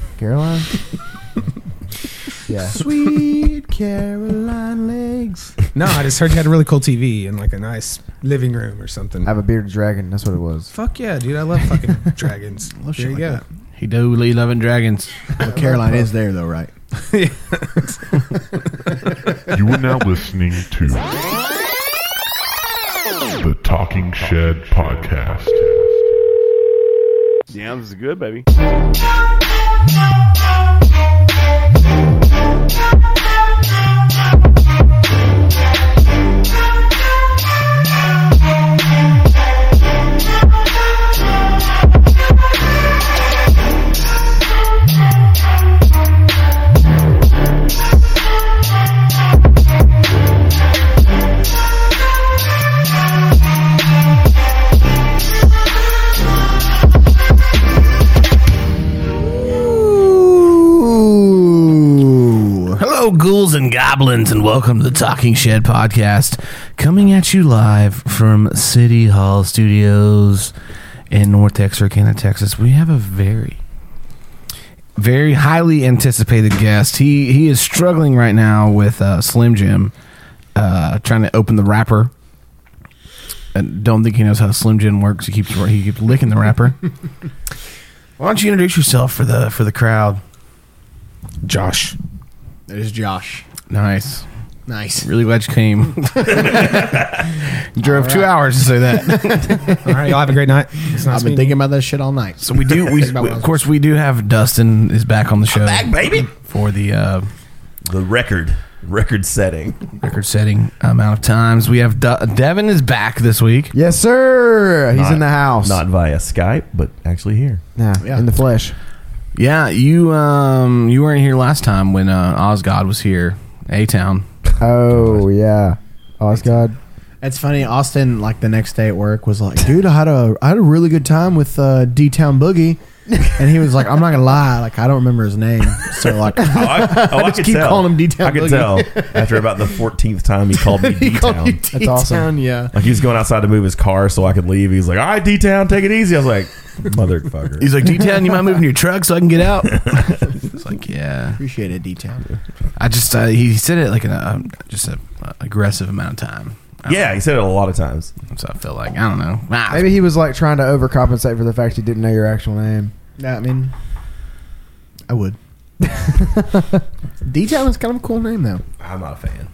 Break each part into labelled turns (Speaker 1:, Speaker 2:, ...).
Speaker 1: Caroline? yeah.
Speaker 2: Sweet Caroline legs.
Speaker 3: No, I just heard you had a really cool TV and like a nice living room or something.
Speaker 1: I have a bearded dragon. That's what it was.
Speaker 3: Fuck yeah, dude! I love fucking dragons.
Speaker 2: love shit
Speaker 3: there you
Speaker 2: like
Speaker 3: go.
Speaker 2: that.
Speaker 4: He do Lee loving dragons.
Speaker 2: Well, Caroline is there though, right?
Speaker 5: You are now listening to the Talking Shed Podcast.
Speaker 6: Damn, this is good, baby.
Speaker 7: Oh,
Speaker 4: Ooh. Hello, ghouls and goblins, and welcome to the Talking Shed podcast, coming at you live from City Hall Studios in North Texarkana, Texas. We have a very, very highly anticipated guest. He he is struggling right now with uh, Slim Jim, uh, trying to open the wrapper. I don't think he knows how Slim Jim works. He keeps he keeps licking the wrapper. Why don't you introduce yourself for the for the crowd?
Speaker 3: Josh,
Speaker 2: It is Josh.
Speaker 4: Nice.
Speaker 2: Nice.
Speaker 4: Really glad you came. you drove two hours to say that.
Speaker 3: all right, y'all have a great night. It's nice
Speaker 2: I've been
Speaker 3: meeting
Speaker 2: thinking about that shit all night.
Speaker 4: so we do. We,
Speaker 2: About-
Speaker 4: of course we do have Dustin is back on the show
Speaker 7: Back, baby.
Speaker 4: for the uh,
Speaker 7: The record, record setting.
Speaker 4: record-setting amount of times. We have Du- Devin is back this week.
Speaker 1: Yes, sir. He's
Speaker 7: Not-
Speaker 1: in the house.
Speaker 7: Not via Skype, but actually here.
Speaker 1: Nah,
Speaker 2: Yeah.
Speaker 1: in the flesh.
Speaker 4: Yeah, you um you weren't here last time when uh, Osgod was here. A Town.
Speaker 1: Oh yeah. Osgod.
Speaker 2: It's funny. Austin, like the next day at work, was like, "Dude, I had a I had a really good time with uh, D Town Boogie," and he was like, "I'm not gonna lie, like I don't remember his name." So like,
Speaker 7: Oh, I, oh, I, could
Speaker 2: keep
Speaker 7: tell.
Speaker 2: calling him D-Town
Speaker 7: I could
Speaker 2: Boogie.
Speaker 7: tell after about the 14th time he called me D Town.
Speaker 2: That's
Speaker 1: awesome.
Speaker 2: Yeah.
Speaker 7: Like he was going outside to move his car so I could leave. He's like, "All right, D Town, take it easy." I was like, "Motherfucker."
Speaker 4: He's like, D Town, you mind moving your truck so I can get out? it's like, yeah.
Speaker 2: Appreciate it, D Town.
Speaker 4: I just uh, he said it like an uh, just an aggressive amount of time. I don't
Speaker 7: yeah, he said it a lot of times.
Speaker 4: So I feel like I don't know. Ah,
Speaker 1: Maybe he was like trying to overcompensate for the fact he didn't know your actual name.
Speaker 2: Yeah, I mean, I would. D Town is kind of a cool name though.
Speaker 7: I'm not a fan.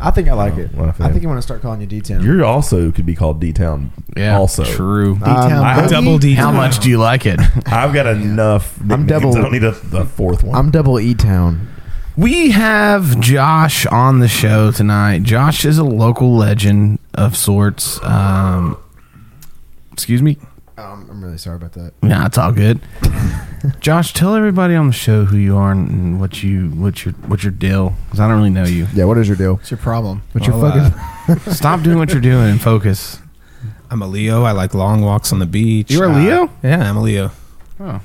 Speaker 1: I think I like
Speaker 4: Oh,
Speaker 1: it.
Speaker 7: Well, I feel
Speaker 1: I think
Speaker 7: you.
Speaker 1: you want to start calling you D Town.
Speaker 7: You're also could be called D Town.
Speaker 4: yeah,
Speaker 7: also
Speaker 4: true.
Speaker 2: D Town
Speaker 7: I-
Speaker 3: you. Double D.
Speaker 4: How much do you like it?
Speaker 7: I've got enough.
Speaker 1: I'm
Speaker 7: nicknames.
Speaker 1: double-
Speaker 7: I don't need a, the fourth one.
Speaker 1: I'm double E Town.
Speaker 4: We have Josh on the show tonight. Josh is a local legend of sorts. Um, excuse me.
Speaker 1: Um, I'm really sorry about that.
Speaker 4: Nah, it's all good. Josh, tell everybody on the show who you are and what you what your what your deal. Because I don't really know you.
Speaker 1: Yeah, what is your deal?
Speaker 2: What's your problem?
Speaker 1: What's your
Speaker 3: Well,
Speaker 1: fucking?
Speaker 4: uh, Stop doing what you're doing and focus.
Speaker 3: I'm a Leo. I like long walks on the beach.
Speaker 4: You're a
Speaker 3: Uh,
Speaker 4: Leo?
Speaker 3: yeah, I'm a Leo.
Speaker 4: Oh.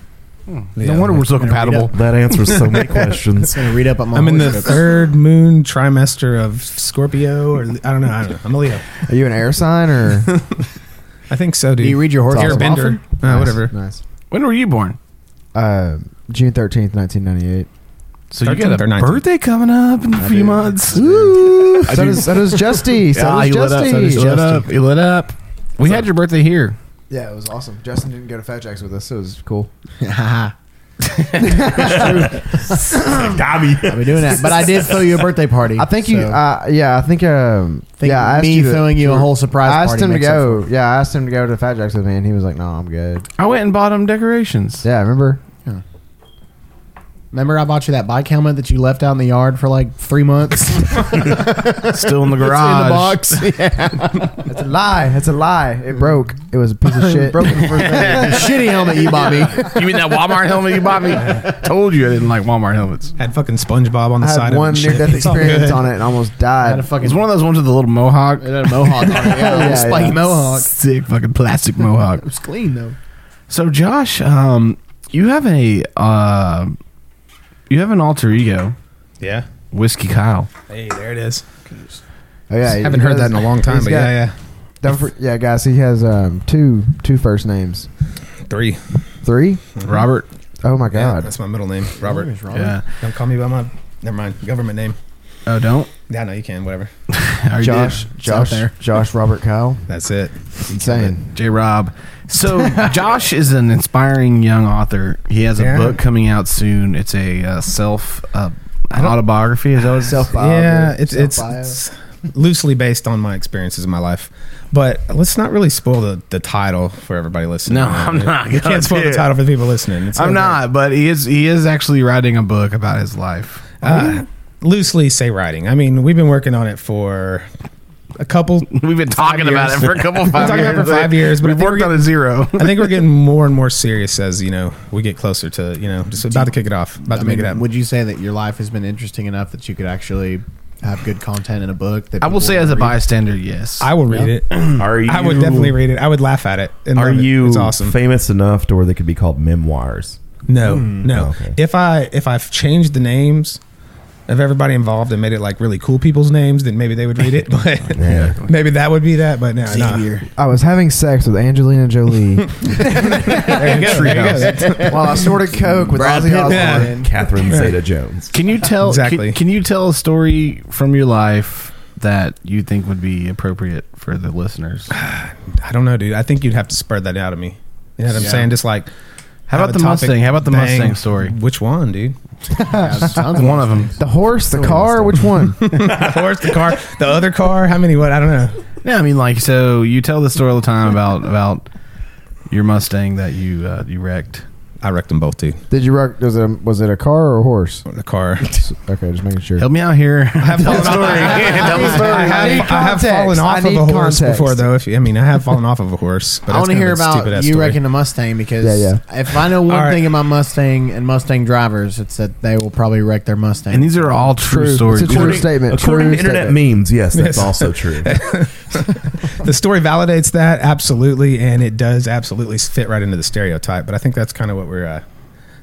Speaker 3: Leo.
Speaker 4: no wonder we're so compatible.
Speaker 7: that answers so many questions.
Speaker 2: Gonna read up on my.
Speaker 3: I'm in the
Speaker 2: horoscope.
Speaker 3: third moon trimester of Scorpio, or I don't know. I don't know. I'm a Leo.
Speaker 1: Are you an air sign or
Speaker 3: I think so, dude.
Speaker 2: Do you read your horoscope
Speaker 3: Airbender. Uh,
Speaker 1: Nice,
Speaker 3: Whatever.
Speaker 1: Nice.
Speaker 4: When were you born?
Speaker 1: Uh, June thirteenth, nineteen ninety-eight.
Speaker 4: So you
Speaker 3: 13th
Speaker 4: got
Speaker 3: or
Speaker 4: a
Speaker 3: 19th?
Speaker 4: birthday coming up in a few
Speaker 1: do.
Speaker 4: months.
Speaker 1: Ooh, so does so does Justy. So
Speaker 4: Ah,
Speaker 1: does
Speaker 4: he lit up,
Speaker 1: Justy.
Speaker 4: so does Justy. He lit up. We had your birthday here.
Speaker 1: Yeah, it was awesome. Justin didn't go to Fat Jacks with us, so it was cool.
Speaker 7: Dobby.
Speaker 2: I've been doing that, but I did throw you a birthday party.
Speaker 1: I think you.
Speaker 2: so-
Speaker 1: Uh, yeah, I think. Um,
Speaker 2: Think
Speaker 1: yeah, I asked
Speaker 2: me
Speaker 1: you to-
Speaker 2: throwing you a whole surprise
Speaker 1: I asked
Speaker 2: party
Speaker 1: him to
Speaker 2: makes up
Speaker 1: go. Yeah, I asked him to go to the Fat Jacks with me, and he was like, "No, I'm good."
Speaker 4: I went and bought him decorations.
Speaker 1: Yeah, remember?
Speaker 2: Remember, I bought you that bike helmet that you left out in the yard for like three months. It's
Speaker 4: Still in the garage.
Speaker 2: in the box. Yeah.
Speaker 1: That's a lie. That's a lie. It broke. It was a piece of shit.
Speaker 2: Broken for that. Shitty helmet you bought me.
Speaker 4: you mean that Walmart helmet you bought me? Told you I didn't like Walmart helmets.
Speaker 3: Had fucking SpongeBob on the
Speaker 1: I
Speaker 3: side.
Speaker 1: had
Speaker 3: of
Speaker 1: one
Speaker 3: it and shit.
Speaker 1: near-death
Speaker 3: It's all
Speaker 1: experience
Speaker 3: good.
Speaker 1: on it and almost
Speaker 2: I had a
Speaker 1: died.
Speaker 2: fucking
Speaker 4: It's one of those ones with the little mohawk.
Speaker 2: it had a mohawk on it. Yeah, a little
Speaker 1: Yeah,
Speaker 2: spiky
Speaker 1: yeah.
Speaker 2: mohawk.
Speaker 4: Sick fucking plastic mohawk.
Speaker 2: It was clean though.
Speaker 4: So Josh, um, you have a uh, you have an alter ego,
Speaker 3: Yeah.
Speaker 4: Whiskey Kyle.
Speaker 3: Hey, there it is.
Speaker 1: Oh, yeah, he
Speaker 3: Haven't heard
Speaker 1: does-
Speaker 3: that in a long time,
Speaker 1: he's
Speaker 3: but
Speaker 1: got-
Speaker 3: yeah,
Speaker 1: Don't for, yeah, guys, he has um, two two first names.
Speaker 3: yeah. Three. Mm-hmm.
Speaker 1: Three?
Speaker 4: Robert.
Speaker 1: Oh my
Speaker 3: Yeah,
Speaker 1: god.
Speaker 3: that's my middle name, Robert.
Speaker 2: is Robert?
Speaker 4: Yeah.
Speaker 3: Don't call me by my never mind government name.
Speaker 4: Oh, don't.
Speaker 3: Yeah, no, you can. Whatever.
Speaker 4: Already did.
Speaker 1: Josh,
Speaker 4: It's out
Speaker 1: Josh,
Speaker 4: there.
Speaker 1: Josh, Robert Kyle.
Speaker 3: That's it.
Speaker 1: Insane.
Speaker 4: J Rob. So Josh is an inspiring young author. He has a
Speaker 3: Yeah.
Speaker 4: book coming out soon. It's a uh, self uh, an
Speaker 3: don't-
Speaker 4: autobiography. Is that what it's?
Speaker 1: Self bio.
Speaker 3: yeah,
Speaker 1: dude.
Speaker 3: it's
Speaker 1: Self
Speaker 3: it's,
Speaker 1: bio.
Speaker 3: it's loosely based on my experiences in my life, but let's not really spoil the, the title for everybody listening.
Speaker 4: No, I'm not
Speaker 3: You
Speaker 4: gonna
Speaker 3: can't spoil
Speaker 4: do
Speaker 3: the
Speaker 4: it.
Speaker 3: title for the people listening. It's
Speaker 4: I'm
Speaker 3: okay.
Speaker 4: not, but he is. He is actually writing a book about his life.
Speaker 3: Uh, loosely say writing. I mean, we've been working on it for a couple.
Speaker 4: We've been talking about
Speaker 3: years.
Speaker 4: it for a couple. 5
Speaker 3: talking
Speaker 4: years.
Speaker 3: about it for five years, but I
Speaker 4: we've
Speaker 3: think
Speaker 4: worked
Speaker 3: we're
Speaker 4: on a zero.
Speaker 3: I think we're getting more and more serious as you know we get closer to you know just about to kick it off, about
Speaker 2: I
Speaker 3: to
Speaker 2: mean,
Speaker 3: make it happen.
Speaker 2: would you say that your life has been interesting enough that you could actually have good content in a book? That
Speaker 4: I will
Speaker 2: people
Speaker 4: say, as a
Speaker 2: read?
Speaker 4: bystander, yes.
Speaker 3: I will read it.
Speaker 7: Are you?
Speaker 3: I would definitely read it. I would laugh at it. and
Speaker 7: Are
Speaker 3: love it.
Speaker 7: you
Speaker 3: It's awesome.
Speaker 7: famous enough to where they could be called memoirs?
Speaker 4: Hmm.
Speaker 3: No, no.
Speaker 7: Hmm, Okay.
Speaker 3: If I if I've changed the names of everybody involved and made it like really cool people's names, then maybe they would read it. But
Speaker 7: Yeah.
Speaker 3: maybe that would be that. But no, nah. there you
Speaker 1: I was having sex with Angelina Jolie
Speaker 3: go. There you go.
Speaker 1: while I snorted coke with
Speaker 7: Brad
Speaker 1: Ozzy
Speaker 7: Pitt.
Speaker 3: Yeah.
Speaker 1: Osbourne.
Speaker 7: Catherine Zeta-Jones.
Speaker 4: Can you tell
Speaker 3: Exactly.
Speaker 4: Can, can you tell a story from your life that you think would be appropriate for the listeners?
Speaker 3: I don't know, dude. I think you'd have to spread that out of me. You know what I'm
Speaker 4: Yeah.
Speaker 3: saying? Just like have
Speaker 4: How about
Speaker 3: a
Speaker 4: the
Speaker 3: topic.
Speaker 4: Mustang? How about the
Speaker 3: Dang.
Speaker 4: Mustang story?
Speaker 3: Which one, dude?
Speaker 4: One of them.
Speaker 1: The horse, the car, which one?
Speaker 3: The horse, the car, the other car. How many? What? I don't know.
Speaker 4: Yeah, I mean, like, so you tell the story all the time about about your Mustang that you uh, you wrecked.
Speaker 3: I wrecked them both, dude.
Speaker 1: Did you rock? Was it a, was it a car or a horse?
Speaker 3: The car.
Speaker 1: Okay, just making sure.
Speaker 4: Help me out here.
Speaker 3: I have fallen off. I
Speaker 1: Tell the
Speaker 3: have-
Speaker 1: story.
Speaker 3: I
Speaker 1: I need
Speaker 3: have I have
Speaker 1: context.
Speaker 3: fallen
Speaker 1: I
Speaker 3: off of
Speaker 1: need
Speaker 3: a horse
Speaker 1: context.
Speaker 3: before, though. If you, I mean, I have fallen off of a horse. But
Speaker 2: I
Speaker 3: want to
Speaker 2: hear about you wrecking a Mustang because
Speaker 1: Yeah,
Speaker 2: if I know one
Speaker 3: All right.
Speaker 2: thing about Mustang and Mustang drivers, it's that they will probably wreck their Mustang.
Speaker 4: and these are all true, stories.
Speaker 1: It's a true
Speaker 4: According-
Speaker 1: statement.
Speaker 7: According
Speaker 1: True
Speaker 7: to internet
Speaker 1: statement.
Speaker 7: memes, yes, that's
Speaker 3: Yes.
Speaker 7: also true.
Speaker 3: the story validates that absolutely, and it does absolutely fit right into the stereotype. But I think that's kind of what we're uh,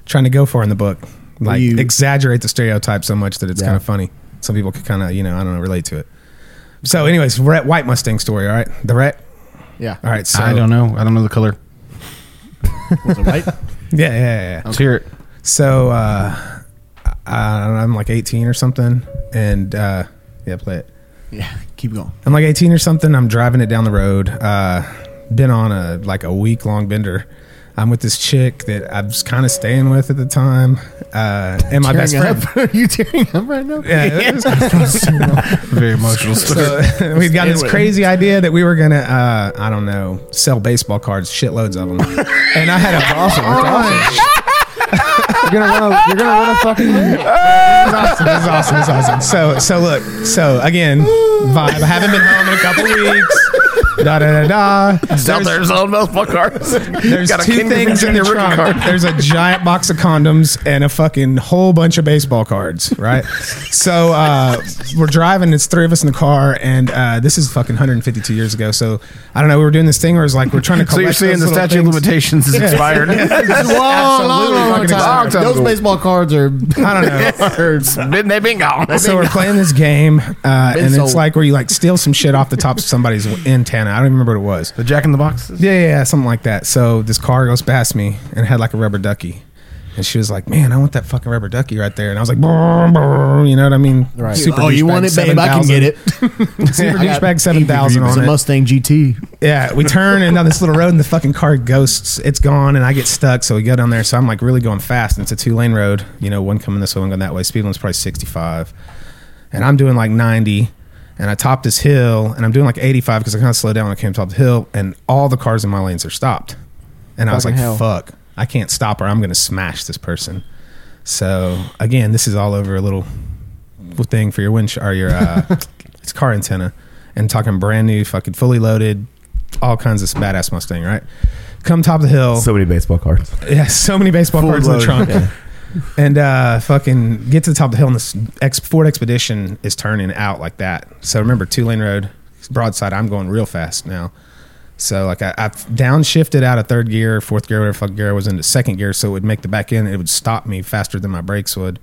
Speaker 3: trying to go for in the book, like
Speaker 2: you-
Speaker 3: exaggerate the stereotype so much that it's
Speaker 1: Yeah.
Speaker 3: kind of funny. Some people could kind of, you know, I don't know, relate to it. So, anyways, Rhett White Mustang story. All right, the Rhett.
Speaker 2: yeah.
Speaker 3: All right, so
Speaker 4: I don't know. I don't know the color.
Speaker 2: Was it white?
Speaker 3: Yeah, yeah, yeah. yeah.
Speaker 4: Let's hear it.
Speaker 3: So uh, I don't know, I'm like 18 or something, and uh, yeah, play it.
Speaker 2: yeah. Keep going.
Speaker 3: I'm like 18 or something. I'm driving it down the road. Uh, been on a like a week long bender. I'm with this chick that I was kind of staying with at the time, uh, and my best friend.
Speaker 2: Are you tearing up right now?
Speaker 3: Yeah, it was-
Speaker 4: Very emotional story.
Speaker 3: so we've got this crazy idea that we were gonna, uh, I don't know, sell baseball cards, shitloads of them, and I had a awesome.
Speaker 1: Oh You're gonna run. A, you're gonna run a fucking.
Speaker 3: It's awesome. It's awesome. It's awesome. So so look. So again, vibe. I haven't been home in a couple weeks. Da da da da.
Speaker 4: Out there selling baseball cards.
Speaker 3: There's
Speaker 4: Got a
Speaker 3: two
Speaker 4: king
Speaker 3: things in
Speaker 4: division
Speaker 3: the trunk.
Speaker 4: rookie card.
Speaker 3: There's a giant box of condoms and a fucking whole bunch of baseball cards, right? so uh, we're driving. It's three of us in the car, and uh, this is fucking 152 years ago. So I don't know. We were doing this thing where it's like we're trying to.
Speaker 4: So you're
Speaker 3: collect
Speaker 4: saying
Speaker 3: those
Speaker 4: the
Speaker 3: little
Speaker 4: statute of
Speaker 3: things.
Speaker 4: limitations is expired.
Speaker 2: Long, long,
Speaker 3: Absolutely
Speaker 2: long
Speaker 3: fucking
Speaker 2: time.
Speaker 3: expired.
Speaker 2: Those baseball cards are.
Speaker 3: I don't know.
Speaker 4: Been- They've been gone.
Speaker 3: so we're playing this game, uh, and
Speaker 2: sold.
Speaker 3: it's like where you like steal some shit off the top of somebody's antenna. I don't even remember what it was.
Speaker 4: The Jack in the Box.
Speaker 3: Yeah, yeah, yeah, something like that. So this car goes past me and had like a rubber ducky, and she was like, "Man, I want that fucking rubber ducky right there." And I was like, brr, brr, "You know what I mean?" Right.
Speaker 2: oh, you want it, babe? I can get it.
Speaker 3: Super
Speaker 2: I got
Speaker 3: douchebag seven thousand
Speaker 2: It's
Speaker 3: on it.
Speaker 2: a Mustang GT.
Speaker 3: Yeah, we turn and down this little road, and the fucking car ghosts. It's gone, and I get stuck. So we go down there. So I'm like really going fast, and it's a two lane road. You know, one coming this way, one going that way. Speed limit's probably 65, and I'm doing like 90. And I top this hill, and I'm doing like 85 because I kind of slowed down when I came top the hill, and all the cars in my lanes are stopped. And I was like,
Speaker 1: Fucking hell.
Speaker 3: "Fuck, I can't stop her. I'm going to smash this person." So again, this is all over a little thing for your windshield or your uh, it's car antenna, and talking brand new, fucking fully loaded, all kinds of badass Mustang, right? Come top of the hill.
Speaker 7: so many baseball cards.
Speaker 3: yeah, so many baseball
Speaker 7: Fully
Speaker 3: cards in the
Speaker 7: loaded,
Speaker 3: trunk. And uh, fucking get to the top of the hill, and this ex- Ford Expedition is turning out like that. So remember, two lane road, broadside. I'm going real fast now. So like I, I downshifted out of third gear, fourth gear, whatever fuck gear I was into second gear, so it would make the back end. It would stop me faster than my brakes would,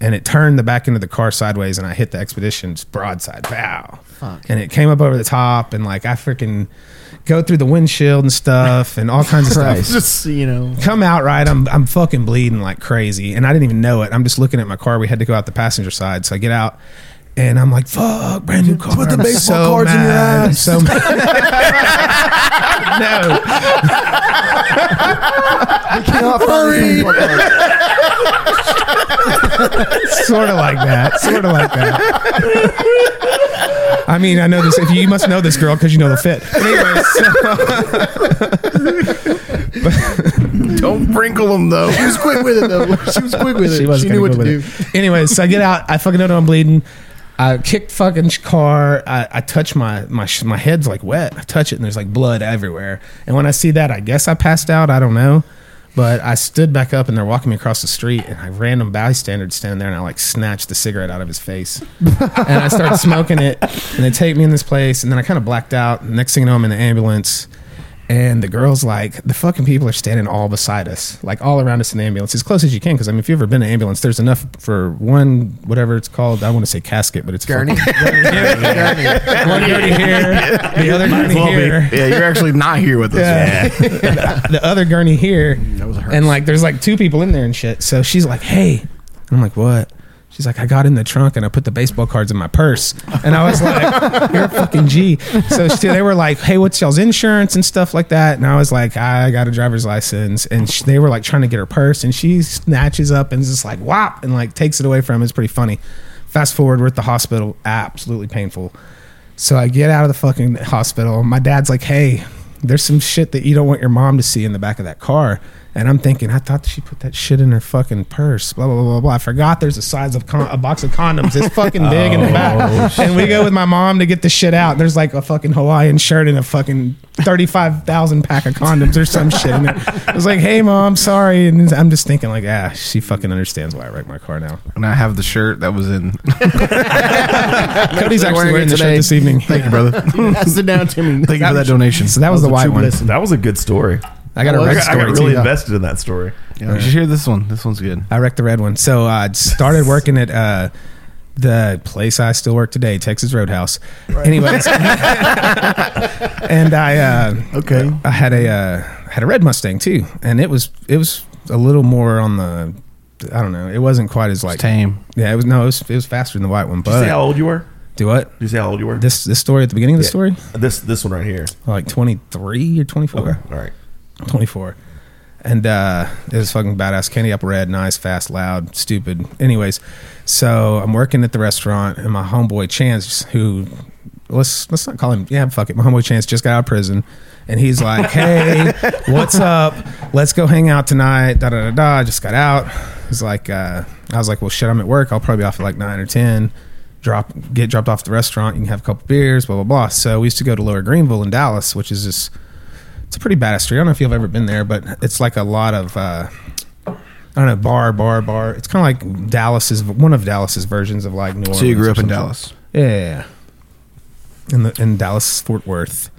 Speaker 3: and it turned the back end of the car sideways, and I hit the Expedition's broadside. Wow! And it came up over the top, and like I freaking go through the windshield and stuff and all kinds of stuff.
Speaker 2: Just you know,
Speaker 3: Come out right, I'm I'm fucking bleeding like crazy, and I didn't even know it. I'm just looking at my car. We had to go out the passenger side, so I get out. And I'm like, fuck, brand new car. Put the
Speaker 2: baseball cards in your eyes.
Speaker 3: So mad. no,
Speaker 1: Cannot hurry.
Speaker 3: sort of like that. Sort of like that. I mean, I know this. If you, you must know this girl because you know the fit. Anyway, so,
Speaker 4: Don't wrinkle them though.
Speaker 1: She was quick with it though. She was quick with it. She,
Speaker 3: was
Speaker 1: knew what
Speaker 3: kinda
Speaker 1: to do.
Speaker 3: good anyway, so I get out. I fucking know I'm bleeding. I kick fucking sh- car. I, I touch my my sh- my head's like wet. I touch it and there's like blood everywhere. And when I see that, I guess I passed out. I don't know. But I stood back up and they're walking me across the street and I random bystander standing there and I like snatched the cigarette out of his face. and I started smoking it, and they take me in this place, and then I kind of blacked out. And next thing you know, I'm in the ambulance, and the girls like the fucking people are standing all beside us, like all around us in the ambulance, as close as you can. Because I mean, if you've ever been in an ambulance, there's enough for one whatever it's called. I want to say casket, but it's
Speaker 1: Gurney.
Speaker 3: fucking-
Speaker 1: Gurney.
Speaker 3: One gurney here, the other gurney here.
Speaker 4: Yeah, you're actually not here with us.
Speaker 3: Yeah. the other gurney here. and like, there's like two people in there and shit. So she's like, hey. And I'm like, what? She's like, I got in the trunk and I put the baseball cards in my purse. And I was like, you're a fucking G. So she, they were like, hey, what's y'all's insurance and stuff like that? And I was like, I got a driver's license. And sh they were like trying to get her purse. And she snatches up and is just like, whop, and like takes it away from him. It's pretty funny. Fast forward, we're at the hospital. Absolutely painful. So I get out of the fucking hospital. My dad's like, hey, there's some shit that you don't want your mom to see in the back of that car. And I'm thinking, I thought she put that shit in her fucking purse. Blah, blah, blah, blah, blah. I forgot there's a size of con- a box of condoms. It's fucking big in the back. And we go with my mom to get the shit out. There's like a fucking Hawaiian shirt and a fucking 35,000 pack of condoms or some shit in there. I was like, hey, mom, sorry. And I'm just thinking, like, ah, she fucking understands why I wrecked my car now.
Speaker 4: And I have the shirt that was in.
Speaker 3: Cody's actually
Speaker 1: wearing
Speaker 3: wearing
Speaker 1: it
Speaker 3: the shirt
Speaker 1: today.
Speaker 3: this evening.
Speaker 4: Thank you, brother. Thank
Speaker 1: Sit down, Timmy.
Speaker 4: you for that donation.
Speaker 3: So that was the white one.
Speaker 7: That was a good story.
Speaker 3: I got a
Speaker 7: I
Speaker 3: red
Speaker 7: got, I got
Speaker 3: story.
Speaker 7: really
Speaker 3: too.
Speaker 7: invested in that story.
Speaker 4: You should hear this one. This one's good.
Speaker 3: I wrecked the red one. So uh, I started working at uh, the place I still work today, Texas Roadhouse. Anyways, and I uh,
Speaker 2: okay.
Speaker 3: I had a uh, had a red Mustang too, and it was it was a little more on the I don't know. It wasn't quite as like
Speaker 4: Tame.
Speaker 3: yeah. It was no, it was, it was faster than the white one.
Speaker 7: Did you say how
Speaker 3: But
Speaker 7: old you were?
Speaker 3: do what
Speaker 7: Did you say how old you were?
Speaker 3: this this story at the beginning of the
Speaker 7: Yeah.
Speaker 3: story
Speaker 7: this this one right here.
Speaker 3: like twenty three or twenty four.
Speaker 7: All right.
Speaker 3: 24. And uh, it was fucking badass. Candy up red, nice, fast, loud, stupid. Anyways, so I'm working at the restaurant, and my homeboy Chance, who let's let's not call him, yeah, fuck it. My homeboy Chance just got out of prison, and he's like, "Hey, what's up? Let's go hang out tonight." Da da da da. I Just got out. He's like, uh, I was like, "Well, shit, I'm at work. I'll probably be off at like nine or ten. Drop, get dropped off at the restaurant. You can have a couple beers, blah blah blah." So we used to go to Lower Greenville in Dallas, which is just it's a pretty badass street. I don't know if you've ever been there, but it's like a lot of uh, I don't know bar, bar, bar. It's kind of like Dallas's one of Dallas's versions of like New Orleans.
Speaker 4: So you grew up
Speaker 3: or
Speaker 4: in
Speaker 3: something.
Speaker 4: Dallas.
Speaker 3: Yeah, yeah, yeah. in the in Dallas Fort Worth.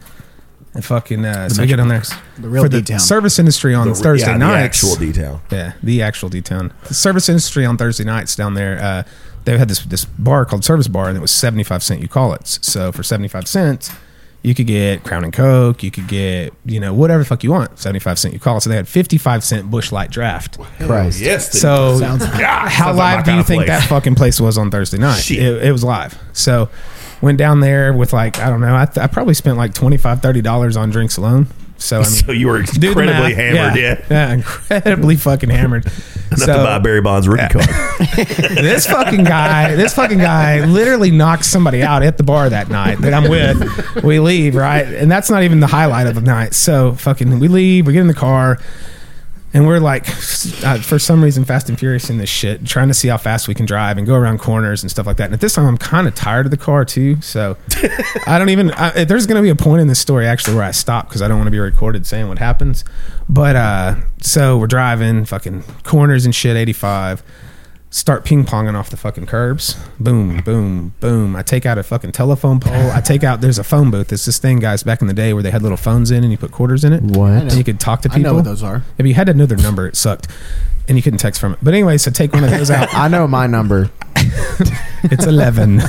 Speaker 3: And fucking uh, so we get on there
Speaker 2: The real
Speaker 3: for the
Speaker 2: D-town.
Speaker 3: service industry on Thursday
Speaker 7: yeah,
Speaker 3: nights.
Speaker 7: The actual detail.
Speaker 3: Yeah, the actual D town. The service industry on Thursday nights down there. Uh, they had this this bar called Service Bar, and it was seventy five cent. You call it so for seventy five cents, you could get Crown and Coke. You could get you know whatever the fuck you want. Seventy five cent. You call it. So they had fifty five cent Bush Light draft.
Speaker 2: Christ.
Speaker 7: Yes.
Speaker 3: So how
Speaker 7: sounds like my
Speaker 3: live do you
Speaker 7: kinda
Speaker 3: think
Speaker 7: place.
Speaker 3: that fucking place was on Thursday night?
Speaker 7: Shit.
Speaker 3: It, it was live. So went down there with like I don't know. I, th- I probably spent like $25, 30 dollars on drinks alone. So I mean,
Speaker 7: so you were
Speaker 3: do the
Speaker 7: incredibly
Speaker 3: math.
Speaker 7: hammered. Yeah.
Speaker 3: yeah, incredibly fucking hammered.
Speaker 7: Enough to buy
Speaker 3: so
Speaker 7: Barry Bonds rookie card.
Speaker 3: this fucking guy, this fucking guy, literally knocks somebody out at the bar that night that I'm with. We leave right, and that's not even the highlight of the night. So fucking, we leave. We get in the car. And we're like, uh, for some reason, fast and furious in this shit, trying to see how fast we can drive and go around corners and stuff like that. And at this time, I'm kind of tired of the car too, so I don't even. I, there's going to be a point in this story actually where I stop because I don't want to be recorded saying what happens. But uh, so we're driving, fucking corners and shit, 85. Start ping ponging off the fucking curbs. Boom, boom, boom. I take out a fucking telephone pole. I take out. There's a phone booth. It's this thing, guys. Back in the day, where they had little phones in and you put quarters in it.
Speaker 2: What?
Speaker 3: And you could talk to
Speaker 2: I
Speaker 3: people.
Speaker 2: know what those are.
Speaker 3: If you had to know their number, it sucked. And you couldn't text from it. But anyway, so take one of those out.
Speaker 1: I know my number.
Speaker 3: It's 11.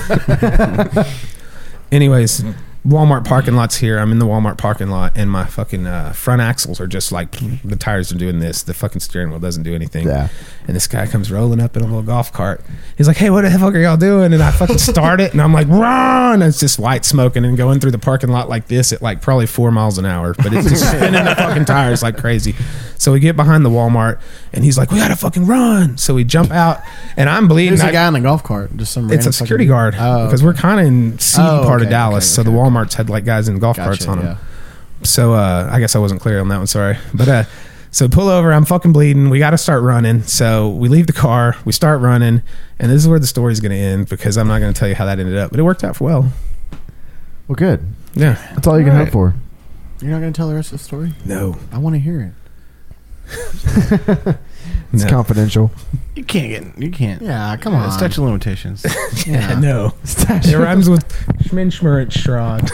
Speaker 3: Anyways, Walmart parking lots here. I'm in the Walmart parking lot, and my fucking uh, front axles are just like the tires are doing this. The fucking steering wheel doesn't do anything.
Speaker 1: Yeah.
Speaker 3: And this guy comes rolling up in a little golf cart. He's like, "Hey, what the fuck are y'all doing?" And I fucking start it, and I'm like, "Run!" And it's just light smoking and going through the parking lot like this at like probably four miles an hour, but it's just spinning the fucking tires like crazy. So we get behind the Walmart, and he's like, "We gotta fucking run!" So we jump out, and I'm bleeding.
Speaker 2: There's
Speaker 3: I-
Speaker 2: a guy in a golf cart. Just some.
Speaker 3: it's
Speaker 2: random
Speaker 3: a security
Speaker 2: fucking-
Speaker 3: guard
Speaker 2: Oh,
Speaker 3: because we're kind of in seedy
Speaker 2: Oh,
Speaker 3: part of
Speaker 2: okay,
Speaker 3: Dallas,
Speaker 2: okay,
Speaker 3: so the
Speaker 2: okay.
Speaker 3: WalMarts had like guys in golf
Speaker 2: gotcha,
Speaker 3: carts on them.
Speaker 2: yeah.
Speaker 3: So uh, I guess I wasn't clear on that one. Sorry, but uh, so pull over. I'm fucking bleeding. We got to start running. So we leave the car. We start running, and this is where the story's going to end because I'm not going to tell you how that ended up, but it worked out for well.
Speaker 1: Well, good.
Speaker 3: Yeah.
Speaker 1: That's all you can
Speaker 2: Alright.
Speaker 1: hope for.
Speaker 2: You're not gonna tell the rest of the story.
Speaker 3: No.
Speaker 2: I want to hear it.
Speaker 1: It's confidential.
Speaker 4: You can't get. You can't.
Speaker 2: Yeah, come on.
Speaker 4: It's touch of limitations.
Speaker 2: Yeah.
Speaker 3: no. It rhymes with Schminschmeritschrod.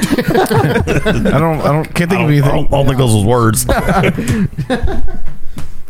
Speaker 4: I don't. I don't. Can't think of
Speaker 7: I don't, I
Speaker 4: anything.
Speaker 7: don't- I don't think those was words.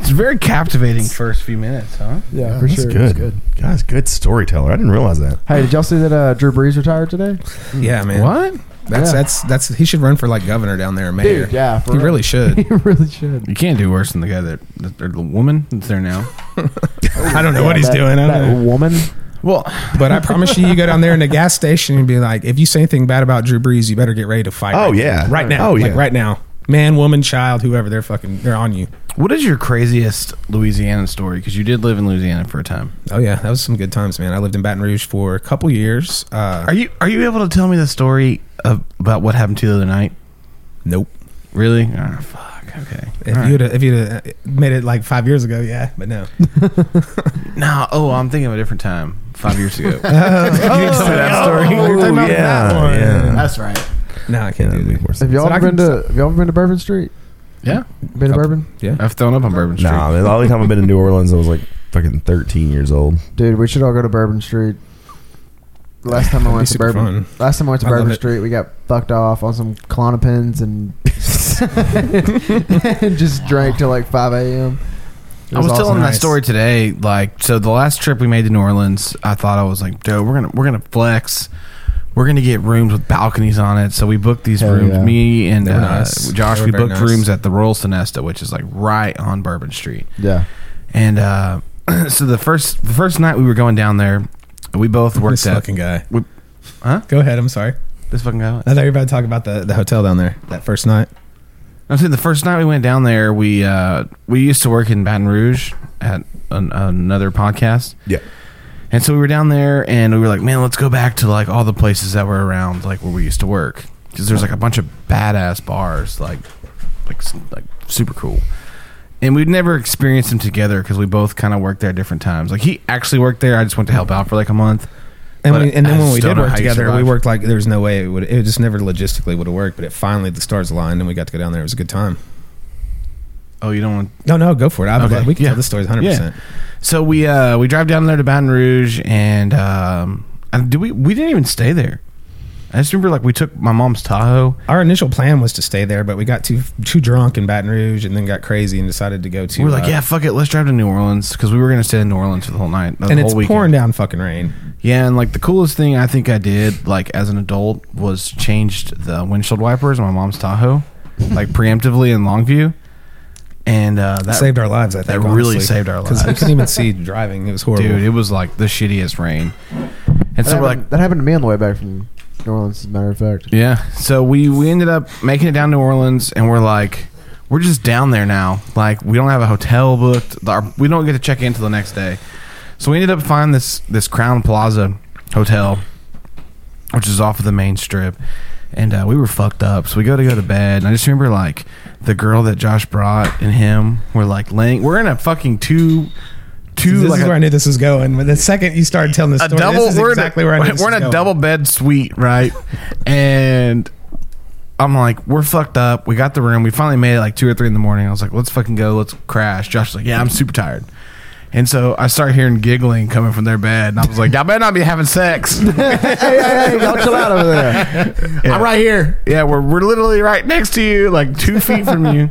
Speaker 4: It's very captivating first few minutes, huh?
Speaker 1: Yeah,
Speaker 2: Yeah,
Speaker 1: for
Speaker 7: That's
Speaker 1: sure.
Speaker 7: good. Guys, good storyteller. I didn't realize that.
Speaker 1: Hey, did y'all see that uh, Drew Brees retired today?
Speaker 3: Mm. yeah, man.
Speaker 4: What?
Speaker 3: That's
Speaker 1: Hmm. Yeah.
Speaker 3: that's that's he should run for like governor down there, or mayor.
Speaker 1: Dude, yeah, for
Speaker 3: he
Speaker 1: real.
Speaker 3: really should.
Speaker 1: he really should.
Speaker 4: You can't do worse than the guy that, that or the woman that's there now.
Speaker 3: I don't know what he's
Speaker 1: that,
Speaker 3: doing. I don't
Speaker 1: That
Speaker 3: know.
Speaker 1: woman.
Speaker 4: Well,
Speaker 3: But I promise you, you go down there in the gas station and be like, if you say anything bad about Drew Brees, you better get ready to fight.
Speaker 7: Oh,
Speaker 3: right
Speaker 7: yeah.
Speaker 3: now. right now,
Speaker 7: Oh,
Speaker 3: Like,
Speaker 7: yeah.
Speaker 3: right now, man, woman, child, whoever, they're fucking, they're on you.
Speaker 4: what is your craziest Louisiana story? Because you did live in Louisiana for a time.
Speaker 3: Oh yeah, that was some good times, man. I lived in Baton Rouge for a couple years. Uh,
Speaker 4: Are you Are you able to tell me the story of, about what happened to you the other night?
Speaker 3: nope.
Speaker 4: Really? Oh, fuck. Okay.
Speaker 3: If
Speaker 4: All right.
Speaker 3: you'd if you'd uh, made it like five years ago, yeah, but no.
Speaker 4: No. Oh, I'm thinking of a different time. Five years ago.
Speaker 1: Oh,
Speaker 7: that
Speaker 3: story. We were talking about that one.
Speaker 7: yeah.
Speaker 2: That's right.
Speaker 3: No, I can't
Speaker 7: Yeah,
Speaker 3: do
Speaker 7: that'd
Speaker 3: that.
Speaker 7: make more
Speaker 1: Have
Speaker 7: sense.
Speaker 1: y'all
Speaker 3: So I
Speaker 1: ever been
Speaker 3: can-
Speaker 1: to? Have y'all ever been to Bourbon Street?
Speaker 4: yeah.
Speaker 1: Been to Bourbon,
Speaker 4: I've thrown up on Bourbon Street.
Speaker 7: Nah, man, the only time I've been to New Orleans, I was like fucking 13 years old.
Speaker 1: dude. We should all go to Bourbon Street. Last time I went to
Speaker 3: super
Speaker 1: Bourbon,
Speaker 3: fun.
Speaker 1: last time I went to
Speaker 3: I love
Speaker 1: Bourbon
Speaker 3: it.
Speaker 1: Street, we got fucked off on some Clonopins and, and just drank till like five a.m. It
Speaker 4: I was
Speaker 1: awesome.
Speaker 4: telling that
Speaker 3: Nice.
Speaker 4: story today. Like, so the last trip we made to New Orleans, I thought I was like, "Dude, we're gonna we're gonna flex. We're gonna get rooms with balconies on it." So we booked these
Speaker 1: Hell
Speaker 4: rooms.
Speaker 1: yeah.
Speaker 4: Me and
Speaker 3: They
Speaker 4: uh,
Speaker 3: were nice.
Speaker 4: Josh,
Speaker 3: They were
Speaker 4: we
Speaker 3: very
Speaker 4: booked
Speaker 3: nice.
Speaker 4: rooms at the Royal Sonesta, which is like right on Bourbon Street.
Speaker 1: Yeah,
Speaker 4: And uh, so the first the first night we were going down there, we both worked
Speaker 3: This
Speaker 4: at
Speaker 3: fucking guy.
Speaker 4: We- Huh?
Speaker 3: Go ahead. I'm sorry.
Speaker 4: this fucking guy.
Speaker 3: I thought you were about to talk about the, the hotel down there that first night.
Speaker 4: I'm saying the first night we went down there, we uh, we used to work in Baton Rouge at an, another podcast.
Speaker 7: Yeah.
Speaker 4: And so we were down there and we were like, man, let's go back to like all the places that were around, like where we used to work. Cause there's like a bunch of badass bars, like, like, s- like super cool. And we'd never experienced them together because we both kind of worked there at different times. Like he actually worked there. I just went to help out for like a month.
Speaker 3: And,
Speaker 4: But
Speaker 3: we, and
Speaker 4: I
Speaker 3: then when
Speaker 4: just
Speaker 3: we
Speaker 4: don't
Speaker 3: did
Speaker 4: know
Speaker 3: work
Speaker 4: how you
Speaker 3: together, we
Speaker 4: survive.
Speaker 3: worked like there was no way it would. It just never logistically would have worked. But it finally the stars aligned, and we got to go down there. It was a good time.
Speaker 4: Oh, you don't want
Speaker 3: No, no, go for it. I,
Speaker 4: Okay.
Speaker 3: We can
Speaker 4: Yeah.
Speaker 3: tell this story 100. percent
Speaker 4: So we uh we drive down there to Baton Rouge and um and do we we didn't even stay there. I just remember like we took my mom's Tahoe.
Speaker 3: Our initial plan was to stay there, but we got too too drunk in Baton Rouge, and then got crazy and decided to go to.
Speaker 4: We were like,
Speaker 3: uh,
Speaker 4: yeah, fuck it, let's drive to New Orleans because we were gonna stay in New Orleans for the whole night, the
Speaker 3: and
Speaker 4: whole
Speaker 3: it's
Speaker 4: weekend.
Speaker 3: pouring down fucking rain.
Speaker 4: Yeah, and like the coolest thing I think I did like as an adult was changed the windshield wipers on my mom's Tahoe, like preemptively in Longview, and uh, that
Speaker 3: saved our lives. I think
Speaker 4: that really saved our
Speaker 3: because we
Speaker 4: lives.
Speaker 3: couldn't even see driving. It was horrible.
Speaker 4: dude, it was like the shittiest rain. And
Speaker 1: that,
Speaker 4: so we're like,
Speaker 1: happened, that happened to me on the way back from New Orleans. As a matter of fact,
Speaker 4: Yeah. So we we ended up making it down to New Orleans, and we're like, we're just down there now. Like we don't have a hotel booked. Our, we don't get to check in till the next day. So we ended up finding this this Crown Plaza hotel, which is off of the main strip. And uh, we were fucked up, so we go to go to bed. And I just remember like the girl that Josh brought and him were like laying. We're in a fucking two, two
Speaker 3: this
Speaker 4: like
Speaker 3: is
Speaker 4: a-
Speaker 3: where I knew this was going. But the second you started telling the
Speaker 4: a
Speaker 3: story,
Speaker 4: double.
Speaker 3: this is
Speaker 4: we're
Speaker 3: exactly
Speaker 4: in a,
Speaker 3: where I knew
Speaker 4: we're
Speaker 3: this
Speaker 4: in
Speaker 3: was
Speaker 4: a
Speaker 3: going.
Speaker 4: double bed suite, right? and I'm like, we're fucked up. We got the room. We finally made it like two or three in the morning. I was like, let's fucking go. Let's crash. Josh's like, yeah, I'm super tired. And so I start hearing giggling coming from their bed, and I was like, "Y'all better not be having sex."
Speaker 1: hey, hey, hey, y'all chill out over there.
Speaker 4: I'm right here. Yeah, we're, we're literally right next to you, like two feet from you.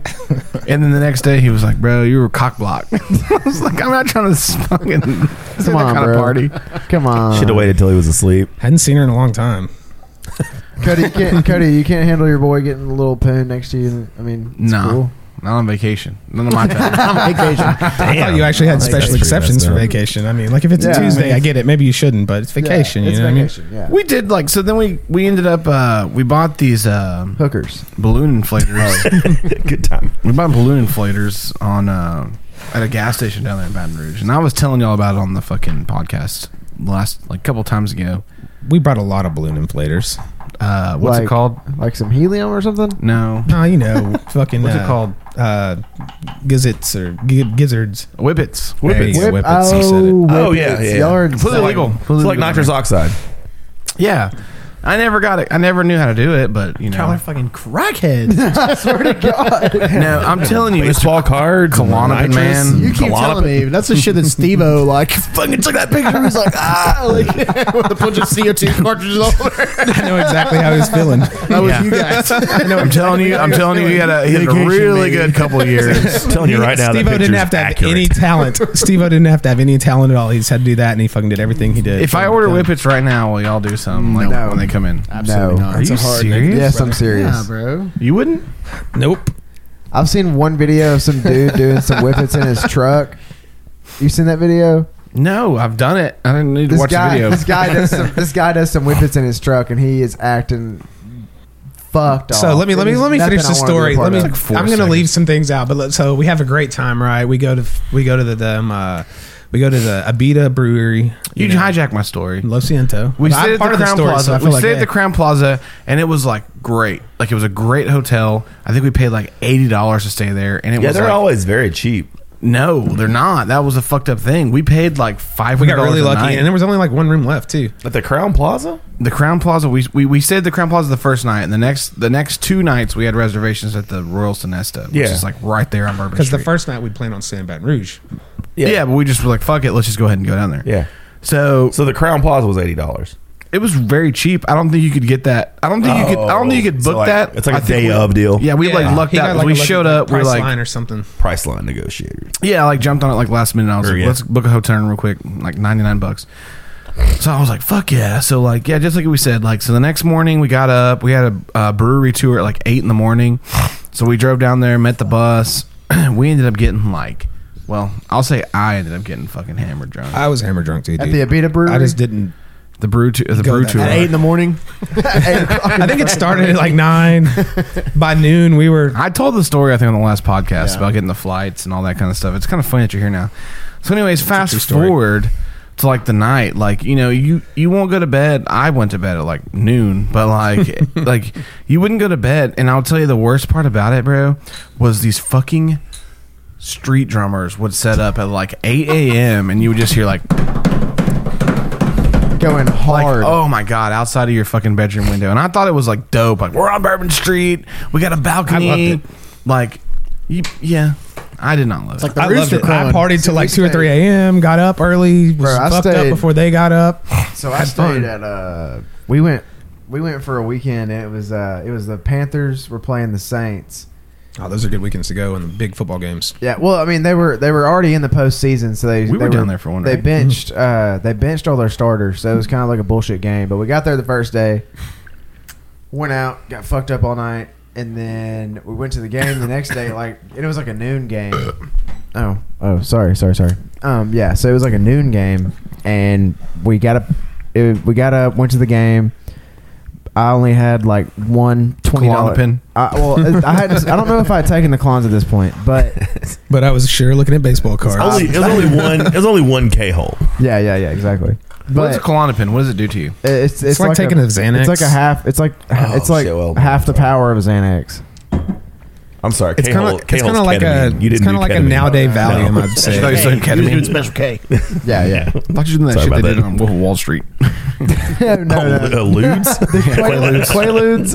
Speaker 4: And then the next day, he was like, "Bro, you were cock blocked." I was like, "I'm not trying to fucking
Speaker 1: Come on,
Speaker 4: kind
Speaker 1: bro.
Speaker 4: of party."
Speaker 1: Come on.
Speaker 4: Uh,
Speaker 7: Should have waited till he was asleep.
Speaker 3: Hadn't seen her in a long time.
Speaker 1: Cody, you can't, Cody, you can't handle your boy getting a little poon next to you. I mean, it's
Speaker 4: No.
Speaker 1: cool.
Speaker 4: Not on vacation. None of my time.
Speaker 1: Vacation.
Speaker 3: I thought you actually had
Speaker 7: think that's
Speaker 3: special
Speaker 7: pretty
Speaker 3: exceptions
Speaker 7: messed
Speaker 3: for
Speaker 7: up.
Speaker 3: vacation. I mean, like if it's
Speaker 1: Yeah,
Speaker 3: a
Speaker 1: I
Speaker 3: Tuesday, I,
Speaker 1: mean-
Speaker 3: get it. Maybe you shouldn't, but it's vacation.
Speaker 1: Yeah,
Speaker 3: you
Speaker 1: it's
Speaker 3: know what I mean?
Speaker 1: vacation. Yeah.
Speaker 4: we did like so. Then we we ended up uh, we bought these um
Speaker 1: hookers.
Speaker 4: balloon inflators.
Speaker 7: Good time.
Speaker 4: we bought balloon inflators on uh, at a gas station down there in Baton Rouge, and I was telling y'all about it on the fucking podcast last like couple times ago.
Speaker 3: We brought a lot of balloon inflators.
Speaker 4: Uh, what's it
Speaker 1: Like-
Speaker 4: called?
Speaker 1: Like some helium or something?
Speaker 4: No,
Speaker 3: No, you know, fucking
Speaker 4: What's it
Speaker 3: uh,
Speaker 4: called?
Speaker 3: Uh, gizzits or gi- gizzards.
Speaker 4: whippets.
Speaker 3: There you go,
Speaker 7: Whippets.
Speaker 3: whippets, you said it.
Speaker 1: Oh,
Speaker 7: Oh,
Speaker 1: whippets.
Speaker 7: yeah, yeah.
Speaker 1: Y'all are
Speaker 7: It's like-
Speaker 4: illegal.
Speaker 7: It's like nitrous oxide.
Speaker 4: Yeah, I never got it. I never knew how to do it, but you know,
Speaker 2: Y'all are fucking crackheads.
Speaker 4: no, I'm telling you, it's
Speaker 7: Baseball cards.
Speaker 4: Klonopin,
Speaker 7: nitrous,
Speaker 4: man.
Speaker 2: You keep
Speaker 7: Klonopin.
Speaker 2: telling me that's the shit that Steve-O like fucking took that picture. He's like ah, like with a bunch of CO two cartridges all over. it.
Speaker 3: I know exactly how he was feeling.
Speaker 2: That was
Speaker 4: Yeah.
Speaker 2: you guys.
Speaker 4: I'm telling you, I'm telling you, he had a, he had a
Speaker 2: Vacation,
Speaker 4: really
Speaker 2: baby.
Speaker 4: good couple years.
Speaker 7: I'm telling you right now, that
Speaker 3: Steve-O didn't
Speaker 7: picture's
Speaker 3: have to have
Speaker 7: accurate.
Speaker 3: any talent. Steve-O didn't have to have any talent at all. He just had to do that, and he fucking did everything he did.
Speaker 4: If I order whippets right now, will y'all do some like
Speaker 1: No.
Speaker 4: when they come in?
Speaker 1: Absolutely No. not.
Speaker 4: Are you
Speaker 3: That's a hard
Speaker 4: serious?
Speaker 1: Yes, I'm serious.
Speaker 2: Yeah, bro.
Speaker 4: You wouldn't?
Speaker 3: nope.
Speaker 1: I've seen one video of some dude doing some whippets in his truck. You seen that video?
Speaker 4: No, I've done it. I didn't need to
Speaker 1: This
Speaker 4: watch
Speaker 1: guy,
Speaker 4: the
Speaker 1: this
Speaker 4: video.
Speaker 1: guy does some, this guy does some whippets in his truck, and he is acting fucked.
Speaker 3: So
Speaker 1: off.
Speaker 3: let me let
Speaker 1: It
Speaker 3: me
Speaker 1: is
Speaker 3: let me
Speaker 1: nothing
Speaker 3: finish
Speaker 1: I
Speaker 3: the
Speaker 1: wanna be
Speaker 3: story.
Speaker 1: a
Speaker 3: Let
Speaker 1: part
Speaker 3: me.
Speaker 1: of.
Speaker 3: I'm going to leave some things out, but let, so we have a great time, right? We go to we go to the, the um, uh, we go to the Abita Brewery.
Speaker 4: You
Speaker 3: know,
Speaker 4: hijacked my story.
Speaker 3: Lo Ciento.
Speaker 4: We
Speaker 3: But I'm
Speaker 4: stayed at the
Speaker 3: part of
Speaker 4: Crown
Speaker 3: story, so I
Speaker 4: Plaza.
Speaker 3: feel
Speaker 4: we
Speaker 3: like,
Speaker 4: stayed at
Speaker 3: hey,
Speaker 4: the Crown Plaza, and it was like great. Like it was a great hotel. I think we paid like eighty dollars to stay there, and it
Speaker 7: Yeah,
Speaker 4: was
Speaker 7: they're
Speaker 4: like,
Speaker 7: always very cheap.
Speaker 4: no, they're not. That was a fucked up thing. We paid like five.
Speaker 3: We got really lucky, and there was only like one room left too.
Speaker 7: At the Crown Plaza?
Speaker 4: the Crown Plaza. We, we we stayed at the Crown Plaza the first night, and the next the next two nights we had reservations at the Royal Sonesta, which
Speaker 7: Yeah.
Speaker 4: is like right there on Bourbon
Speaker 3: Because
Speaker 4: Street.
Speaker 3: the first night we planned on staying in Baton Rouge.
Speaker 4: yeah. but we just were like, fuck it, let's just go ahead and go down there.
Speaker 7: Yeah.
Speaker 4: So,
Speaker 7: So the Crown Plaza was eighty dollars.
Speaker 4: it was very cheap. I don't think you could get that. I don't think you could. I don't think you could
Speaker 7: Oh, So,
Speaker 4: book
Speaker 7: like,
Speaker 4: that.
Speaker 7: it's like
Speaker 4: a
Speaker 7: a day of deal.
Speaker 4: Yeah, we like lucked
Speaker 3: He got,
Speaker 4: out.
Speaker 3: like,
Speaker 4: we
Speaker 3: a lucky
Speaker 4: showed up. We're
Speaker 3: price
Speaker 4: like,
Speaker 3: line or something.
Speaker 7: Price line negotiator.
Speaker 4: Yeah, I like jumped on it like last minute. I was
Speaker 7: Or,
Speaker 4: like,
Speaker 7: yeah.
Speaker 4: let's book a hotel room real quick, like ninety nine bucks. So I was like, fuck yeah. So like, yeah, just like we said, like, so the next morning we got up, we had a, uh brewery tour at like eight in the morning. So we drove down there, met the bus. we ended up getting like, well, I'll say I ended up getting fucking hammered drunk.
Speaker 3: I was hammer drunk too.
Speaker 1: At
Speaker 3: Dude.
Speaker 1: the Abita Brewery,
Speaker 3: I just didn't.
Speaker 4: the brew, to, the
Speaker 3: Go
Speaker 4: brew
Speaker 3: that
Speaker 4: tour.
Speaker 3: night.
Speaker 2: At eight in the morning.
Speaker 3: I think it started at like nine. By noon, we were.
Speaker 4: I told the story I think on the last podcast about getting the flights and all that kind of stuff. It's kind of funny that you're here now. So, anyways,
Speaker 3: true
Speaker 4: fast
Speaker 3: story.
Speaker 4: forward to like the night. Like you know, you you won't go to bed. I went to bed at like noon, but like like you wouldn't go to bed. And I'll tell you the worst part about it, bro, was these fucking street drummers would set up at like 8 a.m. and you would just hear like
Speaker 1: going
Speaker 4: like,
Speaker 1: hard.
Speaker 4: oh my god, outside of your fucking bedroom window. And I thought it was like dope. Like we're on Bourbon Street. We got a balcony.
Speaker 3: I loved it.
Speaker 4: Like, you, yeah, I did not love it.
Speaker 2: like the
Speaker 3: I loved
Speaker 2: rooster
Speaker 3: it. I
Speaker 2: crowing.
Speaker 3: partied till like
Speaker 1: we
Speaker 3: two or
Speaker 1: stayed-
Speaker 3: three a.m. Got up early. Was
Speaker 1: Bro, I
Speaker 3: fucked up
Speaker 1: stayed-
Speaker 3: before they got up.
Speaker 1: So I stayed at uh we went we went for a weekend and it was uh it was the Panthers were playing the Saints.
Speaker 3: Oh, those are good weekends to go in the big football games.
Speaker 1: Yeah, well, I mean they were they were already in the postseason, so they
Speaker 4: We
Speaker 1: they
Speaker 4: were down there for one, Hmm.
Speaker 1: They
Speaker 4: right?
Speaker 1: benched uh they benched all their starters, so it was kind of like a bullshit game. But we got there the first day, went out, got fucked up all night, and then we went to the game the next day. Like and it was like a noon game. Oh, oh, sorry, sorry, sorry. Um, yeah, so it was like a noon game, and we got up. It, we got up, went to the game. I only had like one twenty dollar
Speaker 4: Klonopin.
Speaker 1: I, well, I had. I don't know if I had taken the clones at this point, but
Speaker 3: But I was sure looking at baseball cards.
Speaker 7: Only, it was only one. It was only one K hole.
Speaker 1: Yeah, yeah, yeah, exactly.
Speaker 4: What's
Speaker 1: But
Speaker 4: a Klonopin? What does it do to you?
Speaker 1: it's, it's,
Speaker 3: like taking a Xanax.
Speaker 1: It's like a half. It's like
Speaker 7: Oh,
Speaker 1: it's like
Speaker 7: shit, well,
Speaker 1: half the power of Xanax.
Speaker 7: I'm sorry.
Speaker 3: It's kind of it's kind of like a it's kind of like a nowday Valium. I'd
Speaker 4: I thought you
Speaker 3: say.
Speaker 4: said ketamine.
Speaker 2: special K.
Speaker 1: Yeah, yeah.
Speaker 4: I thought you were doing that
Speaker 7: Sorry
Speaker 4: shit they
Speaker 7: about
Speaker 4: did
Speaker 7: that.
Speaker 4: on Wolf of Wall Street.
Speaker 1: no, no, no. Quaaludes. Quaaludes?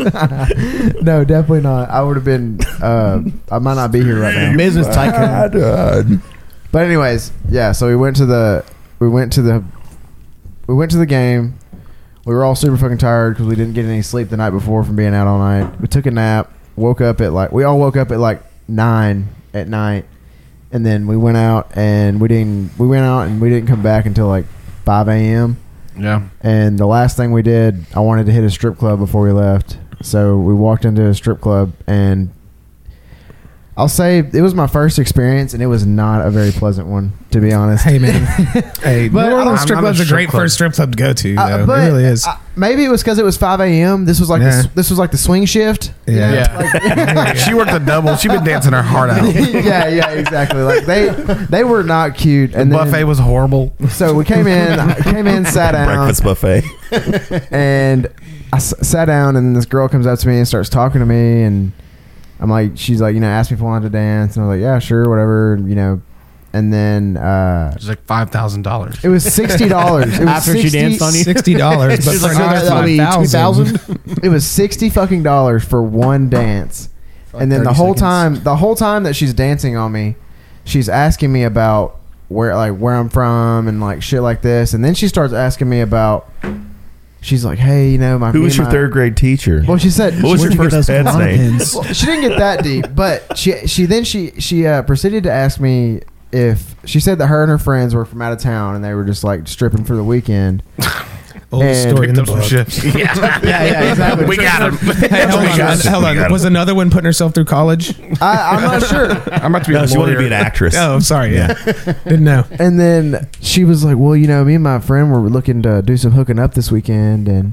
Speaker 1: no, definitely not. I would have been. Uh, I might not be here right now.
Speaker 2: Business tycoon.
Speaker 1: But anyways, yeah. So we went to the we went to the we went to the game. We were all super fucking tired because we didn't get any sleep the night before from being out all night. We took a nap. Woke up at like we all woke up at like nine at night, and then we went out and we didn't we went out and we didn't come back until like five a.m.
Speaker 4: Yeah.
Speaker 1: And the last thing we did, I wanted to hit a strip club before we left. So we walked into a strip club, and I'll say it was my first experience, and it was not a very pleasant one, to be honest.
Speaker 3: Hey man, hey,
Speaker 1: But
Speaker 3: New
Speaker 1: I'm-
Speaker 3: Orleans strip
Speaker 4: I'm a
Speaker 3: club's a
Speaker 4: strip
Speaker 3: great
Speaker 4: club.
Speaker 3: first strip club to go to. Though.
Speaker 1: Uh, but
Speaker 3: it really is.
Speaker 1: uh, maybe it was because it was five a.m. This was like
Speaker 3: Yeah.
Speaker 1: the, this was like the swing shift.
Speaker 3: yeah.
Speaker 4: she worked a double. She been dancing her heart out.
Speaker 1: yeah, yeah, exactly. Like they they were not cute. And then,
Speaker 4: Buffet was horrible.
Speaker 1: so we came in, I came in, sat down,
Speaker 7: Breakfast buffet.
Speaker 1: and I s- sat down, and this girl comes up to me and starts talking to me, and I'm like, she's like, you know, asked me if I wanted to dance, and I was like, yeah, sure, whatever, you know, and then uh,
Speaker 4: It's like five thousand dollars.
Speaker 1: it was sixty dollars
Speaker 6: After she danced on you?
Speaker 3: Sixty dollars, but
Speaker 6: She's
Speaker 3: for
Speaker 6: like,
Speaker 3: another
Speaker 1: "Oh, that'll
Speaker 3: five
Speaker 1: be
Speaker 3: thousand.
Speaker 1: It was sixty fucking dollars for one dance, and then the
Speaker 3: 30
Speaker 1: whole
Speaker 3: seconds.
Speaker 1: time, the whole time that she's dancing on me, she's asking me about where, like, where I'm from and like shit like this, and then she starts asking me about. She's like, hey, you know, my
Speaker 7: Who
Speaker 1: me
Speaker 7: was
Speaker 1: and
Speaker 7: your
Speaker 1: my-
Speaker 7: third grade teacher?
Speaker 1: Well, she said
Speaker 7: What was
Speaker 2: Where'd
Speaker 7: your
Speaker 2: you get
Speaker 7: first
Speaker 2: those
Speaker 7: pet's
Speaker 2: Klondike
Speaker 7: name?
Speaker 2: pins?
Speaker 1: Well, she didn't get that deep, but she she then she she uh, proceeded to ask me if she said that her and her friends were from out of town and they were just like stripping for the weekend.
Speaker 3: Old
Speaker 1: And-
Speaker 3: story in the book.
Speaker 4: yeah,
Speaker 1: yeah, exactly.
Speaker 4: We got him.
Speaker 3: Hey, hold
Speaker 7: We
Speaker 3: on,
Speaker 7: got it.
Speaker 3: hold
Speaker 7: We
Speaker 3: on.
Speaker 7: got it.
Speaker 3: Was another one putting herself through college?
Speaker 1: I, I'm not sure.
Speaker 4: I'm about to be.
Speaker 7: No, she wanted to be an actress.
Speaker 3: Oh, I'm sorry. Yeah, didn't know.
Speaker 1: And then she was like, "Well, you know, me and my friend were looking to do some hooking up this weekend and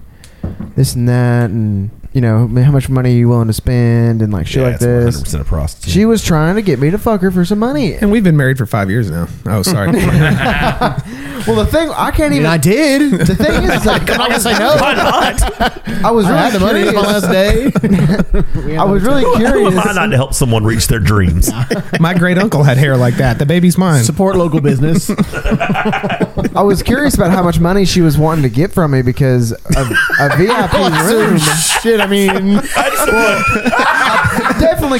Speaker 1: this and that, and you know, man, how much money are you willing to spend and like shit
Speaker 7: Yeah,
Speaker 1: like
Speaker 7: it's 100
Speaker 1: this."
Speaker 7: percent a prostitute.
Speaker 1: She was trying to get me to fuck her for some money.
Speaker 3: And we've been married for five years now. Oh, sorry. yeah,
Speaker 1: Well, the thing I can't even.
Speaker 2: And I did.
Speaker 1: the thing is, like, I was,
Speaker 6: Why not?
Speaker 1: I was really
Speaker 2: I had the money
Speaker 1: curious.
Speaker 2: on my last day.
Speaker 1: I was really
Speaker 7: Who
Speaker 1: curious.
Speaker 7: am I not to help someone reach their dreams?
Speaker 3: my great uncle had hair like that. The baby's mine.
Speaker 2: Support local business.
Speaker 1: I was curious about how much money she was wanting to get from me because a, a VIP room
Speaker 2: Shit, I mean,
Speaker 1: definitely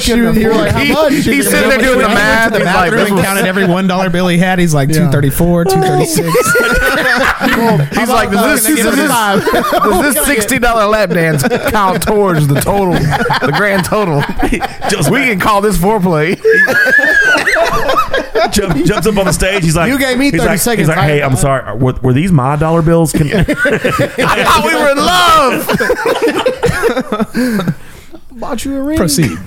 Speaker 1: couldn't afford.
Speaker 2: you were like, how
Speaker 1: it.
Speaker 2: much?
Speaker 4: he's sitting there doing the
Speaker 3: When I went
Speaker 4: math.
Speaker 3: to the
Speaker 4: He's like,
Speaker 3: bathroom
Speaker 4: this
Speaker 3: and
Speaker 4: was-
Speaker 3: counted every one dollar bill he had. He's like
Speaker 2: Yeah.
Speaker 3: two thirty four, two thirty six.
Speaker 4: He's like, does this, does this, does this sixty dollar lap dance count towards the total, the grand total?
Speaker 7: Just-
Speaker 4: we can call this foreplay.
Speaker 7: Jump, jumps up on the stage. He's like,
Speaker 2: You gave me
Speaker 7: he's
Speaker 2: 30
Speaker 7: like,
Speaker 2: seconds.
Speaker 7: He's like,
Speaker 2: I-
Speaker 7: hey, I'm sorry. Are- Were, were these my dollar bills? Can,
Speaker 4: I thought we were in love.
Speaker 2: Bought you a ring.
Speaker 3: Proceed.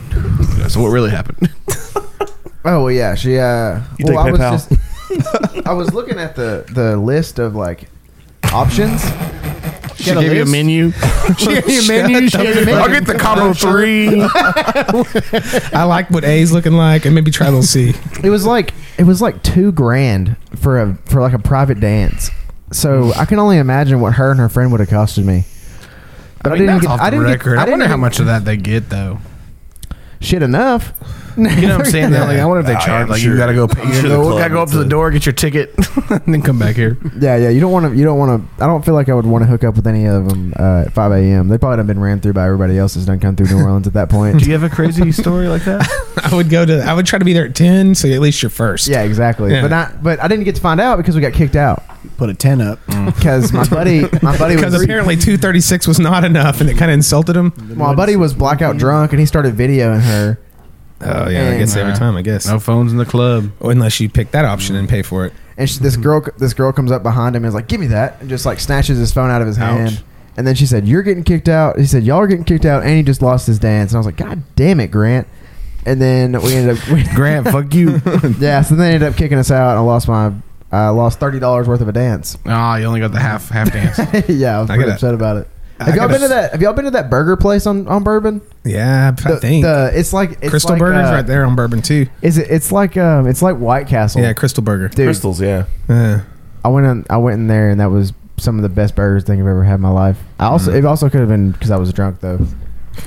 Speaker 4: That's what really happened.
Speaker 1: Oh well, yeah, she. Uh,
Speaker 7: You
Speaker 1: well, I
Speaker 7: take
Speaker 1: was
Speaker 7: PayPal?
Speaker 1: just. I was looking at the the list of like options.
Speaker 4: She gave you a menu.
Speaker 2: She gave me a menu. She gave me a
Speaker 4: I'll get the combo three.
Speaker 3: I like what A's looking like, and maybe try a little C.
Speaker 1: It was like it was like two grand for a for like a private dance. So I can only imagine what her and her friend would have costed me. But I,
Speaker 4: mean,
Speaker 1: didn't
Speaker 4: that's
Speaker 1: get.
Speaker 4: off
Speaker 1: I
Speaker 4: the
Speaker 1: didn't
Speaker 4: record. I
Speaker 1: Get,
Speaker 4: wonder
Speaker 1: didn't
Speaker 4: how
Speaker 1: get
Speaker 4: much of that they get though.
Speaker 1: shit enough.
Speaker 4: You know what I'm saying? Though? Like, I wonder if they
Speaker 7: Oh, yeah,
Speaker 4: charge.
Speaker 7: I'm
Speaker 4: like,
Speaker 7: sure.
Speaker 4: you gotta go. Pay,
Speaker 7: I'm
Speaker 4: you
Speaker 7: sure the
Speaker 4: go,
Speaker 7: club
Speaker 4: gotta go up
Speaker 7: is
Speaker 4: to the
Speaker 7: a-
Speaker 4: door, get your ticket, and then come back here.
Speaker 1: Yeah, yeah. You don't want to. You don't want to. I don't feel like I would want to hook up with any of them uh, at 5 a.m. They probably have been ran through by everybody else that's done come through New Orleans at that point.
Speaker 4: you have a crazy story like that?
Speaker 3: I would go to. I would try to be there at ten, so at least you're first.
Speaker 1: yeah, exactly.
Speaker 3: Yeah.
Speaker 1: But not. But I didn't get to find out because we got kicked out
Speaker 2: Put a ten up.
Speaker 1: because my buddy, my buddy
Speaker 3: Because
Speaker 1: was
Speaker 3: Mm. apparently two thirty six was not enough, and it kind of insulted him.
Speaker 1: my buddy was blackout drunk and he started videoing her.
Speaker 3: Oh yeah, I
Speaker 1: And-
Speaker 3: guess every time. I guess
Speaker 4: No phones in the club.
Speaker 3: unless you pick that option and pay for it.
Speaker 1: And she,
Speaker 3: Mm-hmm.
Speaker 1: this girl, this girl comes up behind him and is like, "Give me that!" and just like snatches his phone out of his
Speaker 3: Ouch.
Speaker 1: hand. And then she said, "You're getting kicked out." He said, "Y'all are getting kicked out," and he just lost his dance. And I was like, "God damn it, Grant!" And then we ended up. We,
Speaker 4: Grant, fuck you.
Speaker 1: Yeah, so they ended up kicking us out, and I lost my, I lost thirty dollars worth of a dance.
Speaker 3: Oh,
Speaker 4: Ah, you only got the half half dance.
Speaker 1: yeah, I was
Speaker 3: I
Speaker 1: pretty
Speaker 3: gotta-
Speaker 1: upset about it.
Speaker 3: I
Speaker 1: Have y'all
Speaker 3: gotta
Speaker 1: been to
Speaker 3: s-
Speaker 1: that? Have y'all been to that burger place on on Bourbon?
Speaker 3: Yeah, I
Speaker 1: The,
Speaker 3: think
Speaker 1: the- it's like it's
Speaker 3: Crystal
Speaker 1: like,
Speaker 3: Burger's
Speaker 1: uh,
Speaker 3: right there on Bourbon too.
Speaker 1: Is it? It's like um, it's like White Castle.
Speaker 3: Yeah, Crystal Burger.
Speaker 1: dude.
Speaker 7: Crystals, yeah.
Speaker 3: Yeah.
Speaker 1: I went in, I went in there, and that was some of the best burgers thing I've ever had in my life. I also
Speaker 3: Mm-hmm.
Speaker 1: it also could have been because I was drunk though.
Speaker 3: the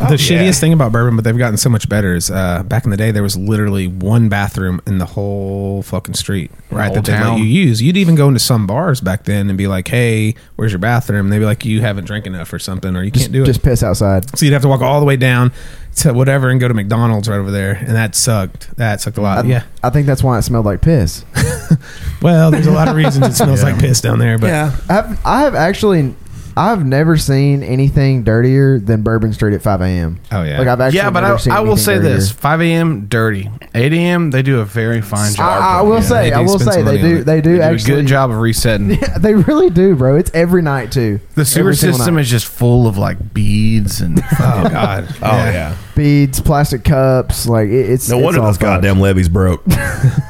Speaker 7: Oh, yeah.
Speaker 3: shittiest thing about bourbon, but they've gotten so much better, is uh, back in the day there was literally one bathroom in the whole fucking street, right?
Speaker 4: whole
Speaker 3: That they
Speaker 4: town.
Speaker 3: let you use. You'd even go into some bars back then and be like, "Hey, where's your bathroom?" And they'd be like, "You haven't drank enough or something, or you can't do
Speaker 1: Just
Speaker 3: it."
Speaker 1: piss outside.
Speaker 3: So you'd have to walk all the way down to whatever and go to McDonald's right over there, and that sucked. That sucked a lot. yeah.
Speaker 1: I think that's why it smelled like piss.
Speaker 3: Oh, Well, there's a lot of reasons it smells like piss down there, but
Speaker 1: I've, I have actually. I've never seen anything dirtier than Bourbon Street at 5 a.m.
Speaker 3: Oh, yeah.
Speaker 1: Like I've actually
Speaker 4: yeah, but
Speaker 1: never seen
Speaker 4: I, I will
Speaker 1: anything
Speaker 4: say this:
Speaker 1: dirtier.
Speaker 4: 5 a.m. dirty, 8 a.m. They do a very fine job.
Speaker 1: I, I will
Speaker 3: Yeah,
Speaker 1: say,
Speaker 3: they
Speaker 1: I
Speaker 3: do
Speaker 1: will
Speaker 3: spend
Speaker 1: say
Speaker 3: some
Speaker 1: they
Speaker 3: money on
Speaker 1: do,
Speaker 3: it.
Speaker 1: they do
Speaker 4: They do
Speaker 1: actually
Speaker 4: a good job of resetting.
Speaker 1: Yeah, they really do, bro. It's every night too.
Speaker 4: The sewer
Speaker 1: Every single
Speaker 4: system
Speaker 1: night.
Speaker 4: is just full of like beads and
Speaker 3: Oh God. oh
Speaker 7: yeah.
Speaker 1: beads, plastic cups, like it, it's.
Speaker 7: No
Speaker 1: it's
Speaker 7: wonder
Speaker 1: all
Speaker 7: those
Speaker 1: fucked.
Speaker 7: goddamn levees broke.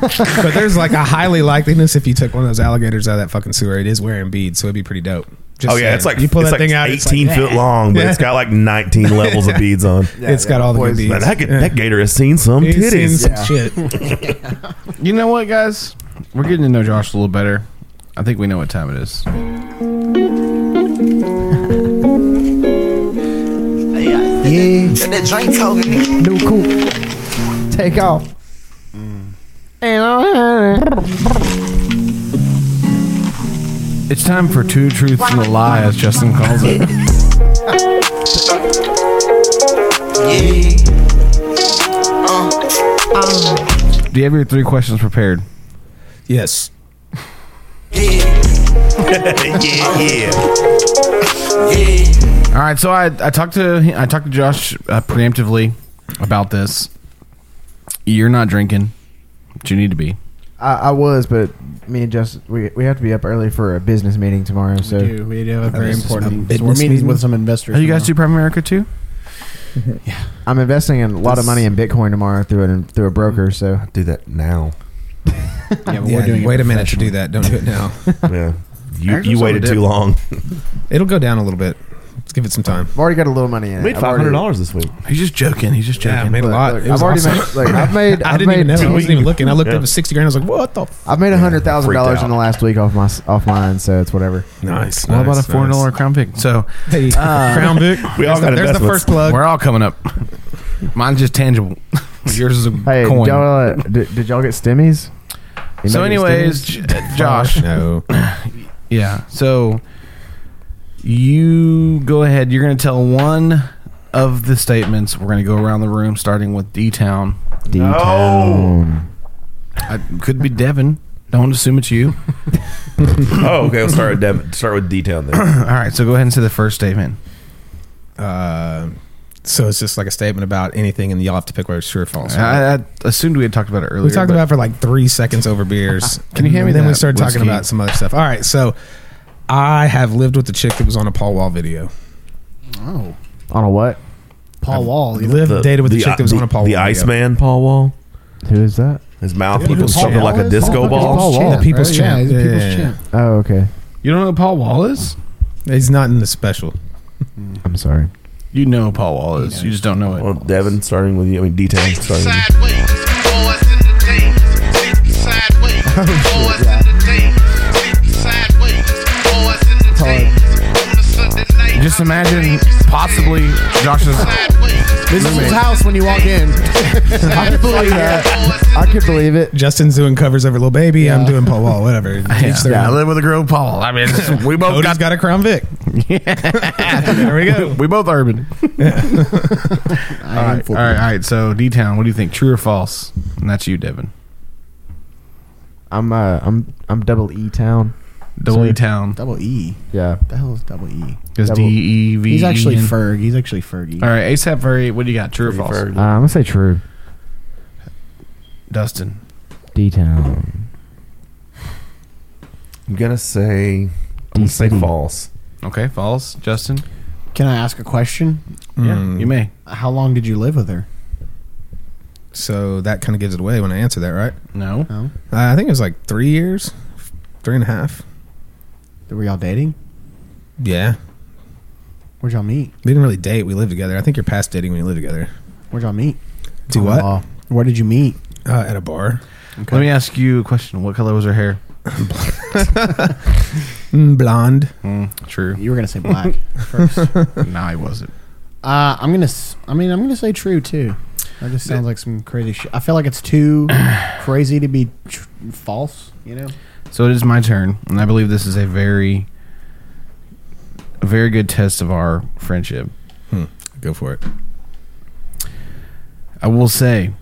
Speaker 3: But there's like a highly likeliness if you took one of those alligators out of that fucking sewer, it is wearing beads, so it'd be pretty dope. Just
Speaker 7: oh yeah, it's
Speaker 3: saying.
Speaker 7: like
Speaker 3: you pull
Speaker 7: it's
Speaker 3: that
Speaker 7: like
Speaker 3: thing out, it's like,
Speaker 7: 18 feet
Speaker 3: "Yeah."
Speaker 7: long, but it's got like 19 levels of beads on.
Speaker 3: it's got all the good
Speaker 1: Poison.
Speaker 3: beads.
Speaker 7: Man, that, could, that gator has seen some
Speaker 3: He's seen
Speaker 7: titties.
Speaker 3: some shit.
Speaker 4: You know what, guys? We're getting to know Josh a little better. I think we know what time it is.
Speaker 1: Yeah, do cool. Take off.
Speaker 7: Mm.
Speaker 1: And I-
Speaker 4: It's time for two truths and a lie, as Justin calls it.
Speaker 1: Uh, um,
Speaker 4: Do you have your three questions prepared?
Speaker 3: Yes.
Speaker 4: All right. So I, I talked to I talked to Josh uh, preemptively about this. You're not drinking, but you need to be.
Speaker 1: I, I was, but me and Justin, we, we have to be up early for a business meeting tomorrow. So
Speaker 2: do. We do have a very
Speaker 3: this is some
Speaker 2: important. So we're
Speaker 3: business
Speaker 2: meeting
Speaker 3: meeting.
Speaker 2: with some investors.
Speaker 4: Oh, you guys do Prime America too?
Speaker 1: I'm investing in a lot of money in Bitcoin tomorrow through an, through a broker. So
Speaker 7: Do that now.
Speaker 2: Yeah, but
Speaker 3: Yeah,
Speaker 2: we're doing. it
Speaker 3: wait a minute to do that. Don't do it now.
Speaker 7: Yeah. You,
Speaker 4: Actually,
Speaker 7: you waited
Speaker 4: someone
Speaker 7: too long.
Speaker 3: It'll go down a little bit. Let's give it some time.
Speaker 1: I've already got a little money in it.
Speaker 7: I made
Speaker 1: I've already-
Speaker 7: $500 this week.
Speaker 4: He's just joking. He's just
Speaker 3: Yeah, I
Speaker 4: joking.
Speaker 3: made a
Speaker 1: Look,
Speaker 3: lot.
Speaker 1: look,
Speaker 3: It was
Speaker 1: I've already
Speaker 3: awesome.
Speaker 1: made. Look, I've made.
Speaker 3: I
Speaker 1: I've
Speaker 3: didn't
Speaker 1: made.
Speaker 3: even know. I wasn't even
Speaker 7: we-
Speaker 3: looking. I looked
Speaker 7: Yeah.
Speaker 3: up at sixty grand. I was like, "What the?" F-?
Speaker 1: I've made hundred thousand
Speaker 7: freaked
Speaker 1: dollars in
Speaker 7: out.
Speaker 1: the last week off my off mine, so it's whatever.
Speaker 7: Nice.
Speaker 4: What about a
Speaker 3: Nice,
Speaker 4: four dollar crown pick? So uh,
Speaker 3: Hey, Crown Vic.
Speaker 7: We
Speaker 3: There's the- There's
Speaker 7: all got
Speaker 3: the
Speaker 7: investments.
Speaker 3: first plug.
Speaker 4: Ah. We're all coming up. Mine's just tangible. Yours is a
Speaker 1: Hey, did
Speaker 4: coin.
Speaker 1: y'all, uh, did, did y'all get stimmies? You
Speaker 4: so,
Speaker 1: know, get
Speaker 4: anyways,
Speaker 1: stimmies?
Speaker 4: J- uh, Josh.
Speaker 3: No.
Speaker 4: Yeah. So you go ahead. You're going to tell one of the statements. We're going to go around the room, starting with D Town.
Speaker 1: D-Town.
Speaker 4: It could be Devin. Don't assume it's you.
Speaker 7: Oh, okay. We'll start with, Dev- start with D-Town then.
Speaker 4: All right. So go ahead and say the first statement.
Speaker 3: Uh, so it's just like a statement about anything, and y'all have to pick whether it's true or false.
Speaker 4: I, I assumed we had talked about it earlier.
Speaker 3: We talked
Speaker 4: but-
Speaker 3: about it for like three seconds over beers.
Speaker 4: Can you hand me
Speaker 3: And Then we
Speaker 4: that
Speaker 3: started talking
Speaker 4: whiskey?
Speaker 3: about some other stuff. All right, so I have lived with the chick that was on a Paul Wall video.
Speaker 2: Oh,
Speaker 1: On a what?
Speaker 2: Paul Wall. You
Speaker 3: Lived, dated with the, chick that was
Speaker 7: the,
Speaker 3: on a Paul
Speaker 7: the
Speaker 3: Wall. video.
Speaker 7: Iceman Paul Wall.
Speaker 1: Who is that?
Speaker 7: His mouth
Speaker 3: Dude,
Speaker 7: looking
Speaker 3: Paul
Speaker 7: something
Speaker 3: Wall
Speaker 7: like a
Speaker 3: is-
Speaker 7: disco
Speaker 3: Paul
Speaker 7: ball.
Speaker 2: Paul
Speaker 3: Paul
Speaker 2: Wall.
Speaker 3: Wall. People's
Speaker 2: Yeah,
Speaker 3: champ.
Speaker 2: he's a people's
Speaker 3: Yeah.
Speaker 2: champ.
Speaker 1: Oh, okay.
Speaker 4: You don't know who Paul Wall is?
Speaker 3: He's not in the special.
Speaker 1: I'm sorry.
Speaker 4: You know who Paul Wall is. You just don't know it.
Speaker 7: Well, Devin, starting with you. I mean, D-Town. Starting with you.
Speaker 8: Sideways, boys in the days. Sleep sideways, boys in the days. Sleep sideways, boys in the days. On the Sunday night,
Speaker 4: Just imagine
Speaker 8: sideways.
Speaker 4: possibly Josh's.
Speaker 8: Sideways,
Speaker 2: This is
Speaker 4: Roommate.
Speaker 2: his house when you walk in.
Speaker 1: I could believe that.
Speaker 8: boys in
Speaker 1: I could believe it.
Speaker 3: Justin's doing covers over Little Baby. I'm doing Paul Wall. Whatever. Each their
Speaker 4: I
Speaker 3: own.
Speaker 4: live with a girl, Paul. I mean, we both
Speaker 3: Cody's
Speaker 4: got,
Speaker 3: got a Crown Vic. there we go.
Speaker 4: we both urban.
Speaker 2: All right,
Speaker 4: All right, all right. So D Town, what do you think? True or false? And that's you, Devin.
Speaker 1: I'm uh, I'm I'm double E town.
Speaker 4: Double
Speaker 1: Sorry.
Speaker 4: E Town
Speaker 2: Double E.
Speaker 1: Yeah.
Speaker 2: The hell is double E?
Speaker 4: is D
Speaker 1: Double-
Speaker 4: E V.
Speaker 2: He's actually
Speaker 4: E N.
Speaker 2: Ferg. He's actually Fergie.
Speaker 4: All right, ASAP Ferg. What do you got? True or false?
Speaker 1: Uh, I'm gonna say true.
Speaker 4: Dustin.
Speaker 1: D town.
Speaker 7: I'm going to say... I'm going to say
Speaker 1: D-City.
Speaker 7: false.
Speaker 4: Okay, false. Justin.
Speaker 2: Can I ask a question? Mm.
Speaker 4: Yeah, you may.
Speaker 2: How long did you live with her?
Speaker 3: So that kind of gives it away when I answer that, right?
Speaker 4: No.
Speaker 2: No.
Speaker 3: Uh, I think it was like three years, three and a half.
Speaker 2: Were y'all dating?
Speaker 3: Yeah.
Speaker 2: Where'd y'all meet?
Speaker 3: We didn't really date. We lived together. I think you're past dating when you live together.
Speaker 2: Where'd y'all meet?
Speaker 3: Do what? Uh,
Speaker 2: Paul. Where did you meet?
Speaker 3: at a bar.
Speaker 4: Let me ask you a question. What color was her hair?
Speaker 3: Mm, blonde.
Speaker 4: Mm, True.
Speaker 2: You were gonna say black first. Uh,
Speaker 4: no, I wasn't.
Speaker 2: I'm gonna. s- I mean, I'm gonna say true too. That just sounds like some crazy shit. I feel like it's too crazy to be tr- false. You know.
Speaker 4: So it is my turn, and I believe this is a very, a very good test of our friendship.
Speaker 3: Hmm. Go for it.
Speaker 4: I will say,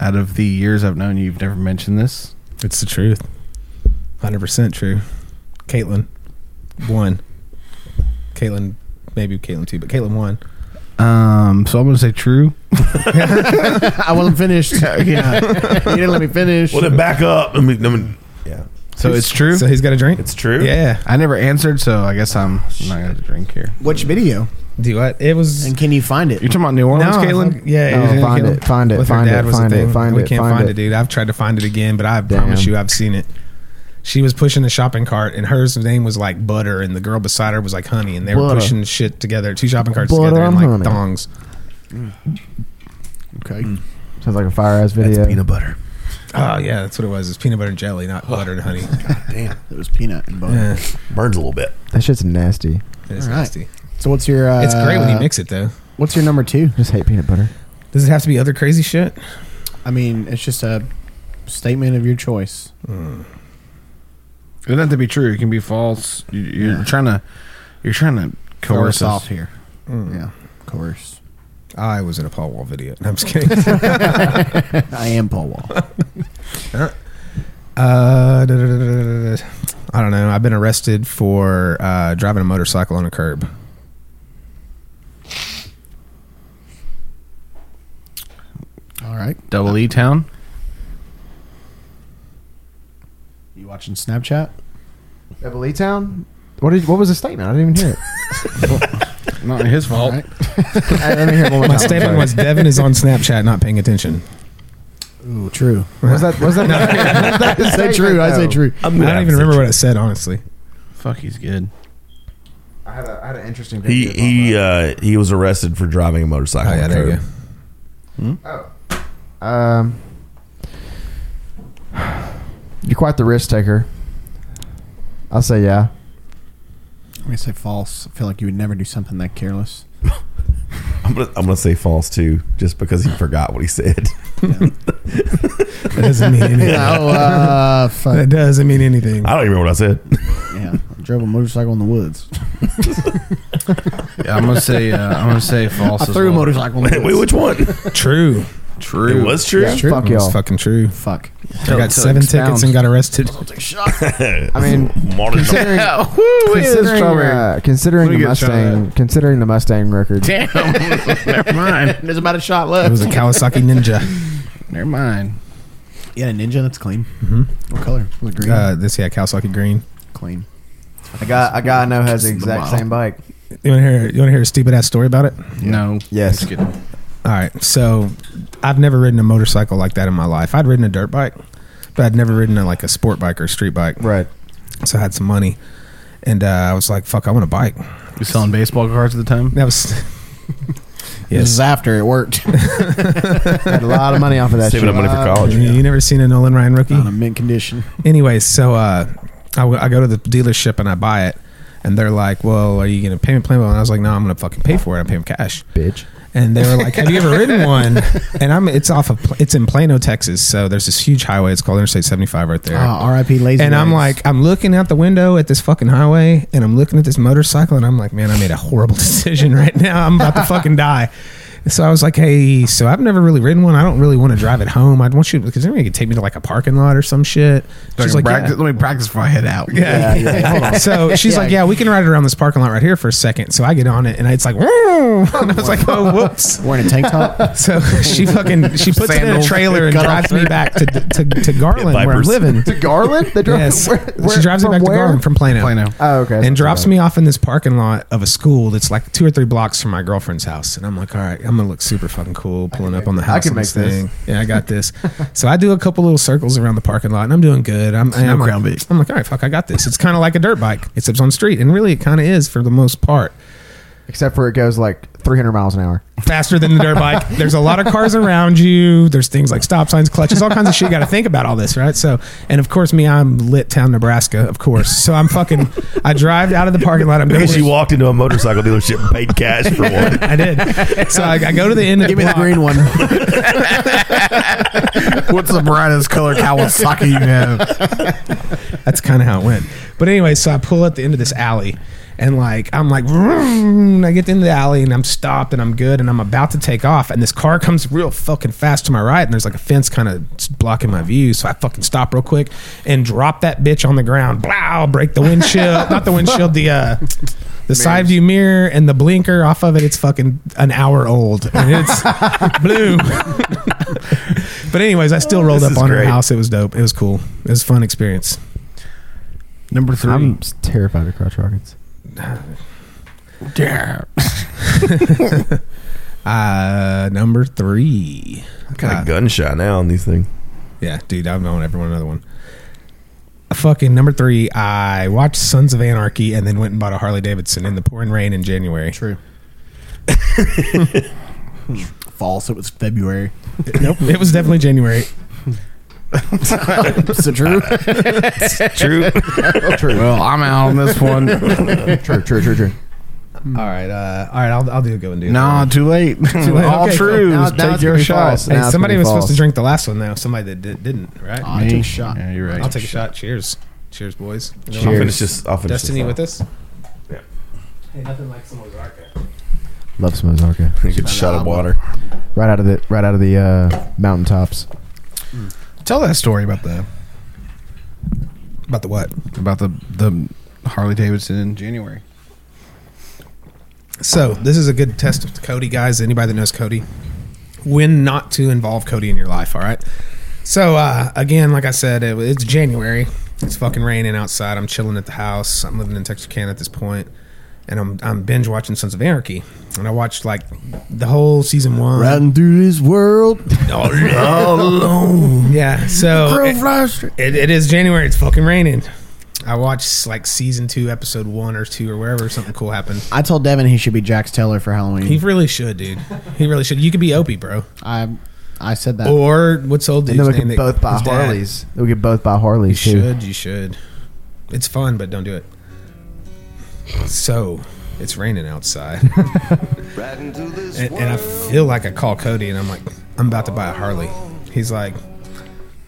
Speaker 4: out of the years I've known you, you've never mentioned this.
Speaker 3: It's the truth. 100% true. Caitlin. One. Caitlin, maybe Caitlin two, but Caitlin one.
Speaker 4: Um, so I'm gonna say true.
Speaker 2: I wasn't finished. yeah, you didn't let me finish.
Speaker 7: Well, then back up. I mean, I mean, yeah,
Speaker 4: So it's true.
Speaker 3: So he's got a drink.
Speaker 7: it's true.
Speaker 3: yeah.
Speaker 4: I never answered, so I guess I'm not gonna drink here.
Speaker 2: Which video?
Speaker 3: Do what? It was.
Speaker 2: And can you find it?
Speaker 4: You're talking about New
Speaker 1: Oh,
Speaker 3: No,
Speaker 4: Orleans, Caitlin?
Speaker 3: Caitlin. Yeah,
Speaker 1: No,
Speaker 3: was in
Speaker 1: find
Speaker 3: Caitlin.
Speaker 1: it, find it,
Speaker 3: With her
Speaker 1: find it,
Speaker 3: dad was the
Speaker 1: find it,
Speaker 3: thing.
Speaker 1: find
Speaker 3: we
Speaker 1: it,
Speaker 3: can't
Speaker 1: find
Speaker 3: find
Speaker 1: it.
Speaker 3: it, dude. I've tried to find it again, but I promise
Speaker 1: Damn.
Speaker 3: you, I've seen it. She was pushing a shopping cart, and hers name was like Butter, and the girl beside her was like Honey, and they were
Speaker 1: Butter.
Speaker 3: pushing shit together, two shopping carts
Speaker 1: Butter
Speaker 3: together, in
Speaker 1: and
Speaker 3: like
Speaker 1: honey.
Speaker 3: thongs.
Speaker 2: Okay.
Speaker 1: Sounds like a fire ass
Speaker 4: That's
Speaker 1: video.
Speaker 4: peanut butter.
Speaker 3: Oh yeah, that's what it was. It's peanut butter and jelly, not butter and honey.
Speaker 7: Damn,
Speaker 2: It was peanut and butter.
Speaker 3: Yeah,
Speaker 7: burns a little bit.
Speaker 1: That shit's nasty.
Speaker 3: it's
Speaker 2: All right.
Speaker 3: nasty.
Speaker 2: So what's your? Uh,
Speaker 3: It's great when you mix it though.
Speaker 2: What's your number two?
Speaker 1: I just hate peanut butter.
Speaker 3: Does it have to be other crazy shit?
Speaker 2: I mean, it's just a statement of your choice.
Speaker 4: It doesn't have to be true. It can be false. You, you're
Speaker 2: Yeah.
Speaker 4: trying to, you're trying to
Speaker 2: Throw
Speaker 4: coerce
Speaker 2: us off
Speaker 4: us.
Speaker 2: here.
Speaker 3: Mm.
Speaker 2: Yeah, of course.
Speaker 3: I was in a Paul Wall video. No, I'm just kidding.
Speaker 2: I am Paul Wall.
Speaker 3: Uh, da- da- da- da- da- da- da. I don't know. I've been arrested for uh, driving a motorcycle on a curb.
Speaker 2: All right.
Speaker 4: Double E Town.
Speaker 2: You watching Snapchat?
Speaker 4: E
Speaker 1: Beverly Town. What did? What was the statement? I didn't even hear it.
Speaker 4: Not his fault.
Speaker 2: All right.
Speaker 1: Hey, Uh, let me hear it one more
Speaker 3: My
Speaker 1: time.
Speaker 3: statement
Speaker 1: Sorry.
Speaker 3: was Devin is on Snapchat not paying attention.
Speaker 2: Ooh, true.
Speaker 1: Was that? Was that? that
Speaker 2: I say true. I say true.
Speaker 3: I don't even remember what I said, honestly.
Speaker 4: Fuck, he's good.
Speaker 1: I had, a, I had an interesting.
Speaker 7: He
Speaker 1: Picture
Speaker 7: he uh, he was arrested for driving a motorcycle.
Speaker 3: Oh, yeah,
Speaker 7: on a
Speaker 3: there you
Speaker 7: curb.
Speaker 3: go.
Speaker 1: Hmm? Um, you're quite the risk taker. I'll say yeah.
Speaker 2: I'm gonna say false. I feel like you would never do something that careless.
Speaker 7: I'm gonna, I'm gonna say false too, just because he forgot what he said.
Speaker 3: That doesn't mean anything.
Speaker 2: oh, uh, fuck.
Speaker 3: That doesn't mean anything.
Speaker 7: I don't even remember what I said.
Speaker 2: Yeah, I drove a motorcycle in the woods.
Speaker 4: Yeah, I'm gonna say. Uh, I'm gonna say false. as well.
Speaker 2: motorcycle. In
Speaker 7: Wait, which one?
Speaker 3: True.
Speaker 4: True.
Speaker 7: It was true.
Speaker 1: Fuck
Speaker 3: It's
Speaker 1: y'all.
Speaker 3: fucking true.
Speaker 2: Fuck.
Speaker 3: I got seven tickets and got arrested.
Speaker 1: I mean,
Speaker 7: Modern-
Speaker 1: considering, considering, uh,
Speaker 4: Let
Speaker 1: considering
Speaker 4: me
Speaker 1: the
Speaker 4: get a shot of
Speaker 1: Mustang, considering the Mustang record,
Speaker 4: Damn. Never mind.
Speaker 2: There's about a shot
Speaker 3: It
Speaker 2: left.
Speaker 3: was a Kawasaki Ninja.
Speaker 4: Never mind.
Speaker 2: yeah, a ninja. That's clean. What color? Was it green?
Speaker 3: Mm-hmm. Uh, this, yeah, Kawasaki Green.
Speaker 2: clean.
Speaker 1: I got a guy I know has the exact
Speaker 2: model.
Speaker 1: same bike.
Speaker 3: You want to hear? You want to hear a stupid ass story about it?
Speaker 4: No.
Speaker 1: Yes.
Speaker 4: Just kidding.
Speaker 3: All right. So I've never ridden a motorcycle like that in my life. I'd ridden a dirt bike, but I'd never ridden a, like a sport bike or a street bike.
Speaker 1: Right.
Speaker 3: So I had some money. And uh, I was like, fuck, I want a bike.
Speaker 4: You selling baseball cards at the time?
Speaker 3: That was.
Speaker 2: This
Speaker 3: yes.
Speaker 2: is after it worked.
Speaker 1: Had a lot of money off of that. shit.
Speaker 7: Saving up money for college.
Speaker 3: You, you never seen a Nolan Ryan rookie?
Speaker 2: Not in mint condition.
Speaker 3: Anyway, so uh, I, w- I go to the dealership and I buy it. And they're like, well, are you going to payment plan? And I was like, no, I'm going to fucking pay for it. I'm paying cash.
Speaker 1: bitch.
Speaker 3: and they were like, "Have you ever ridden one?" And I'm it's off of Pl- it's in Plano, Texas. So there's this huge highway. It's called Interstate 75 right there.
Speaker 2: Ah, R.I.P. Lazy.
Speaker 3: and I'm
Speaker 2: Legs.
Speaker 3: like, I'm looking out the window at this fucking highway, and I'm looking at this motorcycle, and I'm like, man, I made a horrible decision right now. I'm about to fucking die. So I was like, hey, so I've never really ridden one. I don't really want to drive it home. I'd want you because then you could take me to like a parking lot or some shit. She's like, yeah.
Speaker 4: Let me practice before I head out.
Speaker 3: Yeah.
Speaker 1: Hold on.
Speaker 3: So she's like, "Yeah, we can ride around this parking lot right here for a second. So I get on it, and it's like, "Whoa." and I was like, "Oh, whoops!"
Speaker 2: wearing a tank top.
Speaker 3: So she fucking she puts it in a
Speaker 4: Sandals.
Speaker 3: trailer and
Speaker 4: Cut off
Speaker 3: drives me back to to, to Garland where I'm
Speaker 7: Vipers.
Speaker 3: living.
Speaker 1: To Garland? They drove
Speaker 3: Yes,
Speaker 1: where-
Speaker 3: she
Speaker 1: where-
Speaker 3: drives me
Speaker 1: from
Speaker 3: back to
Speaker 1: where?
Speaker 3: Garland from Plano.
Speaker 4: Plano.
Speaker 1: Oh, okay.
Speaker 3: And drops me off in this parking lot of a school that's like two or three blocks from my girlfriend's house. And I'm like, all right, I'm gonna look super fucking cool pulling up on the
Speaker 1: I
Speaker 3: house.
Speaker 1: can
Speaker 3: on
Speaker 1: make this.
Speaker 3: thing. Yeah, I got this. so I do a couple little circles around the parking lot, and I'm doing good. I'm, I'm,
Speaker 4: Crown
Speaker 3: like,
Speaker 4: Vic.
Speaker 3: I'm like, all right, fuck, I got this. It's kind of like a dirt bike, except it's on street, and really, it kind of is for the most part.
Speaker 1: Except for it goes like 300 miles an hour.
Speaker 3: faster than the dirt bike. There's a lot of cars around you. There's things like stop signs, clutches, all kinds of shit. You got to think about all this, right? So, and of course, me, I'm lit town, Nebraska, of course. So I'm fucking, I drive out of the parking lot. I'm going
Speaker 7: Because you walked into a motorcycle dealership and paid cash for one.
Speaker 3: I did. So I, I go to the end of
Speaker 2: Give
Speaker 3: the
Speaker 2: me the
Speaker 3: block.
Speaker 2: green one.
Speaker 4: What's the brightest color Kawasaki you have?
Speaker 3: That's kind of how it went. But anyway, so I pull at the end of this alley and like I'm like vroom, I get into the alley and I'm stopped and I'm good and I'm about to take off and this car comes real fucking fast to my right and there's like a fence kind of blocking my view so I fucking stop real quick and drop that bitch on the ground blow break the windshield not the windshield the uh The side view mirror and the blinker off of it, it's fucking an hour old. And it's blue. but anyways, I still rolled up
Speaker 7: This is
Speaker 3: on her
Speaker 7: great.
Speaker 3: house. It was dope. It was cool. It was a fun experience.
Speaker 4: Number 3
Speaker 2: I'm s- terrified of crotch rockets.
Speaker 3: Uh number three.
Speaker 7: Kind
Speaker 3: Uh,
Speaker 7: of gunshot now on these things.
Speaker 3: Yeah, dude, I'm going everyone another one. Fucking number three, I watched Sons of Anarchy and then went and bought a Harley Davidson in the pouring rain in January.
Speaker 2: True. False. Hmm. It was February.
Speaker 3: Nope, it was definitely January.
Speaker 2: Is it true?
Speaker 7: True.
Speaker 1: True.
Speaker 4: well, I'm out on this one.
Speaker 1: true, true, true, true.
Speaker 2: Mm.
Speaker 3: All right, uh, all right, I'll, I'll do go and do.
Speaker 4: no, too late.
Speaker 3: late.
Speaker 4: All
Speaker 3: Okay,
Speaker 4: true.
Speaker 1: now- now it's
Speaker 4: Take
Speaker 1: gonna
Speaker 4: your
Speaker 1: be
Speaker 4: shot.
Speaker 1: false.
Speaker 3: Hey,
Speaker 1: Now it's
Speaker 3: somebody
Speaker 1: gonna be
Speaker 3: was supposed to
Speaker 1: false.
Speaker 3: drink the last one though. Somebody that did, didn't, right?
Speaker 2: I took a shot.
Speaker 4: Yeah, you're right.
Speaker 3: I'll take a shot. Cheers. Cheers, boys.
Speaker 7: I'll finish this. I'll finish
Speaker 3: Destiny
Speaker 7: this
Speaker 3: with us.
Speaker 7: Yeah.
Speaker 3: Hey, nothing like some Ozarka.
Speaker 1: Love smokes. Okay.
Speaker 7: with Good shot of water.
Speaker 1: Right out of the right out of the uh, mountaintops.
Speaker 4: Tell that story about the
Speaker 3: About the what?
Speaker 4: about the the Harley Davidson in January.
Speaker 3: So this is a good test of Cody, guys. Anybody that knows Cody, when not to involve Cody in your life. All right. So uh, again, like I said, it, it's January. It's fucking raining outside. I'm chilling at the house. I'm living in Texarkana at this point, and I'm I'm binge watching Sons of Anarchy, and I watched like the whole season one.
Speaker 2: Riding through this world.
Speaker 3: Yeah. So it-
Speaker 2: Flash.
Speaker 3: It, it is January. It's fucking raining. I watched like season two, episode one or two or wherever something cool happened.
Speaker 2: I told Devin he should be Jax Taylor for Halloween.
Speaker 3: He really should, dude. He really should. You could be Opie, bro.
Speaker 2: I I said that.
Speaker 3: Or what's old dude's
Speaker 1: And then we
Speaker 3: name?
Speaker 1: could
Speaker 3: that-
Speaker 1: both buy
Speaker 3: his dad.
Speaker 1: Harleys. We could both buy
Speaker 3: You
Speaker 1: Harleys too.
Speaker 3: should. You should. It's fun, but don't do it. So it's raining outside, and, and I feel like I call Cody, and I'm like, I'm about to buy a Harley. He's like,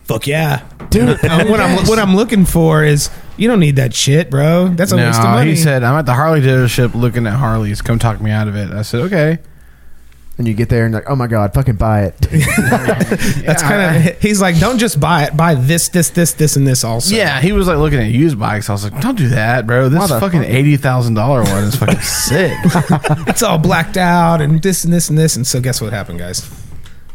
Speaker 3: Fuck yeah, dude. what I'm what I'm looking for is you don't need that shit, bro. That's a
Speaker 4: No,
Speaker 3: waste of money.
Speaker 4: he said I'm at the Harley dealership looking at Harleys. Come talk me out of it. I said okay.
Speaker 1: And you get there and like, oh my god, fucking buy it.
Speaker 3: That's kind of. He's like, don't just buy it. Buy this, this, this, this, and this also.
Speaker 4: Yeah, he was like looking at used bikes. I was like, don't do that, bro. This
Speaker 1: Motherfucker.
Speaker 4: fucking eighty thousand dollar one is fucking sick.
Speaker 3: it's all blacked out and this and this and this. And so, guess what happened, guys?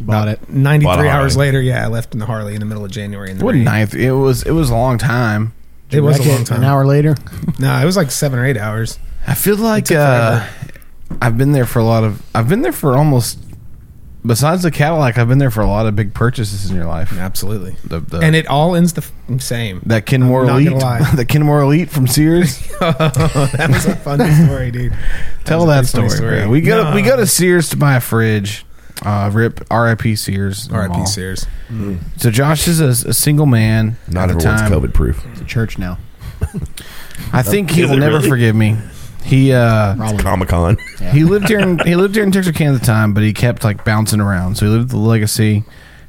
Speaker 2: bought it.
Speaker 3: Ninety
Speaker 7: Bought
Speaker 3: three
Speaker 7: a
Speaker 3: hours
Speaker 7: Harley.
Speaker 3: later, yeah, I left in the Harley in the middle of January. In the
Speaker 4: what
Speaker 3: rain.
Speaker 4: ninth? It was it was a long time.
Speaker 3: It was a
Speaker 2: Wreck it
Speaker 3: long time.
Speaker 2: An hour later.
Speaker 3: No, it was like seven or eight hours.
Speaker 4: I feel like
Speaker 3: took
Speaker 4: uh, I've been there for a lot of. I've been there for almost. Besides the Cadillac, I've been there for a lot of big purchases in your life.
Speaker 3: Absolutely.
Speaker 4: The, the,
Speaker 3: And it all ends the f- same.
Speaker 4: that Kenmore
Speaker 3: I'm not gonna
Speaker 4: Elite,
Speaker 3: lie.
Speaker 4: the Kenmore Elite from Sears.
Speaker 3: that was a funny story, dude.
Speaker 4: Tell that
Speaker 3: was a
Speaker 4: story.
Speaker 3: pretty funny story.
Speaker 4: man. We go
Speaker 3: No.
Speaker 4: we go to Sears to buy a fridge. Uh, rip R.I.P. Sears. in the
Speaker 3: R.I.P.
Speaker 4: mall.
Speaker 3: Sears.
Speaker 4: So Josh is a, a single man.
Speaker 7: Hmm. Not
Speaker 4: at the
Speaker 7: everyone's
Speaker 4: time.
Speaker 7: COVID proof.
Speaker 2: It's a church now.
Speaker 4: I think he
Speaker 7: Is
Speaker 4: will
Speaker 7: it
Speaker 4: never
Speaker 7: really?
Speaker 4: forgive me. He uh,
Speaker 2: Probably.
Speaker 7: Comic Con.
Speaker 4: he lived here in he lived here in Texarkana at the time, but he kept like bouncing around. So he lived the legacy.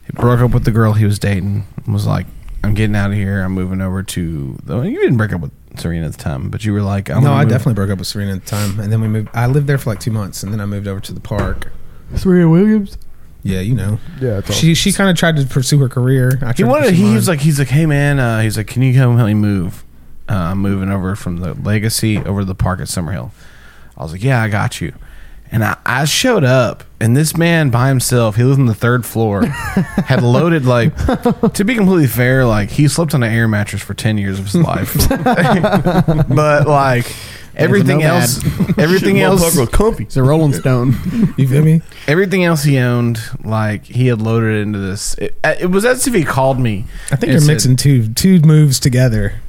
Speaker 4: He broke up with the girl he was dating. and Was like, I'm getting out of here. I'm moving over to. The, you didn't break up with Serena at the time, but you were like, I'm
Speaker 3: no,
Speaker 4: gonna
Speaker 3: I
Speaker 4: move-
Speaker 3: definitely broke up with Serena at the time, and then we moved. I lived there for like two months, and then I moved over to the park.
Speaker 1: Serena Williams.
Speaker 3: Yeah, you know,
Speaker 1: Yeah, it's all-
Speaker 3: she she kind of tried to pursue her career. I tried
Speaker 4: He
Speaker 3: to
Speaker 4: wanted.
Speaker 3: pursue
Speaker 4: He
Speaker 3: mine.
Speaker 4: was like, he's like, hey man, uh, he's like, can you come help me move? Uh, I'm moving over from the legacy over to the park at Summerhill. I was like, yeah, I got you. And I, I showed up, and this man by himself, he lived on the third floor, had loaded like. To be completely fair, like he slept on an air mattress for ten years of his life, but like everything
Speaker 2: nomad.
Speaker 4: else, everything
Speaker 7: Shit,
Speaker 4: else,
Speaker 7: motherfucker was comfy.
Speaker 2: It's a Rolling Stone.
Speaker 3: you feel me?
Speaker 4: everything else he owned, like he had loaded it into this. It, it was as if he called me.
Speaker 3: I think
Speaker 4: and
Speaker 3: you're
Speaker 4: said-
Speaker 3: mixing two two moves together.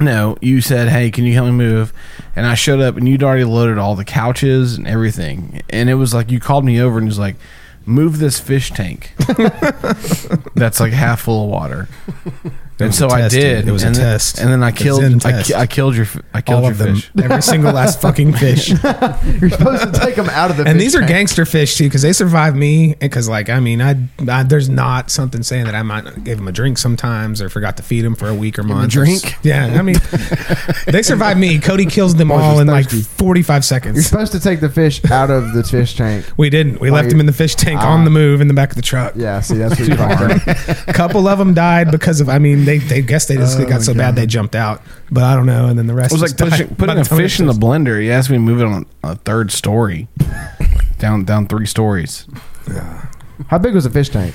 Speaker 4: No, you said, "Hey, can you help me move?" And I showed up, and you'd already loaded all the couches and everything. And it was like you called me over, and was like, "Move this fish tank that's like half full of water." And
Speaker 3: was
Speaker 4: so
Speaker 3: a
Speaker 4: I
Speaker 3: test,
Speaker 4: did.
Speaker 3: dude. It was a
Speaker 4: and then,
Speaker 3: test.
Speaker 4: And then I
Speaker 3: It's
Speaker 4: killed.
Speaker 3: in
Speaker 4: I,
Speaker 3: test.
Speaker 4: ki- I killed your. f- I killed
Speaker 3: All
Speaker 4: your
Speaker 3: of them,
Speaker 4: fish.
Speaker 3: every single last fucking fish.
Speaker 1: You're supposed to take them out of the.
Speaker 3: And
Speaker 1: fish
Speaker 3: these are
Speaker 1: tank.
Speaker 3: gangster fish too, because they survived me. Because like, I mean, I, I there's not something saying that I might not give them a drink sometimes, or forgot to feed them for a week or month. or s-
Speaker 2: drink?
Speaker 3: yeah. I mean, they survived me. Cody kills them
Speaker 1: Boys
Speaker 3: all
Speaker 1: was
Speaker 3: in like
Speaker 1: thirsty.
Speaker 3: 45
Speaker 1: You're
Speaker 3: seconds.
Speaker 1: supposed to take the fish out of the fish tank.
Speaker 3: We didn't. We
Speaker 1: Why
Speaker 3: left
Speaker 1: you-
Speaker 3: them in the fish tank
Speaker 1: Ah.
Speaker 3: on the move in the back of the truck.
Speaker 1: Yeah, see, that's what you're talking about. Oh
Speaker 3: A couple of them died because of. I mean, they, they guess they just got so bad they jumped out. But I don't know. And then the rest
Speaker 4: It was
Speaker 3: just
Speaker 4: like
Speaker 3: by-
Speaker 4: pushing,
Speaker 3: by
Speaker 4: putting a
Speaker 3: the time
Speaker 4: fish
Speaker 3: it
Speaker 4: in the
Speaker 3: was-
Speaker 4: blender. You asked me to move it on a third story, down down three stories.
Speaker 1: How big was the fish tank?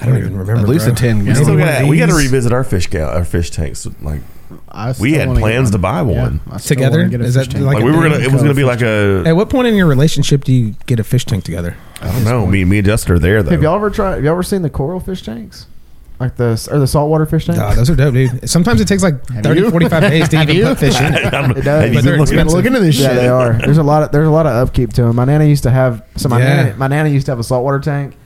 Speaker 3: I don't even remember.
Speaker 4: At least
Speaker 3: bro.
Speaker 4: a ten.
Speaker 7: We,
Speaker 4: gallon.
Speaker 7: still
Speaker 3: one of
Speaker 7: gotta, we gotta
Speaker 3: these?
Speaker 7: revisit our fish gal, our fish tanks. Like
Speaker 2: I
Speaker 7: we
Speaker 2: still
Speaker 7: had
Speaker 2: wanna get
Speaker 7: plans to buy
Speaker 2: Yeah,
Speaker 7: one.
Speaker 2: I still
Speaker 3: together.
Speaker 2: wanna get a
Speaker 3: Is
Speaker 2: fish
Speaker 3: that
Speaker 2: tank.
Speaker 3: like,
Speaker 7: Like
Speaker 3: a
Speaker 7: we were
Speaker 3: thing?
Speaker 7: gonna, it was gonna be like a
Speaker 3: At what point in your relationship do you get a fish tank together?
Speaker 7: I don't know. Me, me and Justin are there though.
Speaker 1: Have y'all ever tried? Have y'all ever seen the coral fish tanks? Like the or the saltwater fish tanks?
Speaker 3: Nah, those are dope, dude. Sometimes it takes like 30, 45 days to even put fish in. it.
Speaker 7: I'm-
Speaker 1: It does.
Speaker 7: have you
Speaker 1: But
Speaker 7: been
Speaker 3: they're
Speaker 7: looking at
Speaker 3: expensive.
Speaker 2: Look into this
Speaker 1: yeah,
Speaker 2: shit.
Speaker 1: they are. There's a lot of there's a lot of upkeep to them. My nana used to have so my
Speaker 3: Yeah.
Speaker 1: nana my nana used to have a saltwater tank,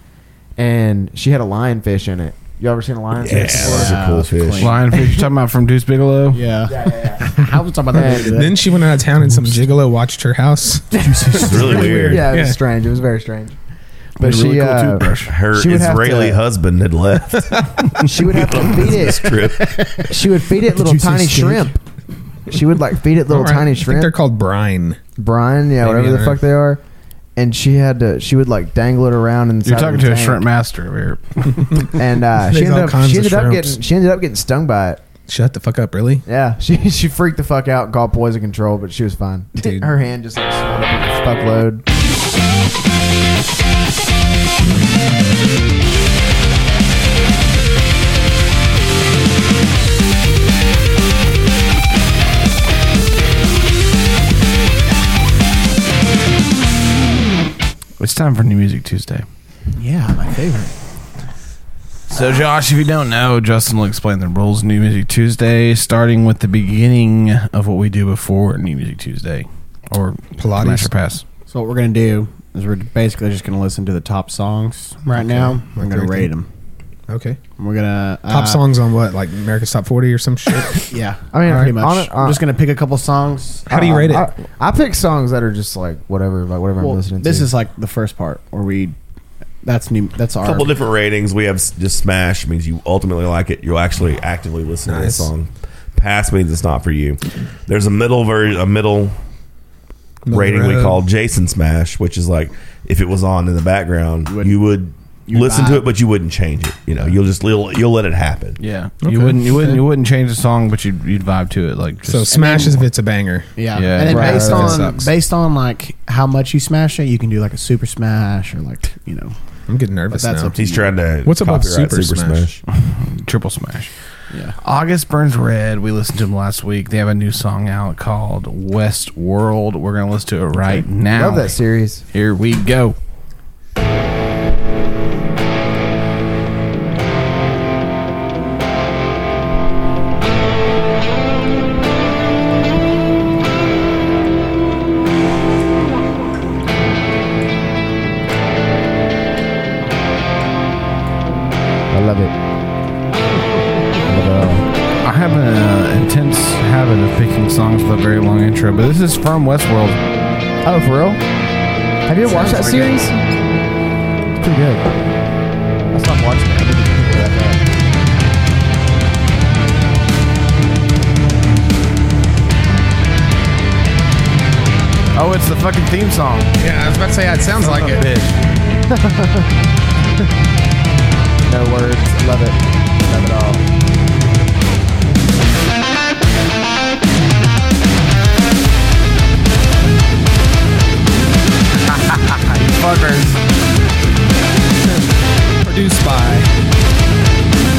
Speaker 1: and she had a lionfish in it. You ever seen a lionfish?
Speaker 7: Yeah, those are cool
Speaker 2: Wow,
Speaker 7: fish.
Speaker 4: Lionfish. You're talking about from Deuce Bigelow?
Speaker 2: Yeah.
Speaker 1: yeah,
Speaker 2: I was talking about that. the other day.
Speaker 3: Then she went out of town and some gigolo watched her house.
Speaker 7: It's really
Speaker 1: yeah.
Speaker 7: weird.
Speaker 1: yeah. It was
Speaker 3: Yeah.
Speaker 1: strange. It was very strange. But
Speaker 4: Really
Speaker 1: she
Speaker 4: cool
Speaker 1: uh,
Speaker 4: toothbrush.
Speaker 7: Her
Speaker 1: She would have
Speaker 7: Israeli
Speaker 1: to-
Speaker 7: husband had left.
Speaker 1: she would have to feed
Speaker 7: This
Speaker 1: it.
Speaker 7: trip.
Speaker 1: She would feed it little
Speaker 2: you say
Speaker 1: tiny
Speaker 2: steak?
Speaker 1: shrimp. She would like feed it little
Speaker 3: All right.
Speaker 1: tiny
Speaker 3: I think they're
Speaker 1: shrimp.
Speaker 3: called brine.
Speaker 1: Brian, yeah,
Speaker 3: Maybe
Speaker 1: whatever the
Speaker 3: they're-
Speaker 1: fuck they are. And she had to. She would like dangle it around inside.
Speaker 4: You're
Speaker 1: of
Speaker 4: talking
Speaker 1: the
Speaker 4: to a
Speaker 1: tank.
Speaker 4: shrimp master over here.
Speaker 1: and uh,
Speaker 3: There's
Speaker 1: she ended
Speaker 3: all
Speaker 1: up.
Speaker 3: kinds
Speaker 1: She
Speaker 3: of
Speaker 1: ended up
Speaker 3: shrimps.
Speaker 1: getting. She ended up getting stung by it.
Speaker 3: Shut the fuck up, really?
Speaker 1: Yeah, she she freaked the fuck out and called poison control, but she was fine.
Speaker 3: Dude.
Speaker 1: Her hand just like swelled up with a fuckload.
Speaker 4: It's time for New Music Tuesday.
Speaker 2: yeah, my favorite.
Speaker 4: So, Josh, if you don't know, Justin will explain the rules of New Music Tuesday, starting with the beginning of what we do before New Music Tuesday or
Speaker 3: Pilates.
Speaker 4: Smash or Pass.
Speaker 2: So what we're gonna do is we're basically just gonna listen to the top songs right now. We're gonna
Speaker 3: Okay.
Speaker 2: rate them.
Speaker 3: Okay.
Speaker 2: We're gonna uh,
Speaker 3: Top songs on what? Like America's Top 40 or some shit?
Speaker 2: Yeah,
Speaker 1: I mean,
Speaker 2: pretty much.
Speaker 1: on it- uh,
Speaker 2: I'm just gonna pick a couple songs.
Speaker 3: How do you rate it?
Speaker 1: I, I pick songs that are just like whatever, like whatever
Speaker 2: Well,
Speaker 1: I'm listening
Speaker 2: this
Speaker 1: to.
Speaker 2: is like the first part where we. That's new. That's our.
Speaker 7: couple different ratings. We have s- just smash means you ultimately like it. You'll actually actively listen to
Speaker 3: Nice.
Speaker 7: this song. Pass means it's not for you. There's a middle version, a middle
Speaker 3: Middle
Speaker 7: rating we
Speaker 3: road.
Speaker 7: call Jason Smash, which is like if it was on in the background, you would,
Speaker 2: wouldn't- you'd
Speaker 7: listen to
Speaker 2: vibe.
Speaker 7: it, but you wouldn't change it. You know, you'll just you'll, you'll let it happen.
Speaker 4: Yeah,
Speaker 3: Okay.
Speaker 4: you wouldn't, you wouldn't, you wouldn't change the song, but you'd, you'd vibe to it. Like, just,
Speaker 3: So Smash is if it's a banger.
Speaker 2: Yeah.
Speaker 4: Yeah,
Speaker 2: and then
Speaker 4: right,
Speaker 2: based
Speaker 4: right, right.
Speaker 2: on
Speaker 4: Sucks.
Speaker 2: based on like how much you smash it, you can do like a super smash or like you know.
Speaker 3: I'm getting nervous
Speaker 2: But that's
Speaker 3: now.
Speaker 2: up to
Speaker 7: He's trying to
Speaker 3: What's above
Speaker 7: copyright
Speaker 3: Super Smash?
Speaker 4: triple smash.
Speaker 2: Yeah.
Speaker 4: August Burns Red. We listened to him last week. They have a new song out called West World. We're gonna listen to it right now.
Speaker 1: Love that series.
Speaker 4: Here we go.
Speaker 1: I love it. I love it all.
Speaker 4: I have an uh, intense habit of picking songs with a very long intro, but this is from Westworld.
Speaker 1: Oh, for real? Have you ever watched that series? It's pretty good. I stopped watching it. I didn't think it was that bad.
Speaker 4: Oh, it's the fucking theme song.
Speaker 3: Yeah, I was about to say, it sounds like it.
Speaker 4: Bitch.
Speaker 1: No words. Love it. Love it all.
Speaker 4: Fuckers.
Speaker 3: Produced by.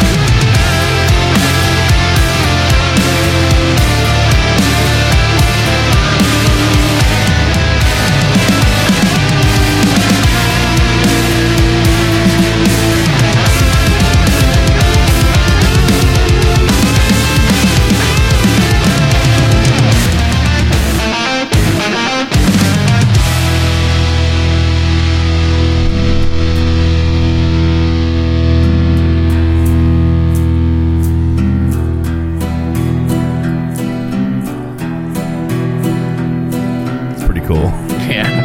Speaker 7: It's pretty cool.
Speaker 4: Yeah.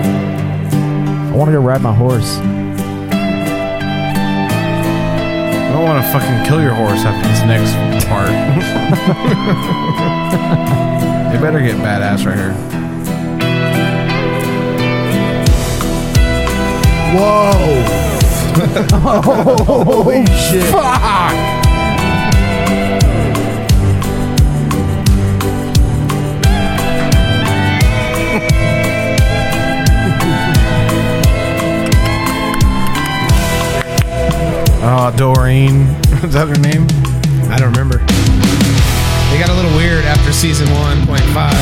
Speaker 1: I want to go ride my horse.
Speaker 4: I don't want to fucking kill your horse after this next part. they better get badass right here.
Speaker 7: Whoa.
Speaker 1: Holy shit.
Speaker 4: Ah,
Speaker 7: Oh, Doreen. Is that her name?
Speaker 3: I don't remember. They got a little weird after season 1.5.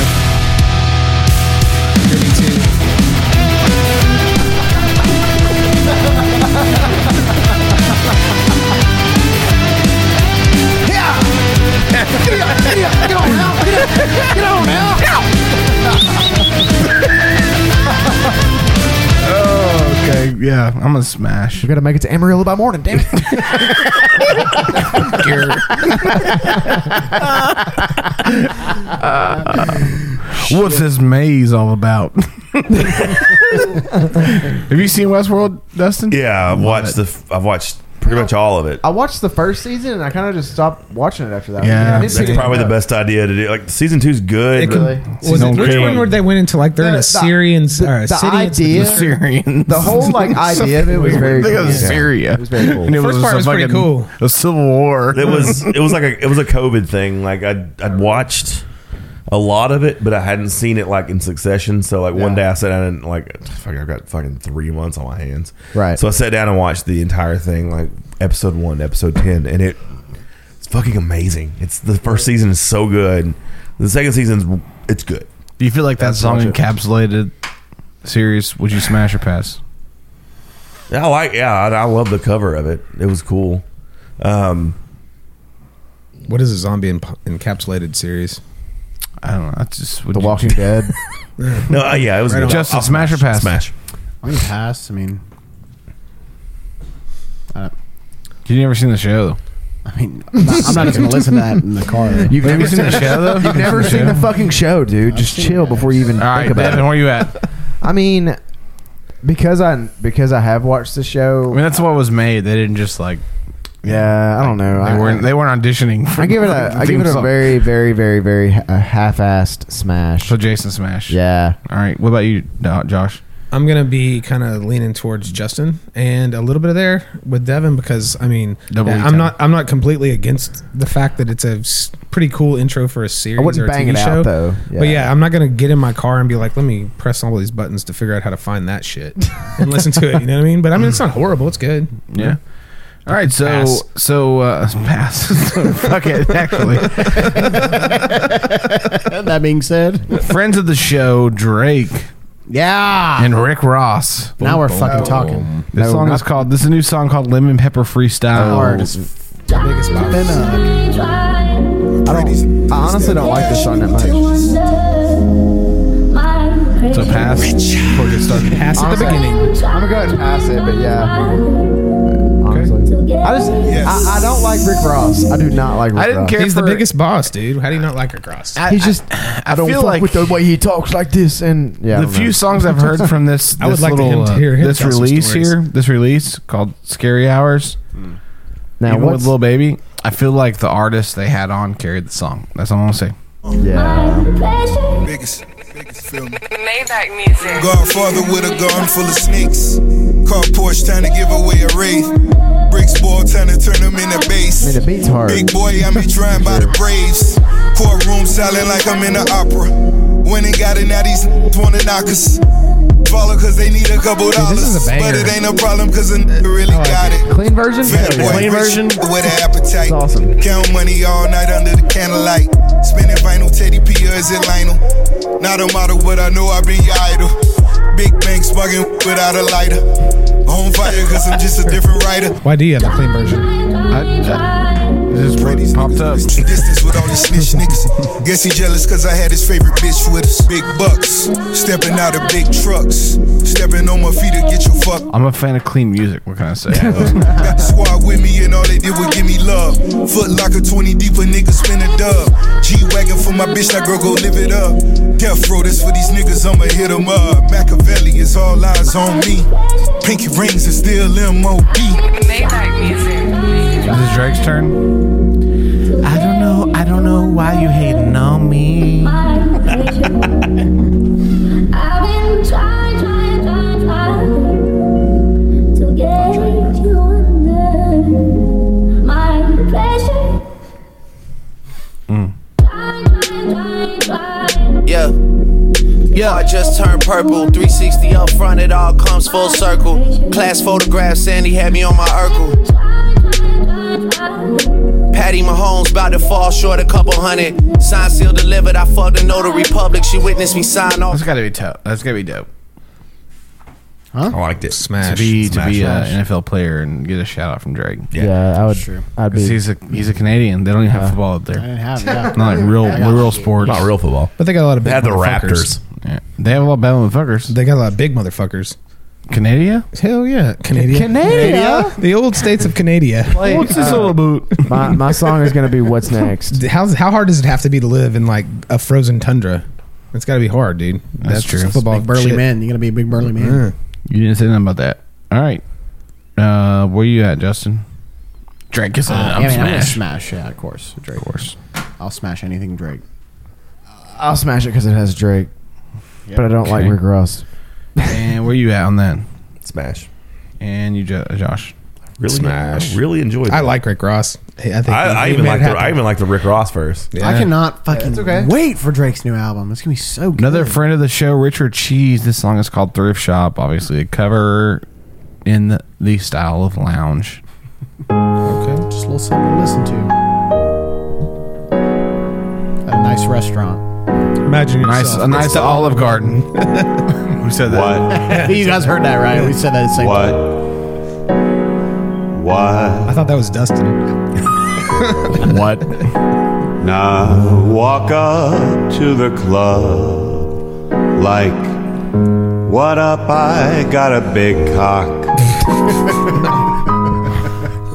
Speaker 3: 32.
Speaker 2: Okay, yeah, I'm gonna smash.
Speaker 1: We gotta make it to Amarillo by morning, damn it.
Speaker 2: What's this maze all about? Have you seen Westworld, Dustin?
Speaker 7: Yeah, I've watched the. f- I've watched pretty much all of it.
Speaker 1: I watched the first season and I kind of just stopped watching it after that.
Speaker 2: Yeah.
Speaker 1: I didn't
Speaker 2: That's
Speaker 1: pick
Speaker 7: That's
Speaker 1: it
Speaker 7: probably the
Speaker 1: up.
Speaker 7: best idea to do. Like season two's good.
Speaker 3: It
Speaker 7: but-
Speaker 3: can-
Speaker 1: Really?
Speaker 3: Was it, which one where they went into like they're in
Speaker 1: The-
Speaker 3: a
Speaker 1: the-
Speaker 3: Syrian
Speaker 1: the-
Speaker 3: or a
Speaker 1: the
Speaker 3: city?
Speaker 1: idea-
Speaker 4: The Syrians.
Speaker 1: The whole like idea of it was very.
Speaker 2: Think of
Speaker 1: cool.
Speaker 2: Syria.
Speaker 1: It was very cool.
Speaker 2: it
Speaker 3: First part
Speaker 2: a
Speaker 3: was pretty cool.
Speaker 2: A civil war.
Speaker 7: it was it was like a it was a COVID thing. Like I'd I'd watched a lot of it, but I hadn't seen it like in succession. So like one
Speaker 1: Yeah.
Speaker 7: day I sat down and like fuck, I've got fucking three months on my hands.
Speaker 1: Right.
Speaker 7: So I sat down and watched the entire thing, like episode one, episode ten, and it it's fucking amazing. It's the first season is so good. The second season's it's good.
Speaker 4: Do you feel like that
Speaker 1: That's
Speaker 4: song
Speaker 1: watch it.
Speaker 4: encapsulated series? Would you smash or pass?
Speaker 7: Yeah, I like yeah, I, I love the cover of it. It was cool. Um,
Speaker 3: What is a zombie en- encapsulated series?
Speaker 4: I don't know. I just would
Speaker 1: The
Speaker 4: you-
Speaker 1: Walking Dead.
Speaker 7: no, uh, yeah, it was good.
Speaker 4: Justin,
Speaker 7: I'll
Speaker 4: smash or pass?
Speaker 7: Smash.
Speaker 2: I mean, pass. I mean,
Speaker 4: You never seen the show.
Speaker 2: I mean, I'm not, I'm not just gonna listen to that in the car.
Speaker 4: Have
Speaker 1: You've never
Speaker 4: you seen the show though?
Speaker 1: You've never seen the fucking show, dude. Just chill before you even
Speaker 4: All right,
Speaker 1: think about
Speaker 4: Devin,
Speaker 1: it.
Speaker 4: where you at?
Speaker 1: I mean, because I because I have watched the
Speaker 4: I
Speaker 1: show.
Speaker 4: mean, that's what was made. They didn't just like
Speaker 1: Yeah, I don't know.
Speaker 4: they
Speaker 1: I,
Speaker 4: weren't they weren't auditioning. For
Speaker 1: I give it a I give it a very very very very ha- a half-assed smash.
Speaker 4: so Jason smash.
Speaker 1: Yeah,
Speaker 4: All right. What about you, Do- Josh?
Speaker 3: I'm gonna be kind of leaning towards Justin and a little bit of there with Devin because I mean
Speaker 4: Double
Speaker 3: yeah,
Speaker 4: E
Speaker 3: I'm
Speaker 4: time.
Speaker 3: not I'm not completely against the fact that it's a s- pretty cool intro for a series
Speaker 1: I
Speaker 3: or
Speaker 1: wouldn't
Speaker 3: a
Speaker 1: bang
Speaker 3: TV
Speaker 1: it
Speaker 3: show.
Speaker 1: out though.
Speaker 3: But yeah, I'm not gonna get in my car and be like, let me press all these buttons to figure out how to find that shit and listen to it. You know what I mean? But I mean, it's not horrible. It's good.
Speaker 4: Yeah. All right, so
Speaker 3: Pass.
Speaker 4: so uh, pass. Fuck it. Actually,
Speaker 2: that being said,
Speaker 4: friends of the show, Drake
Speaker 2: yeah.
Speaker 4: and Rick Ross.
Speaker 2: Ah. now we're fucking talking.
Speaker 4: This
Speaker 1: No,
Speaker 4: song
Speaker 1: not-
Speaker 4: is called. This is a new song called Lemon Pepper Freestyle.
Speaker 2: Hard as
Speaker 3: Biggest
Speaker 2: Been,
Speaker 3: box.
Speaker 2: uh,
Speaker 1: I, don't, I honestly don't like this song that much.
Speaker 4: So pass. Before we get started.
Speaker 3: Pass at the
Speaker 1: Honestly,
Speaker 3: beginning.
Speaker 1: I'm gonna go ahead and pass it, but yeah. Honestly. I just I, I don't like Rick Ross. I do not like Rick
Speaker 4: I didn't
Speaker 1: Ross.
Speaker 4: care.
Speaker 3: He's the
Speaker 4: for-
Speaker 3: biggest boss, dude. How do you not like her cross?
Speaker 1: He's just
Speaker 4: I,
Speaker 1: I don't
Speaker 4: feel
Speaker 1: fuck
Speaker 4: like
Speaker 1: with the way he talks like this and yeah. I
Speaker 4: the
Speaker 1: don't
Speaker 4: few
Speaker 1: know.
Speaker 4: songs I've heard from this, this
Speaker 3: I would like to
Speaker 4: little,
Speaker 3: him to
Speaker 4: uh,
Speaker 3: hear him
Speaker 4: this
Speaker 3: tell some
Speaker 4: release
Speaker 3: stories.
Speaker 4: here, this release called "Scary Hours."
Speaker 1: now
Speaker 4: even with
Speaker 1: what's
Speaker 4: Lil Baby, I feel like the artist they had on carried the song. That's all I'm gonna say.
Speaker 1: yeah.
Speaker 9: Biggest, biggest film.
Speaker 10: Maybach music.
Speaker 9: Godfather with a garden full of snakes. Car Porsche trying to give away a wraith. Bricks ball trying to turn them into
Speaker 1: I
Speaker 9: bass.
Speaker 1: mean the beat's hard.
Speaker 9: Big boy, I'm be trying by the Braves. Courtroom selling like I'm in the opera. When they got it, now these wanna knock us. Follow cause they need a couple dollars.
Speaker 3: is a
Speaker 9: but
Speaker 3: banger.
Speaker 9: it ain't no problem cause a n- really got it.
Speaker 1: Oh, Clean version?
Speaker 9: Fat boy,
Speaker 1: Clean
Speaker 9: rich
Speaker 1: version?
Speaker 9: with an
Speaker 1: It's
Speaker 9: appetite.
Speaker 1: awesome.
Speaker 9: Count money all night under the candlelight. Spinning vinyl, Teddy P or is it Lionel? Not a model, but I know I be your idol. Big banks bugging without a lighter. On fire, cause I'm just a different writer.
Speaker 3: Why do you have the clean version?
Speaker 4: I, I, this is what popped up.
Speaker 9: This Distance with all these snitch niggas. Guess he jealous cause I had his favorite bitch with us. Big bucks, stepping out of big trucks. Stepping on my feet to get you fucked.
Speaker 4: I'm a fan of clean music. What can I say?
Speaker 9: Got the squad with me and all they did was give me love. Foot locker 20 deep, a nigga spin a dub. G wagon for my bitch, that girl go live it up. Death row, that's for these niggas, I'ma hit 'em up. Machiavelli is all eyes on me. Pinky rings is still MOB.
Speaker 10: Maybach music.
Speaker 4: Is this Drake's turn? I don't know. I don't know why you hating on me.
Speaker 11: just turned purple. 360 up front, it all comes full circle. Class photograph, Sandy had me on my Urkel. Patty Mahomes about to fall short a couple hundred. Sign seal delivered. I fucked a notary public. She witnessed me sign off.
Speaker 4: That's gotta be tough. That's gotta be dope.
Speaker 2: Huh?
Speaker 4: I liked it.
Speaker 3: Smash.
Speaker 4: to be
Speaker 3: Smash.
Speaker 4: to be
Speaker 3: Smash.
Speaker 4: an NFL player and get a shout out from Drake.
Speaker 1: Yeah, Yeah, I would- sure. I'd be-
Speaker 4: 'Cause he's a he's a Canadian. They don't even
Speaker 1: Yeah.
Speaker 4: have football up there.
Speaker 1: They didn't have- yeah.
Speaker 4: Not like real
Speaker 1: Yeah.
Speaker 4: real sports.
Speaker 7: Not real football.
Speaker 3: But they got a lot of big
Speaker 4: They had the
Speaker 3: motherfuckers.
Speaker 4: Raptors. They have a lot of bad motherfuckers.
Speaker 3: They got a lot of big motherfuckers.
Speaker 4: Canada?
Speaker 3: Hell yeah, Canada.
Speaker 1: Canada?
Speaker 3: The old states of Canada.
Speaker 1: What's this all
Speaker 4: about?
Speaker 1: My, my song is gonna be "What's Next."
Speaker 3: How how hard does it have to be to live in like a frozen tundra? It's got to be hard, dude.
Speaker 4: That's true.
Speaker 3: Football
Speaker 2: Big burly
Speaker 3: shit.
Speaker 2: man. You gotta be a big burly
Speaker 1: Mm-hmm.
Speaker 2: man.
Speaker 4: You didn't say nothing about that. All right. Uh, where you at, Justin? Drake is
Speaker 2: Uh,
Speaker 4: uh,
Speaker 2: yeah,
Speaker 4: I'm
Speaker 2: I mean, I'm gonna
Speaker 4: smash.
Speaker 2: smash. Yeah, of course. Drake. Of
Speaker 4: course.
Speaker 2: I'll smash anything Drake.
Speaker 1: I'll smash it because it has Drake,
Speaker 2: Yep.
Speaker 1: but I don't like
Speaker 4: Okay.
Speaker 1: Rick Ross.
Speaker 4: and where you at on that?
Speaker 7: Smash.
Speaker 4: And you, Jo- Josh?
Speaker 7: Really,
Speaker 4: smash.
Speaker 7: I really enjoyed.
Speaker 3: I
Speaker 7: that.
Speaker 3: like Rick Ross. He- I think
Speaker 7: I, I
Speaker 3: he
Speaker 7: even
Speaker 3: made
Speaker 7: like
Speaker 3: it
Speaker 7: the
Speaker 3: happen.
Speaker 7: I even like the Rick Ross first.
Speaker 2: I cannot
Speaker 1: Yeah,
Speaker 2: fucking
Speaker 1: it's okay.
Speaker 2: wait for Drake's new album. It's gonna be so good.
Speaker 4: Another friend of the show, Richard Cheese. This song is called Thrift Shop. Obviously, a cover in the, the style of lounge.
Speaker 2: Okay. Just a little something to listen to. At a nice restaurant.
Speaker 3: Imagine
Speaker 4: Nice, a nice Olive Garden. Who said that?
Speaker 2: you guys heard that right? We said that at the same time.
Speaker 12: What?
Speaker 3: I thought that was Dustin.
Speaker 4: what?
Speaker 12: Now walk up to the club like, what up? I got a big cock.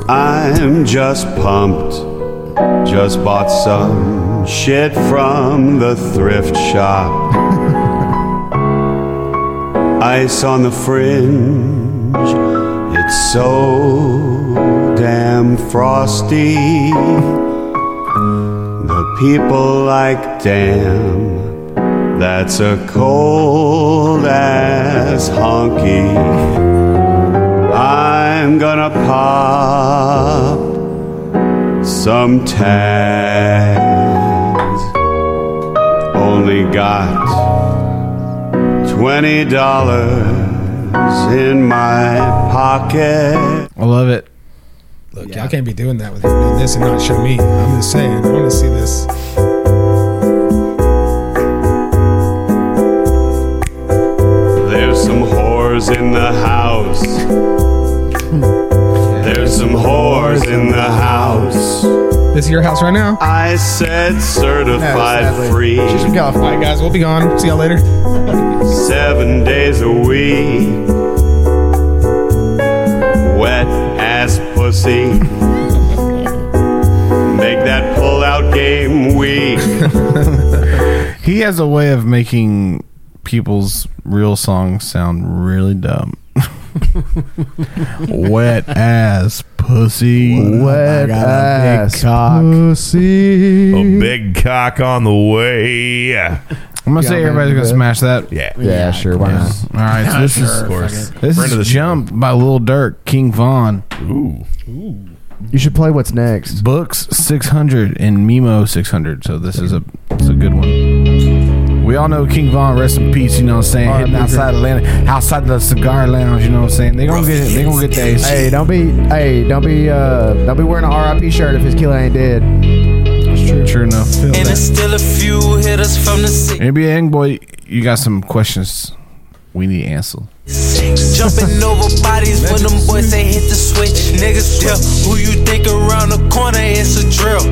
Speaker 12: I'm just pumped. Just bought some shit from the thrift shop. Ice on the fringe. It's so damn frosty. The people like damn. That's a cold ass honky. I'm gonna pop some tags. Only got twenty dollars in my pocket.
Speaker 4: I love it.
Speaker 3: Look, y'all can't be doing that with him doing this and not show me. I'm just saying. I want to see this.
Speaker 12: There's some whores in the house. There's some whores in the house.
Speaker 3: This is your house right now.
Speaker 12: I said certified free.
Speaker 3: All right, guys, we'll be gone. See y'all later.
Speaker 12: Seven days a week. Wet ass pussy. Make that pull out game weak.
Speaker 4: He has a way of making people's real songs sound really dumb. Wet ass pussy.
Speaker 1: Wet ass pussy.
Speaker 7: A big cock on the way. I'm
Speaker 4: gonna say everybody's gonna smash that.
Speaker 7: Yeah.
Speaker 1: Yeah, sure. Why not?
Speaker 4: All right, so this is
Speaker 1: Of course.
Speaker 4: this
Speaker 1: Friend of the
Speaker 4: is
Speaker 1: show.
Speaker 4: Jump by Lil Durk, King Vaughn.
Speaker 7: Ooh.
Speaker 1: You should play "What's Next."
Speaker 4: Books 600 and Mimo 600. So this is a it's a good one. We all know King Von, rest in peace. You know what I'm saying? Hitting outside Atlanta, outside the cigar lounge. You know what I'm saying? They gonna get it. They gonna get that.
Speaker 1: Hey, don't be. Hey, don't be. Uh, don't be wearing a RIP shirt if his killer ain't dead. That's
Speaker 4: true. True enough.
Speaker 11: And it's still a few hitters from the city.
Speaker 4: NBA Young boy, you got some questions we need answered.
Speaker 11: Jumping over bodies when them boys say hit the switch. Niggas tell who you think around the corner, it's a drill.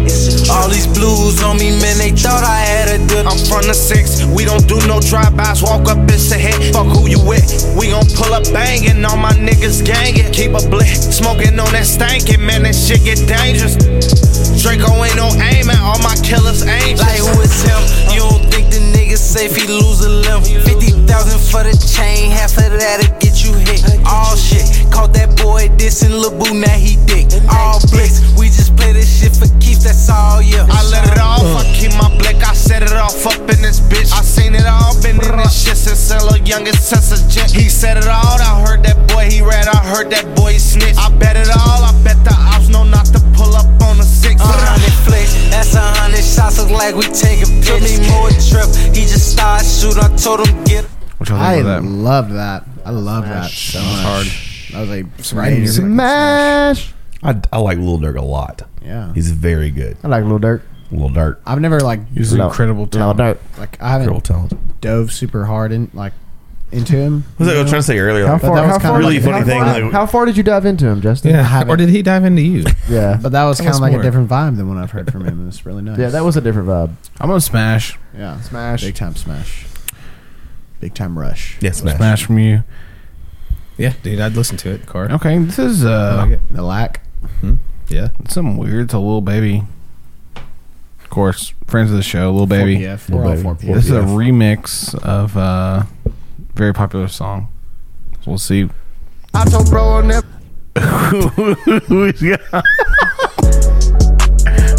Speaker 11: All these blues on me, man, they thought I had a deal. I'm from the six, we don't do no drive-bys. Walk up, it's a hit. Fuck who you with. We gon' pull up banging on my niggas gangin'. Keep a blick, smoking on that stankin', man, that shit get dangerous. Draco ain't no aimin', all my killers angels. Like who is him? You don't think the nigga safe, he lose a limb. 50,000 for the chain, half of that'll get you hit. All shit, caught that boy dissing Lil Boo, now he dick. All blitz, we just play this shit for keeps, that's all, yeah. I let it all fuck keep my blick, I set it off up in this bitch. I seen it all, been in this shit since Ella youngest since a jet. He said it all, I heard that boy, he read, I heard that boy snitch. I bet it all, I bet the ops know not to pull up on the six. A hundred flicks, that's a hundred shots, look like we take a pill. me more trip, he just started shooting, I told him get
Speaker 4: What y'all think
Speaker 2: I
Speaker 4: about that?
Speaker 2: loved that. I love that
Speaker 4: Smash.
Speaker 2: so
Speaker 4: That was
Speaker 2: much.
Speaker 4: hard.
Speaker 2: That was like
Speaker 4: Some
Speaker 2: right in your
Speaker 4: amazing-
Speaker 2: smash.
Speaker 7: I, I like Lil Durk a lot.
Speaker 2: Yeah.
Speaker 7: he's very good.
Speaker 1: I like Lil Durk.
Speaker 7: Lil Durk.
Speaker 2: I've never like
Speaker 7: He's an incredible
Speaker 2: No,
Speaker 7: talent.
Speaker 2: no, like I
Speaker 7: Incredible
Speaker 2: haven't
Speaker 7: talent.
Speaker 2: dove super hard in like into him.
Speaker 7: What was that I was trying to say earlier?
Speaker 2: How
Speaker 7: like,
Speaker 2: far-
Speaker 7: that was
Speaker 2: how
Speaker 7: kind
Speaker 2: far-
Speaker 7: of really
Speaker 2: like,
Speaker 7: funny
Speaker 2: how
Speaker 7: thing.
Speaker 2: far-
Speaker 7: like,
Speaker 1: How far did you dive into him, Justin?
Speaker 2: I haven't.
Speaker 3: or did he dive into you?
Speaker 1: Yeah,
Speaker 2: But that was
Speaker 3: Tell
Speaker 2: kind of
Speaker 3: us
Speaker 2: like
Speaker 3: more.
Speaker 2: a different vibe than what I've heard from him. and It's really nice.
Speaker 1: yeah, that was a different vibe.
Speaker 4: I'm gonna smash.
Speaker 2: yeah
Speaker 1: Smash.
Speaker 2: big time smash, big time rush.
Speaker 7: yeah, smash.
Speaker 4: Smash from you.
Speaker 3: Yeah, dude, I'd listen to it. Car.
Speaker 4: Okay, this is
Speaker 3: I
Speaker 4: uh
Speaker 3: like it.
Speaker 2: The lack.
Speaker 3: Yeah.
Speaker 4: something weird. It's a little baby. Of course, friends of the show, little baby.
Speaker 2: Yeah, four
Speaker 7: Little
Speaker 2: all
Speaker 7: Baby.
Speaker 2: four.
Speaker 7: Yeah.
Speaker 4: This is a
Speaker 7: PF.
Speaker 4: remix of a very popular song. We'll see.
Speaker 2: I told bro on that.
Speaker 4: who he's got,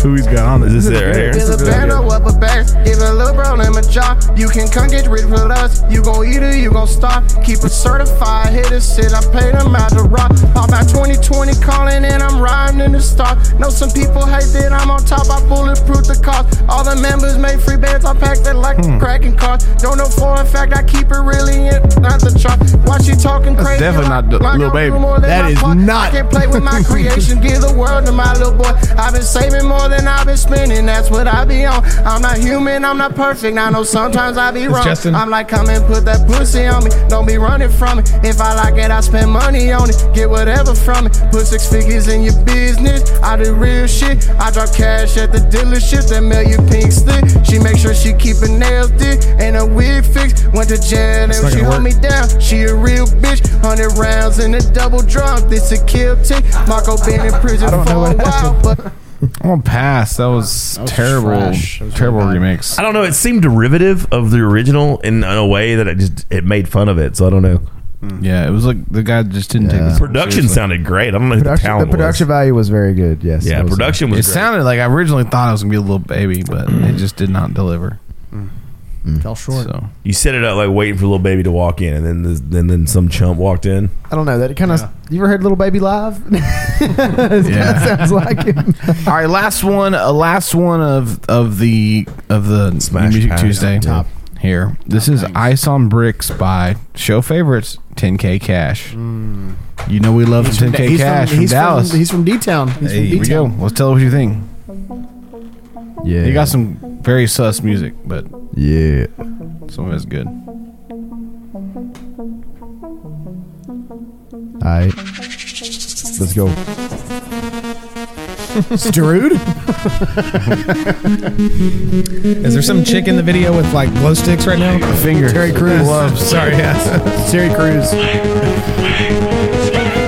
Speaker 4: who he's got on
Speaker 7: Is this it right
Speaker 6: There's
Speaker 7: here?
Speaker 6: a banner up a back, give a little bro name a job. You can come get rid of us. You gon' eat it, you gon' stop. Keep a certified hitter, sit. I paid them out to rock. All about 2020 calling and I'm riding in the stock. Know some people hate that I'm on top. I bulletproof the cost. All the members made free bands. I packed it like
Speaker 7: Hmm.
Speaker 6: a cracking car. Don't know for a fact I keep it really in not the chart. Why she talking crazy?
Speaker 4: definitely
Speaker 6: like-
Speaker 4: not the
Speaker 6: like
Speaker 4: Lil
Speaker 6: I do
Speaker 4: Baby.
Speaker 6: more than
Speaker 2: That
Speaker 6: my
Speaker 2: is
Speaker 6: part.
Speaker 2: not-
Speaker 6: I can't play with my creation. Give the world to my little boy. I've been saving more than I've been spending. That's what I be on. I'm not human. I'm not perfect. I know sometimes I be wrong.
Speaker 3: Justin.
Speaker 6: I'm like, come and put that pussy on me. Don't be running from it. If I like it, I spend money on it. Get whatever from it. Put six figures in your business. I do real shit. I drop cash at the dealership. That mail you pink slip. She make sure she keep her nails thick and a wig fixed. Went to jail and
Speaker 3: not
Speaker 6: she
Speaker 3: gonna
Speaker 6: hold
Speaker 3: work.
Speaker 6: me down. She a real bitch. Hundred rounds in a double drum. This a kill tick. Marco been in prison for a while, but
Speaker 4: I'm gonna pass. That was,
Speaker 2: was
Speaker 4: terrible.
Speaker 2: trash. That was
Speaker 4: terrible
Speaker 2: really bad.
Speaker 4: remix.
Speaker 7: I don't know. It seemed derivative of the original in, in a way that it just it made fun of it. So I don't know.
Speaker 4: Yeah, it was like the guy just didn't take
Speaker 1: Yeah.
Speaker 4: this
Speaker 7: Production sounded great. I don't know who the
Speaker 1: Production, the
Speaker 7: talent
Speaker 1: production value was very good. Yes.
Speaker 7: was. Yeah,
Speaker 1: That was-
Speaker 7: production
Speaker 4: It
Speaker 7: was. great.
Speaker 4: sounded like I originally thought it was gonna be a little baby, but
Speaker 2: Mm.
Speaker 4: it just did not deliver.
Speaker 2: Fell short.
Speaker 4: So
Speaker 7: Hmm. You set it up like waiting for little baby to walk in, and then the, then then some chump walked in.
Speaker 1: I don't know. That kind of. You ever heard Little Baby live? it
Speaker 4: Yeah.
Speaker 1: yeah. sounds like him.
Speaker 4: all right, last one, uh, last one of of the of the
Speaker 7: Smash
Speaker 4: Music
Speaker 7: Pass.
Speaker 4: Tuesday
Speaker 7: Top.
Speaker 4: here. This is Ice on Bricks by show favorites 10K Cash. You know we love some 10K
Speaker 2: Mm. he's
Speaker 4: Cash
Speaker 2: from,
Speaker 4: from,
Speaker 2: he's
Speaker 4: Dallas.
Speaker 2: From, he's from D Town. He's
Speaker 3: Hey,
Speaker 2: from
Speaker 4: here
Speaker 2: D
Speaker 4: we
Speaker 2: Town.
Speaker 4: go. Let's tell us what you think.
Speaker 1: Yeah.
Speaker 4: You got some very sus music, but
Speaker 1: Yeah.
Speaker 4: some of it's good.
Speaker 1: All right. Let's go.
Speaker 2: Darude?
Speaker 3: Is there some chick in the video with like glow sticks right now?
Speaker 4: Finger. Terry Crews.
Speaker 3: Sorry. Yeah.
Speaker 2: Terry Crews.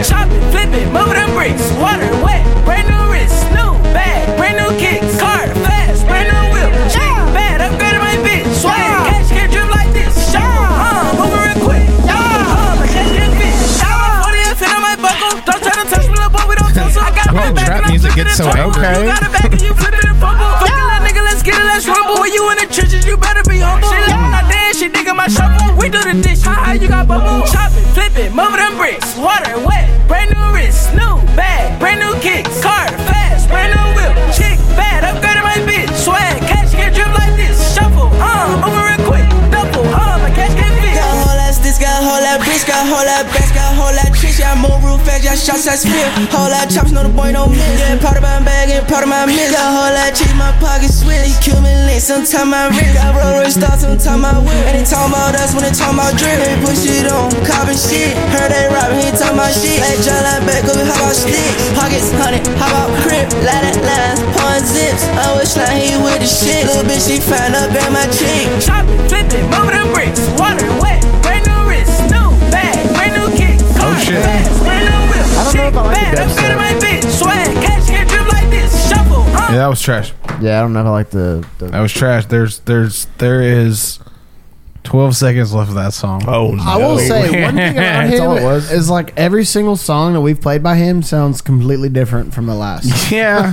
Speaker 13: Chop it, flip it, move the bricks. Water wet, brand new wrist, new bag, brand new kicks. Car fast, brand new wheel. Chick bad, upgraded my bitch. Swag, cash can drip like this. Show, uh, move it real quick. Yeah, uh, my cash can fit. Shower, 40 and fit on my buckle. Don't try to touch me, little boy, we don't tussle. I got
Speaker 3: Whoa,
Speaker 13: my back
Speaker 3: trap
Speaker 13: and I'm
Speaker 3: music
Speaker 13: flipping
Speaker 3: gets so
Speaker 13: and trouble.
Speaker 3: okay.
Speaker 13: You got it back and you flipping and fumble. Fuck a little nigga, let's get it, let's rumble. When you in the trenches, you better be humble. She love when I dance, she digging my shovel. We do the dish, how high you got bubble. Chop it, flip it, move them bricks. Water wet, brand new wrist, new bag, brand new kicks. Car fast, brand new whip. Chick bad, upgraded my bitch. Swag, cash can drip like this. Shuffle, uh, move it real quick. Double, uh, my cash can fit.
Speaker 14: Got whole ass this, got whole that bitch, got whole that bass, got whole that tricks, got more real fast, got shots that spit. Whole lot chops, no the boy no miss. Yeah, part of my bag and part of my miss. Got whole lot cheese, my pocket switch. He kill me lit, sometime I rip. Got roll rich stars, sometime I whip. And they talking about us when they talking about drip. They push it on, carbon shit. Heard they robbing, he talking about shit. Let John like back, go how about sticks? Pockets, hundred, how about crip? Lot of lines, pawn zips. I wish like he with the shit. Little bitch, she find up at my chick.
Speaker 13: Chop it, flip it, move them bricks. Water wet, brand new wrist, new bag, brand new kick. Car
Speaker 3: shit.
Speaker 13: fast, brand new whip.
Speaker 1: I don't know if I like the
Speaker 13: Chick bad,
Speaker 1: dub
Speaker 13: I'm good
Speaker 1: set.
Speaker 13: at my bitch. Swag, cash can drip like this. Shuffle, huh?
Speaker 4: Yeah, that was trash.
Speaker 1: Yeah, I don't know if I like the. the
Speaker 4: That was trash. There's there's there is 12 seconds left of that song.
Speaker 7: Oh no!
Speaker 2: I will say one thing about
Speaker 1: That's all it
Speaker 2: him
Speaker 1: was.
Speaker 2: is like every single song that we've played by him sounds completely different from the last.
Speaker 4: Yeah.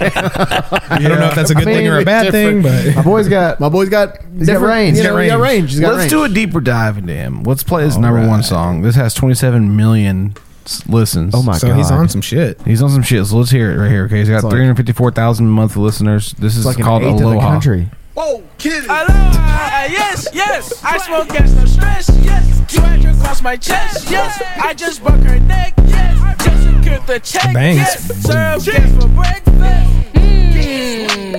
Speaker 3: I don't know if that's a good
Speaker 1: mean,
Speaker 3: thing or a bad
Speaker 1: different-
Speaker 3: thing,
Speaker 1: My
Speaker 3: but
Speaker 1: boy's got.
Speaker 2: My boy's got
Speaker 1: He's got
Speaker 2: different-
Speaker 1: range.
Speaker 2: You know,
Speaker 3: He's
Speaker 2: he's
Speaker 3: got
Speaker 2: got
Speaker 3: range.
Speaker 2: range. He's got
Speaker 4: Let's
Speaker 2: range.
Speaker 4: do a deeper dive into him. Let's play his number one song. This has 27 million s- listens.
Speaker 1: Oh my
Speaker 3: so
Speaker 1: god.
Speaker 3: he's on some shit.
Speaker 4: He's on some shit. So let's hear it right here. Okay, he's got
Speaker 1: like-
Speaker 4: 354,0an monthly listeners. This is
Speaker 1: It's like
Speaker 4: called
Speaker 1: an eighth of the
Speaker 4: Aloha.
Speaker 1: country.
Speaker 13: Whoa, kill it. Hello, uh, yes, yes. I smoke gas, no stress, yes. Swagger across my chest, yes. I just broke her neck, yes. Just secured the check,
Speaker 3: Bang,
Speaker 13: yes.
Speaker 3: it's-
Speaker 13: Serve gas for breakfast. Mm.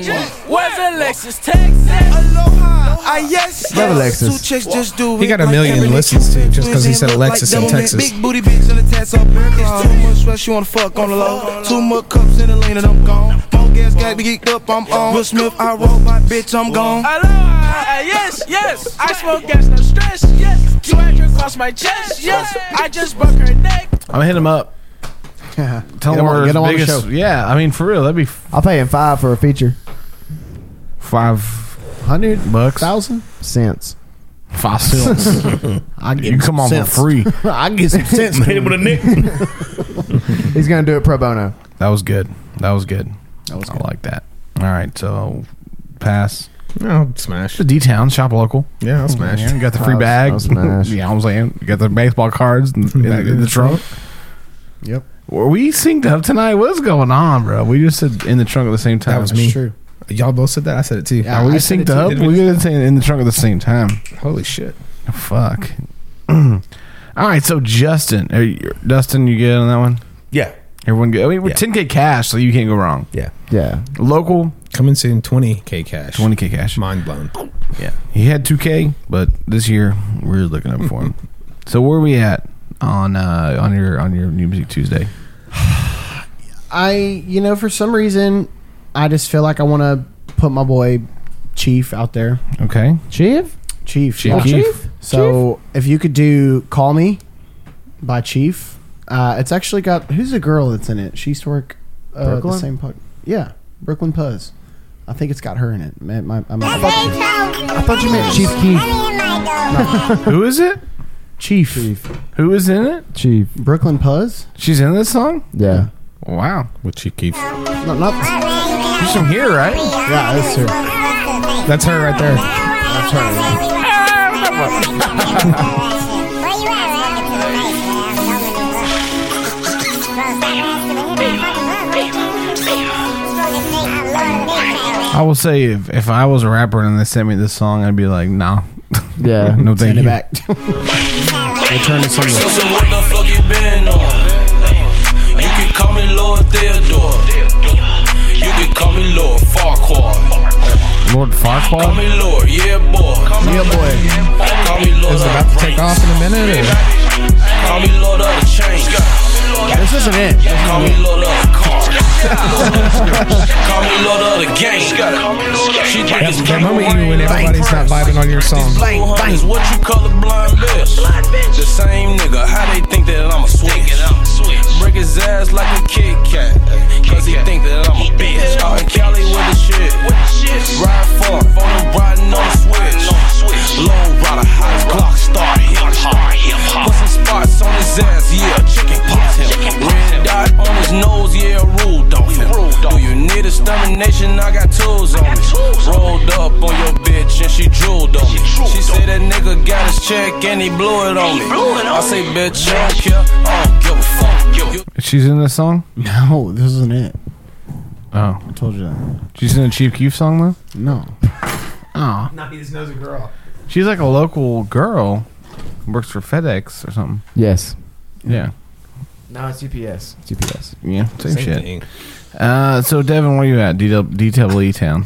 Speaker 13: Where's Alexis, Texas? Aloha, I yes.
Speaker 3: Love Alexis.
Speaker 13: Two chicks just do
Speaker 3: He got a million listens too, just because he said Alexis in Texas.
Speaker 13: Big booty bitch in the tats up It's too much rush, you wanna fuck on the low. Two more cups in the lane and I'm gone. More gas got me geeked up, I'm on. Will Smith, I roll my bitch, I'm gone. Aloha, uh, yes, yes. I smoke gas, no stress, yes. Swagger across my chest, yes. I just broke her neck.
Speaker 4: I'm gonna hit him up.
Speaker 2: Yeah.
Speaker 4: Tell him
Speaker 2: Get him on-
Speaker 4: we're
Speaker 2: get him
Speaker 4: his
Speaker 2: on the
Speaker 4: biggest.
Speaker 2: show.
Speaker 4: Yeah, I mean for real, that'd be f-
Speaker 1: I'll pay him five for a feature.
Speaker 4: five
Speaker 2: hundred
Speaker 4: bucks,
Speaker 2: thousand
Speaker 1: cents,
Speaker 4: five cents.
Speaker 2: I
Speaker 4: get you come on
Speaker 1: cents.
Speaker 4: for free.
Speaker 2: I get some sense.
Speaker 1: Hit him with a
Speaker 7: nick.
Speaker 1: He's gonna do it pro bono.
Speaker 4: That was good. That was good. That was. I like that. All right, so pass.
Speaker 3: No, smash.
Speaker 4: The D town shop local.
Speaker 3: Yeah, I'll smash.
Speaker 4: Yeah, you got the free
Speaker 3: I'll-
Speaker 4: bag.
Speaker 3: I'll smash.
Speaker 4: yeah, I'm saying you got the baseball cards in, in,
Speaker 3: Back
Speaker 4: the, in the trunk.
Speaker 2: Yep.
Speaker 4: Were we synced up tonight? What's going on, bro? We just said in the trunk at the same time.
Speaker 3: That was me.
Speaker 4: True.
Speaker 3: Y'all both said that. I said it too.
Speaker 4: Yeah, we synced up. We did say in the trunk at the same time.
Speaker 3: Holy shit!
Speaker 4: Fuck. All right, so Justin, are you, Dustin, you good on that one?
Speaker 7: Yeah.
Speaker 4: Everyone good. I mean, we're 10k cash, so you can't go wrong.
Speaker 7: Yeah.
Speaker 1: Yeah.
Speaker 4: Local
Speaker 3: coming soon. 20k cash.
Speaker 4: 20k cash.
Speaker 3: Mind blown.
Speaker 4: Yeah. He had 2k, but this year we're looking up for him. so where are we at on uh, on your on your New Music Tuesday?
Speaker 2: I, you know, for some reason, I just feel like I want to put my boy Chief out there.
Speaker 4: Okay.
Speaker 2: Chief? Chief.
Speaker 4: Chief.
Speaker 2: yeah.
Speaker 4: Chief?
Speaker 2: So if you could do Call Me by Chief, uh, it's actually got, who's the girl that's in it? She used to work uh, at the
Speaker 1: Brooklyn?
Speaker 2: same pod. Yeah, Brooklyn Puzz. I think it's got her in it. Man, my, I'm I,
Speaker 1: I thought you meant Chief Keef.
Speaker 4: Who is it?
Speaker 2: Chief.
Speaker 4: Who is in it?
Speaker 1: Chief.
Speaker 2: Brooklyn Puzz.
Speaker 4: She's in this song?
Speaker 1: Yeah.
Speaker 4: Wow.
Speaker 3: What she keeps.
Speaker 2: No, not.
Speaker 4: She's from here, right?
Speaker 2: Yeah, that's her.
Speaker 3: That's her right there.
Speaker 2: That's her.
Speaker 4: I will say if, if I was a rapper and they sent me this song, I'd be like, nah.
Speaker 1: Yeah.
Speaker 4: no thank
Speaker 2: Send it
Speaker 4: you.
Speaker 2: back.
Speaker 4: Return to summer.
Speaker 15: So, so what the fuck you been on? You can call me Lord Theodore. You can call me Lord Farquhar.
Speaker 4: Lord
Speaker 15: Call
Speaker 4: Farquaad?
Speaker 15: me Lord, yeah boy. Yeah boy. Call me Lord. Is about to take off in a minute. Call me Lord of the Chains. This isn't it. Call me Lord of the Car. Call me Lord of the Gang. She think it's
Speaker 3: That moment you when everybody's not vibing on your song.
Speaker 15: Blank, blank. What you call a blind bitch? The same nigga. How they think that I'm a switch? Break his ass like a Kit Kat. ay, Cause he think that I'm a bitch. Out in Cali with the shit. Ride far, on the riding on the switch. Low rider, high Glock star, hip hop. Put some spots on his ass, yeah, chicken pops him. Red dot on his nose, yeah, rule don't him. Do you need a extermination? I got tools on me. Rolled up on your bitch and she drooled on me. She said that nigga got his check and he blew it on me. I say, bitch, I don't care, I don't give a fuck.
Speaker 4: She's in this song?
Speaker 2: No, this isn't it.
Speaker 4: Oh.
Speaker 2: I told you that.
Speaker 4: She's in a Chief Keef song though?
Speaker 2: No.
Speaker 4: Oh.
Speaker 3: Nah, he just knows a girl.
Speaker 4: She's like a local girl. Works for FedEx or something.
Speaker 1: Yes.
Speaker 4: Yeah.
Speaker 1: No, it's UPS. It's UPS.
Speaker 4: Yeah. Same,
Speaker 1: Same
Speaker 4: shit.
Speaker 1: thing.
Speaker 4: Uh, so Devin, where you at? DW E Town.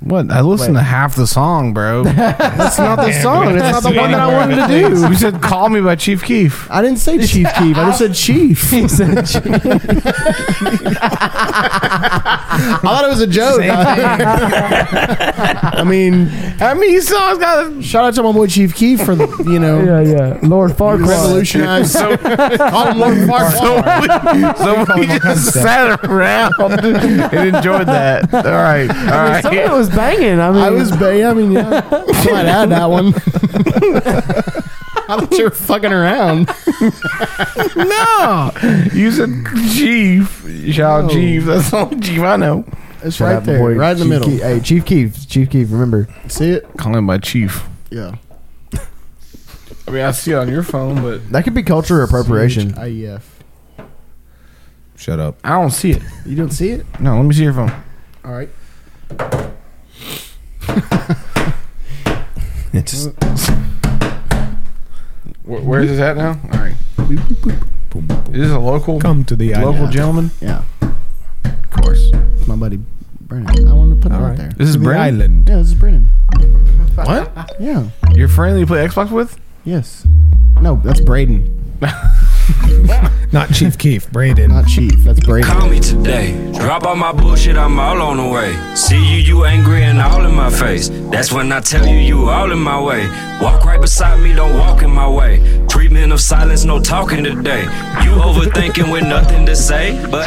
Speaker 4: What? I listened
Speaker 1: Wait.
Speaker 4: to half the song, bro.
Speaker 2: That's not the song. It's not the one that I wanted to do.
Speaker 4: You said call me by Chief Keef.
Speaker 2: I didn't say Chief Keef. I just said Chief. I thought it was a joke. I mean,
Speaker 4: I mean, you saw. Got
Speaker 2: shout out to my boy Chief Keef for the, you know, yeah, yeah, Lord Farquhar revolutionized.
Speaker 4: So-
Speaker 2: Call him Lord Farquhar.
Speaker 4: So we just sat around and enjoyed that. All right. All right.
Speaker 2: some of it was
Speaker 1: banging. I mean,
Speaker 2: I was banging. I mean, yeah, I might add that one. I thought you were fucking around.
Speaker 4: no, you said Chief. Shout out
Speaker 2: No.
Speaker 4: Chief. That's the only Chief I know.
Speaker 2: It's
Speaker 1: Shout
Speaker 2: right
Speaker 1: out my
Speaker 2: there,
Speaker 1: boy
Speaker 2: right in the
Speaker 1: Chief
Speaker 2: middle.
Speaker 1: Keef. Hey, Chief Keef. Chief Keef. Remember.
Speaker 2: See it?
Speaker 4: Call him by Chief.
Speaker 2: Yeah.
Speaker 4: I mean, I see it on your phone, but
Speaker 1: That could be culture appropriation.
Speaker 2: IEF.
Speaker 3: Shut up.
Speaker 4: I don't see it.
Speaker 2: You don't see it?
Speaker 4: No, let me see your phone.
Speaker 2: All right.
Speaker 7: It just
Speaker 16: Wh- where's this at now? All right. Is this a local?
Speaker 3: Come to the
Speaker 16: local gentleman.
Speaker 2: Yeah.
Speaker 16: Of course.
Speaker 2: My buddy Brennan. I wanted to put him out there.
Speaker 16: This is
Speaker 2: To the
Speaker 16: Brennan?
Speaker 2: island. Yeah, this is Brennan.
Speaker 16: What?
Speaker 2: Yeah.
Speaker 16: Your friend that you play Xbox with?
Speaker 2: Yes. No, that's Braden.
Speaker 3: Not Chief Keef, Braden.
Speaker 2: Not Chief. That's Braden.
Speaker 17: Call me today. Drop all my bullshit, I'm all on the way. See you, you angry and all in my face. That's when I tell you, you all in my way. Walk right beside me, don't walk in my way. Treatment of silence, no talking today. You overthinking with nothing to say, but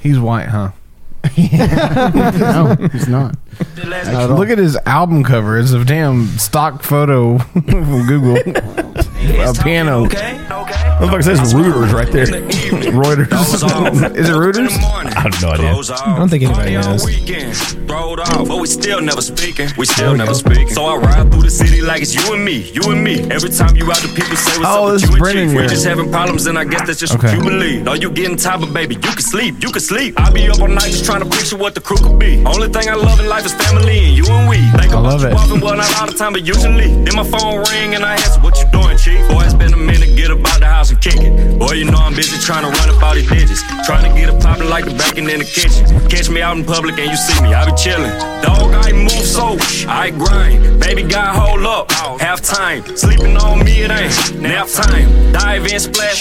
Speaker 16: He's white, huh?
Speaker 2: no, he's not.
Speaker 16: at all.
Speaker 4: Look at his album cover. It's a damn stock photo from Google. a piano.
Speaker 7: Motherfucker says Reuters right there.
Speaker 4: Reuters. Is it Reuters?
Speaker 7: I have no idea.
Speaker 3: I don't think anybody knows.
Speaker 17: rolled off, but we still never speaking. We still never speaking. So I ride through the city like it's you and me, you and me. Every time you out, the people say what's
Speaker 4: Oh,
Speaker 17: up with
Speaker 4: this is
Speaker 17: you and
Speaker 4: Brennan
Speaker 17: Chief. We
Speaker 4: here.
Speaker 17: just having problems, and I guess that's just
Speaker 4: Okay.
Speaker 17: what you believe. Are you getting tired, but baby, you can sleep, you can sleep. I be up all night just trying to picture what the crew could be. Only thing I love in life is family and you and we. Think
Speaker 4: I love
Speaker 17: about
Speaker 4: it.
Speaker 17: you often, well, not all the time, but usually. Then my phone ring and I ask, what you doing, chief? Boy, it's been a minute, get up out the house and kick it. Boy, you know I'm busy trying to run up all these digits. Trying to get it poppin' like the bacon in the kitchen. Catch me out in public and you see me, I be chillin'. Dog, I move so, I grind. Baby guy, hold up, half time. Sleeping on me, it ain't nap time. Dive in, splash,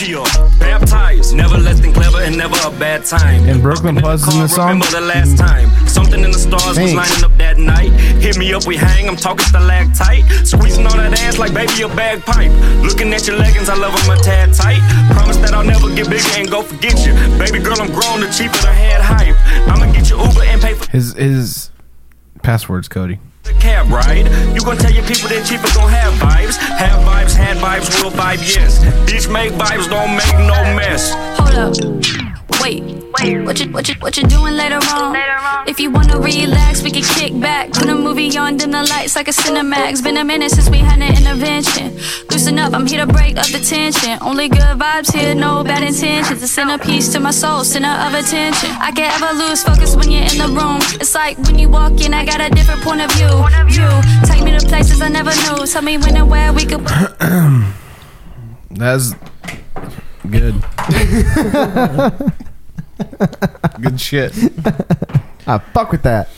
Speaker 17: baptized. Never less than clever and never a bad time.
Speaker 4: And Brooklyn Plus is in the song.
Speaker 17: Remember the last time something in the stars was
Speaker 4: Thanks.
Speaker 17: lining up that night. Hit me up, we hang. I'm talking stalactite, squeezing on that ass like baby a bagpipe. Looking at your leggings, I love 'em a tad tight. Promise that I'll never get bigger and go forget you, baby girl. I'm grown, the cheaper the head hype. I'ma get you Uber and pay for
Speaker 4: His his passwords, Cody.
Speaker 17: the cab ride. You gon' tell your people that cheaper gon' have vibes, have vibes, had vibes, will vibe yes. Bitch make vibes, don't make no mess.
Speaker 18: Hold up. Wait. Wait. What you what you what you doing later on? If you wanna relax, we can kick back. Put a movie on, dim the lights like a Cinemax. Been a minute since we had an intervention. Loosen up, I'm here to break up the tension. Only good vibes here, no bad intentions. A centerpiece to my soul, center of attention. I can not ever lose focus when you're in the room. It's like when you walk in, I got a different point of view. You take me to places I never knew. Tell me when and where we could.
Speaker 4: That's good. good shit.
Speaker 1: I fuck with that.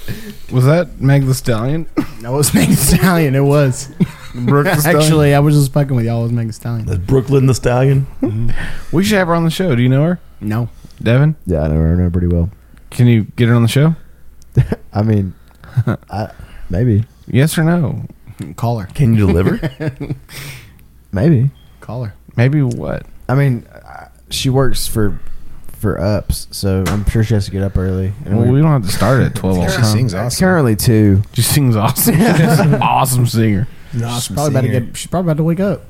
Speaker 4: Was that Meg the Stallion?
Speaker 2: No, it was Meg Thee Stallion. It was.
Speaker 4: Brooke Thee Stallion?
Speaker 2: Actually, I was just fucking with y'all. It was Meg Thee Stallion.
Speaker 7: Brooklyn the Stallion.
Speaker 4: Mm-hmm. We should have her on the show. Do you know her?
Speaker 2: No.
Speaker 4: Devin?
Speaker 1: Yeah, I know her, I know her pretty well.
Speaker 4: Can you get her on the show?
Speaker 1: I mean, I, maybe.
Speaker 4: Yes or no?
Speaker 2: Call her.
Speaker 7: Can you deliver?
Speaker 1: maybe.
Speaker 2: Call her.
Speaker 4: Maybe what?
Speaker 1: I mean, uh, she works for for ups, so I'm sure she has to get up early.
Speaker 4: Well, we don't have to start at 12 all the
Speaker 1: She
Speaker 4: time.
Speaker 1: sings awesome. Currently, two.
Speaker 4: uh-huh. She sings awesome. She's an awesome singer.
Speaker 2: She's probably about to get. She's probably about to wake up.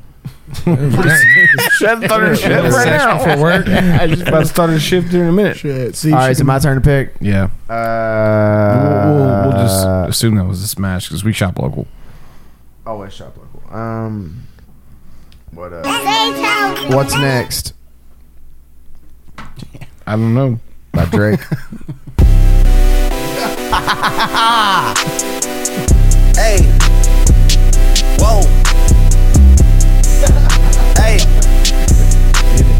Speaker 4: Shut her shit right now. I just about to start her shift in a minute.
Speaker 2: Shit. See,
Speaker 1: All right, so my turn to pick.
Speaker 4: Yeah.
Speaker 1: Uh,
Speaker 4: we'll, we'll, we'll just assume that was a smash because we shop local.
Speaker 1: always shop local. Um, what uh, What's next?
Speaker 4: I don't know.
Speaker 1: By Drake.
Speaker 19: Hey. Whoa. hey.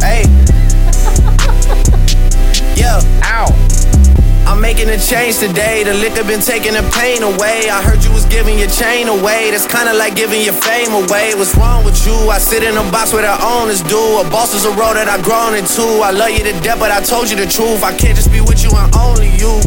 Speaker 19: Hey. Yeah. Ow. I'm making a change today. The liquor been taking the pain away. I heard you was giving your chain away. That's kinda like giving your fame away. What's wrong with you? I sit in a box where the owners do. A boss is a role that I've grown into. I love you to death, but I told you the truth. I can't just be with you and only you.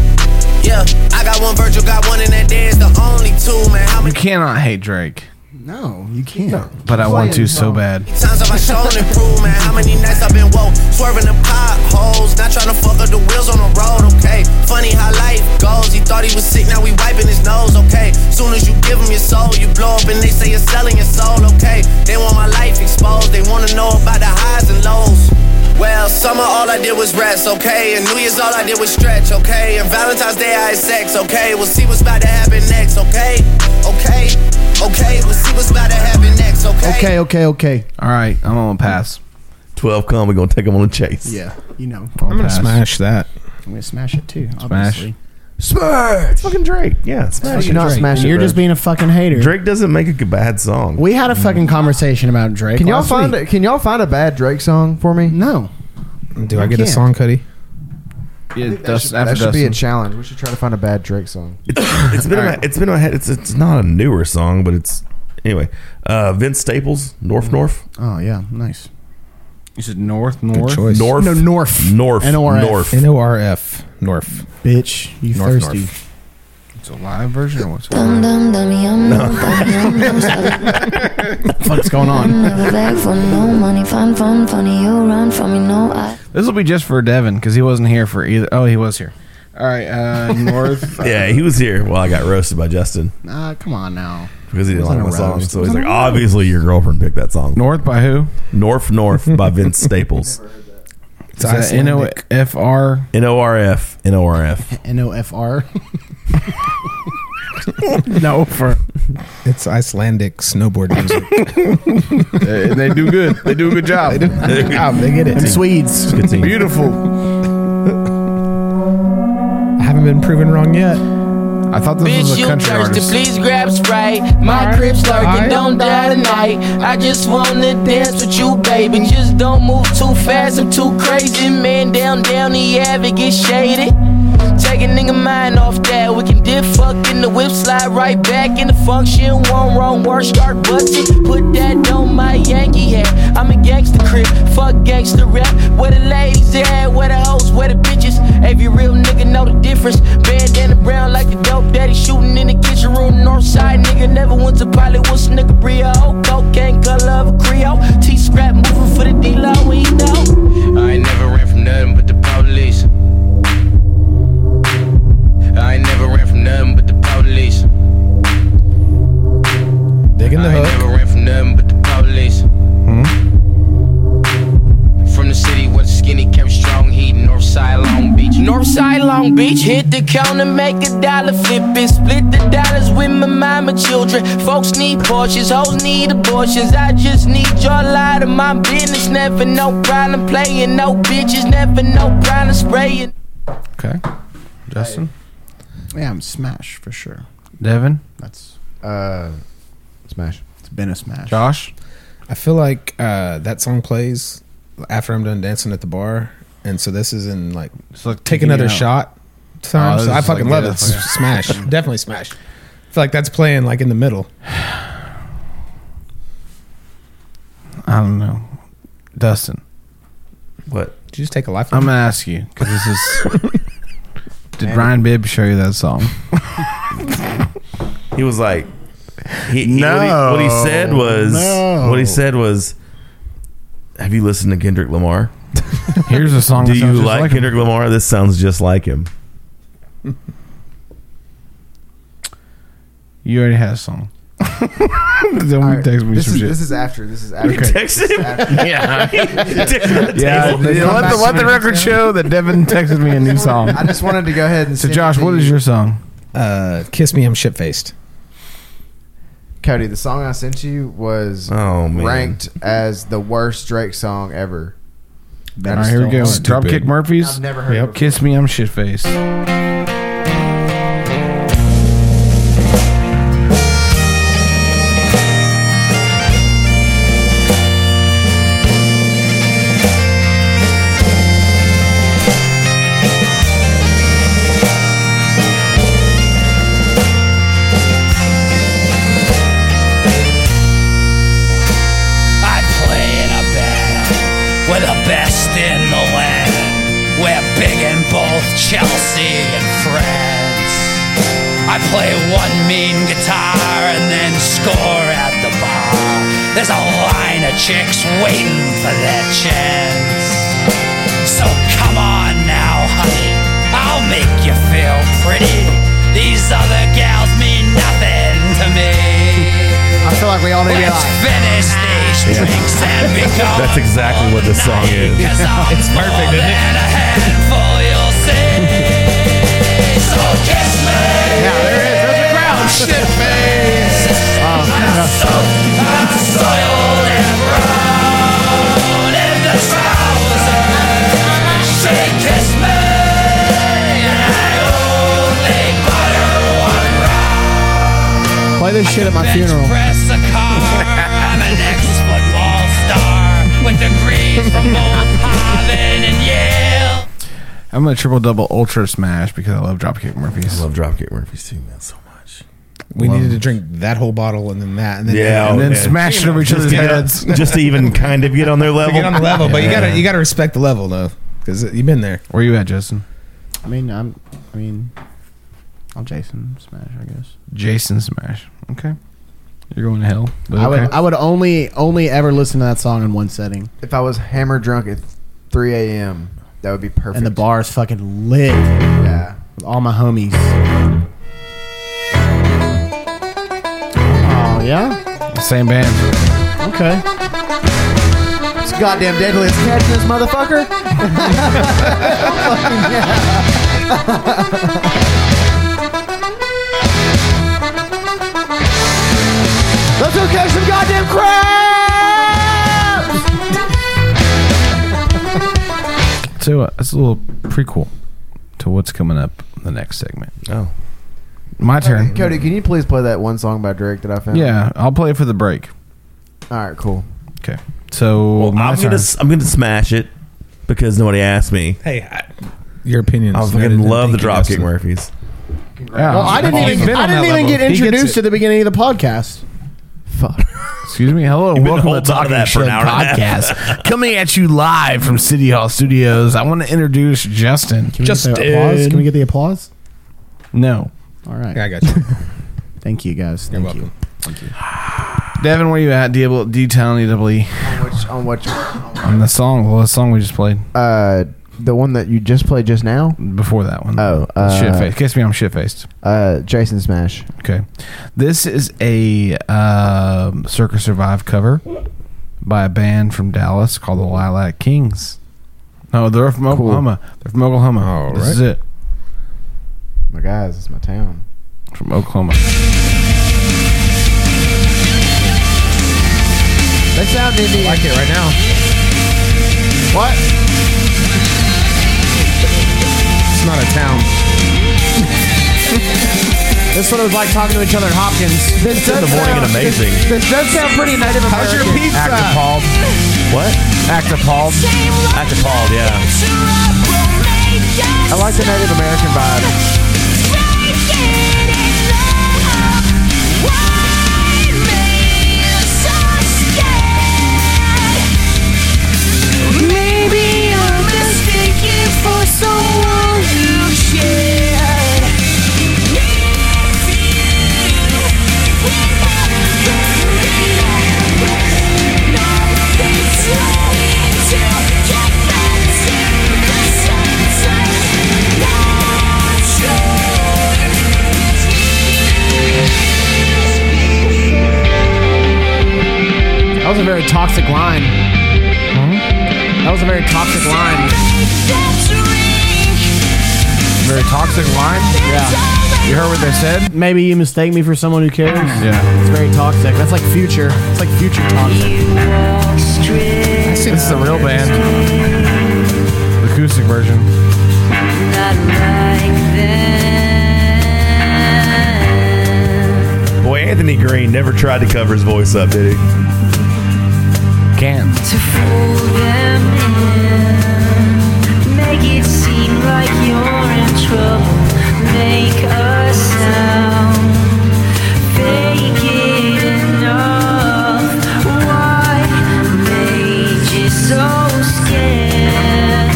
Speaker 19: Yeah, I got one Virgil, got one in that dance, the only two, man. How
Speaker 4: You
Speaker 19: many
Speaker 4: cannot hate Drake,
Speaker 2: No, you can't.
Speaker 4: but I want to so bad.
Speaker 19: times have I shown and proved, man? How many nights I've been woke, swerving the potholes, not trying to fuck up the wheels on the road, okay? Funny how life goes. He thought he was sick, now we wiping his nose, okay? Soon as you give him your soul, you blow up and they say you're selling your soul, okay? They want my life exposed, they wanna know about the highs and lows. Well, summer all I did was rest, okay? And New Year's all I did was stretch, okay? And Valentine's Day I had sex, okay? We'll see what's about to happen next, okay? Okay, okay, we'll see what's about to happen next, okay?
Speaker 2: Okay, okay, okay.
Speaker 4: All right, I'm on pass.
Speaker 7: 12 come, we're going to take him on a chase.
Speaker 2: Yeah, you know.
Speaker 4: I'm gonna
Speaker 7: smash
Speaker 3: that.
Speaker 2: I'm gonna smash it too.
Speaker 7: Smash.
Speaker 2: Obviously.
Speaker 1: Smash. It's
Speaker 7: fucking Drake. Yeah, smash.
Speaker 2: Fucking Drake. You're just being a fucking hater.
Speaker 7: Drake doesn't make a g- bad song.
Speaker 2: We had a fucking conversation about Drake.
Speaker 1: Can y'all find a, can y'all find a bad Drake song for me?
Speaker 2: No.
Speaker 3: Do I
Speaker 1: You
Speaker 3: get a
Speaker 1: can't.
Speaker 3: song, Cody?
Speaker 1: I think that should, that should be a challenge. We should try to find a bad Drake song.
Speaker 7: It's been in my, it's been in my head. It's it's not a newer song, but it's anyway. Uh, Vince Staples, North
Speaker 4: Hmm.
Speaker 7: North.
Speaker 2: Oh yeah, nice.
Speaker 4: You said North, North,
Speaker 7: choice. North.
Speaker 2: No, North.
Speaker 7: North.
Speaker 2: N-O-R-F.
Speaker 7: North.
Speaker 3: N O R F. North.
Speaker 2: Bitch, you
Speaker 3: North,
Speaker 2: thirsty?
Speaker 3: North.
Speaker 4: It's a live version or what's
Speaker 10: Dum dum dum yum yum dum yum
Speaker 2: What's going
Speaker 10: on? Never beg for no money, fun fun funny. You run from me, no I.
Speaker 4: This will be just for Devin because he wasn't here for either. Oh, he was here. All right, uh, North.
Speaker 7: Yeah, he was here. Well, I got roasted by Justin
Speaker 2: Nah, come on now.
Speaker 7: because he didn't like
Speaker 2: Wasn't
Speaker 7: my
Speaker 2: a
Speaker 7: song.
Speaker 2: roast.
Speaker 7: So he's like,
Speaker 2: Wasn't a
Speaker 7: obviously your girlfriend picked that song.
Speaker 4: North by who?
Speaker 7: North North by Vince Staples.
Speaker 4: Is that N O F R?
Speaker 7: N O R F N O R F.
Speaker 2: N O F R.
Speaker 3: no, for it's Icelandic snowboard music.
Speaker 4: they, they do good. They do a good job.
Speaker 3: they do a good job. They get it.
Speaker 2: Them Swedes.
Speaker 7: Good team.
Speaker 4: Beautiful.
Speaker 3: I haven't been proven wrong yet.
Speaker 4: I thought
Speaker 13: Bitch, you thirsty, please grab Sprite. My crib's lurking, don't die tonight. I just wanna dance with you, baby. Just don't move too fast, I'm too crazy. Man, down, down, the ever get shaded. Take a nigga mind off that. We can dip, fuck in the whip, slide right back in the function. One wrong word, start busting. Put that on my Yankee hat. I'm a gangster crib, fuck gangster rap. Where the ladies at, where the hoes, where the bitches. Every real nigga know the difference. Bandana brown like the dope daddy shooting in the kitchen room. Northside nigga never went to Bollywood, what's nigga Brio? Cocaine color of a Creole. T scrap moving for the D low, we know. I ain't never ran from nothing but the police. I ain't never ran from nothing but the police.
Speaker 3: Digging
Speaker 13: the I ain't never ran from nothing but the police. From the city where the skinny kept strong heat, Northside Long Beach. Northside Long Beach, hit the counter, make a dollar flip it. Split the dollars with my mama children. Folks need Porsches, hoes need abortions. I just need y'all out of my business. Never no problem playing, no bitches, never no problem spraying.
Speaker 4: Okay, Justin,
Speaker 2: Yeah, I'm smash for sure.
Speaker 4: Devin,
Speaker 2: That's
Speaker 1: uh, smash.
Speaker 2: It's been a smash.
Speaker 4: Josh.
Speaker 3: I feel like uh, that song plays after I'm done dancing at the bar, and so this is in like, take
Speaker 4: taking
Speaker 3: another
Speaker 4: it out.
Speaker 3: shot. Time,
Speaker 4: Oh,
Speaker 3: so
Speaker 4: this
Speaker 3: I
Speaker 4: is
Speaker 3: fucking
Speaker 4: like-
Speaker 3: love
Speaker 4: yeah,
Speaker 3: it.
Speaker 4: that's like-
Speaker 3: smash, definitely smash. I feel like that's playing like in the middle.
Speaker 4: I don't know. Dustin,
Speaker 7: what?
Speaker 3: Did you just take a life?
Speaker 4: I'm gonna ask you because this is. Did Brian Bibb show you that song?
Speaker 7: He was like, he, he- what he-
Speaker 4: No.
Speaker 7: what, he, said was,
Speaker 4: No.
Speaker 7: what he said was, have you listened to Kendrick Lamar?
Speaker 4: Here's a song.
Speaker 7: Do
Speaker 4: that sounds
Speaker 7: you
Speaker 4: just
Speaker 7: like,
Speaker 4: like him.
Speaker 7: Kendrick Lamar? This sounds just like him.
Speaker 4: You already had a song. then we text me
Speaker 1: This
Speaker 4: some
Speaker 1: is
Speaker 4: shit.
Speaker 1: this is after. This is after.
Speaker 4: Okay.
Speaker 7: Texted him?
Speaker 1: Yeah.
Speaker 4: yeah, let the, let the record show that Devin texted me a new song.
Speaker 1: I just wanted to go ahead and.
Speaker 4: So,
Speaker 1: send it
Speaker 4: Josh,
Speaker 1: to
Speaker 4: what is
Speaker 1: you.
Speaker 4: your song?
Speaker 3: Uh, Kiss me, I'm shit faced.
Speaker 1: Cody? The song I sent you was
Speaker 7: Oh, man.
Speaker 1: ranked as the worst Drake song ever.
Speaker 4: All right, here we go.
Speaker 1: Stupid.
Speaker 4: Dropkick Murphys.
Speaker 1: I've never heard. Yep.
Speaker 4: Kiss me, I'm shit faced.
Speaker 20: I play in a band. We're the best in the land. We're big in both Chelsea and France. I play one mean guitar and then score at the bar. There's a line of chicks waiting for their chance. So come on now, honey. I'll make you feel pretty. These other gals mean nothing to me.
Speaker 1: I feel like we all need to be
Speaker 20: Let's
Speaker 1: like. "Ah."
Speaker 20: finish these drinks and become
Speaker 7: That's exactly what this song is.
Speaker 20: it's perfect, isn't it? A handful you'll see. So kiss me. Yeah, there it is. There's a crowd. Shit face. I'm so, I'm soiled and brown in the trousers. She kissed me, and I only
Speaker 2: shit at my
Speaker 20: bench
Speaker 2: funeral.
Speaker 20: press a car. I'm an ex-football star with degrees from both Harvard and Yale.
Speaker 4: I'm gonna triple double ultra smash because I love Dropkick Murphys. I love
Speaker 7: Dropkick Murphys too, man, so much.
Speaker 3: We needed to drink that whole bottle and then that and then
Speaker 7: yeah,
Speaker 3: and then
Speaker 7: man.
Speaker 3: smash it over each
Speaker 7: Just
Speaker 3: other's
Speaker 7: to-
Speaker 3: heads
Speaker 7: just to even kind of get on their
Speaker 3: To
Speaker 7: level.
Speaker 3: get on the level, but you gotta
Speaker 7: Yeah.
Speaker 3: you gotta respect the level though because you've been there.
Speaker 4: Where you at, Justin?
Speaker 2: I mean, I'm. I mean, I'll Jason smash. I guess.
Speaker 4: Jason Smash. Okay. You're going to hell. but
Speaker 2: I would.
Speaker 4: okay.
Speaker 2: I would only only ever listen to that song in one setting.
Speaker 1: If I was hammered drunk at 3 a.m., that would be perfect.
Speaker 2: And the bar is fucking lit. Yeah. With all my homies. Oh yeah.
Speaker 4: Same band.
Speaker 2: Okay.
Speaker 1: It's goddamn deadly. It's catching this motherfucker.
Speaker 21: Let's go catch some goddamn crabs!
Speaker 4: So uh, it's a little prequel to what's coming up in the next segment.
Speaker 7: Oh,
Speaker 4: my turn.
Speaker 1: Cody, can you please play that one song by Drake that I found?
Speaker 4: Yeah, I'll play it for the break.
Speaker 1: All right, cool.
Speaker 4: Okay. So my
Speaker 7: I'm gonna
Speaker 4: turn.
Speaker 7: I'm gonna smash it because nobody asked me.
Speaker 3: Hey, I, your opinion.
Speaker 7: I
Speaker 3: is better
Speaker 7: fucking
Speaker 3: than
Speaker 7: love the
Speaker 3: thinking,
Speaker 7: Dropkick
Speaker 3: Justin.
Speaker 7: Murphys.
Speaker 2: Well, Oh, I didn't
Speaker 3: He's
Speaker 2: even.
Speaker 3: been
Speaker 2: I
Speaker 3: on
Speaker 2: didn't
Speaker 3: that
Speaker 2: even
Speaker 3: level.
Speaker 2: get
Speaker 3: He gets
Speaker 2: introduced
Speaker 3: it.
Speaker 2: to the beginning of the podcast.
Speaker 1: Fuck.
Speaker 4: Excuse me. Hello and
Speaker 2: You've been
Speaker 4: welcome to
Speaker 2: holding on to
Speaker 4: Talking
Speaker 2: that for
Speaker 4: Shit
Speaker 2: an hour and a half.
Speaker 4: Podcast, coming at you live from City Hall Studios. I want to introduce Justin.
Speaker 2: Can we Get the applause? Can we get the applause?
Speaker 4: No.
Speaker 2: All right.
Speaker 3: Yeah, I got you.
Speaker 2: Thank you guys. Thank you. Thank you.
Speaker 4: Devin, where you at? Double D Town E Double E.
Speaker 1: Which on what?
Speaker 4: On the song, well, the song we just played
Speaker 1: Uh, the one that you just played just now.
Speaker 4: Before that one.
Speaker 1: Oh, uh,
Speaker 4: shit faced. Kiss me, I'm shit faced.
Speaker 1: Uh, Jason Smash.
Speaker 4: Okay, this is a um Circus Survive cover by a band from Dallas called the Lilac Kings. No, they're from Oklahoma. They're from Oklahoma. this
Speaker 1: right.
Speaker 4: is it
Speaker 1: My guys, it's my town.
Speaker 4: from Oklahoma.
Speaker 1: They sound Indian.
Speaker 3: like it right now.
Speaker 1: What?
Speaker 3: It's not a town.
Speaker 2: This one was like talking to each other at Hopkins.
Speaker 1: This
Speaker 7: in the morning and amazing.
Speaker 1: This does sound pretty Native American.
Speaker 2: How's your pizza?
Speaker 7: Actapald. What?
Speaker 4: Actapald.
Speaker 7: Actapald. Yeah.
Speaker 1: I like the Native American vibe.
Speaker 21: Maybe I'm mistaken for someone you shared.
Speaker 2: That was a very toxic line. That was a very toxic line.
Speaker 4: Very toxic line.
Speaker 2: Yeah.
Speaker 4: You heard what they said?
Speaker 2: Maybe you mistake me for someone who cares.
Speaker 4: Yeah.
Speaker 2: It's very toxic. That's like future. It's like future toxic.
Speaker 4: This is a real band. The acoustic version.
Speaker 7: Boy, Anthony Green never tried to cover his voice up, did he?
Speaker 4: Can.
Speaker 21: Make it seem like you're in trouble. Make a sound. Fake it enough. Why made you so scared?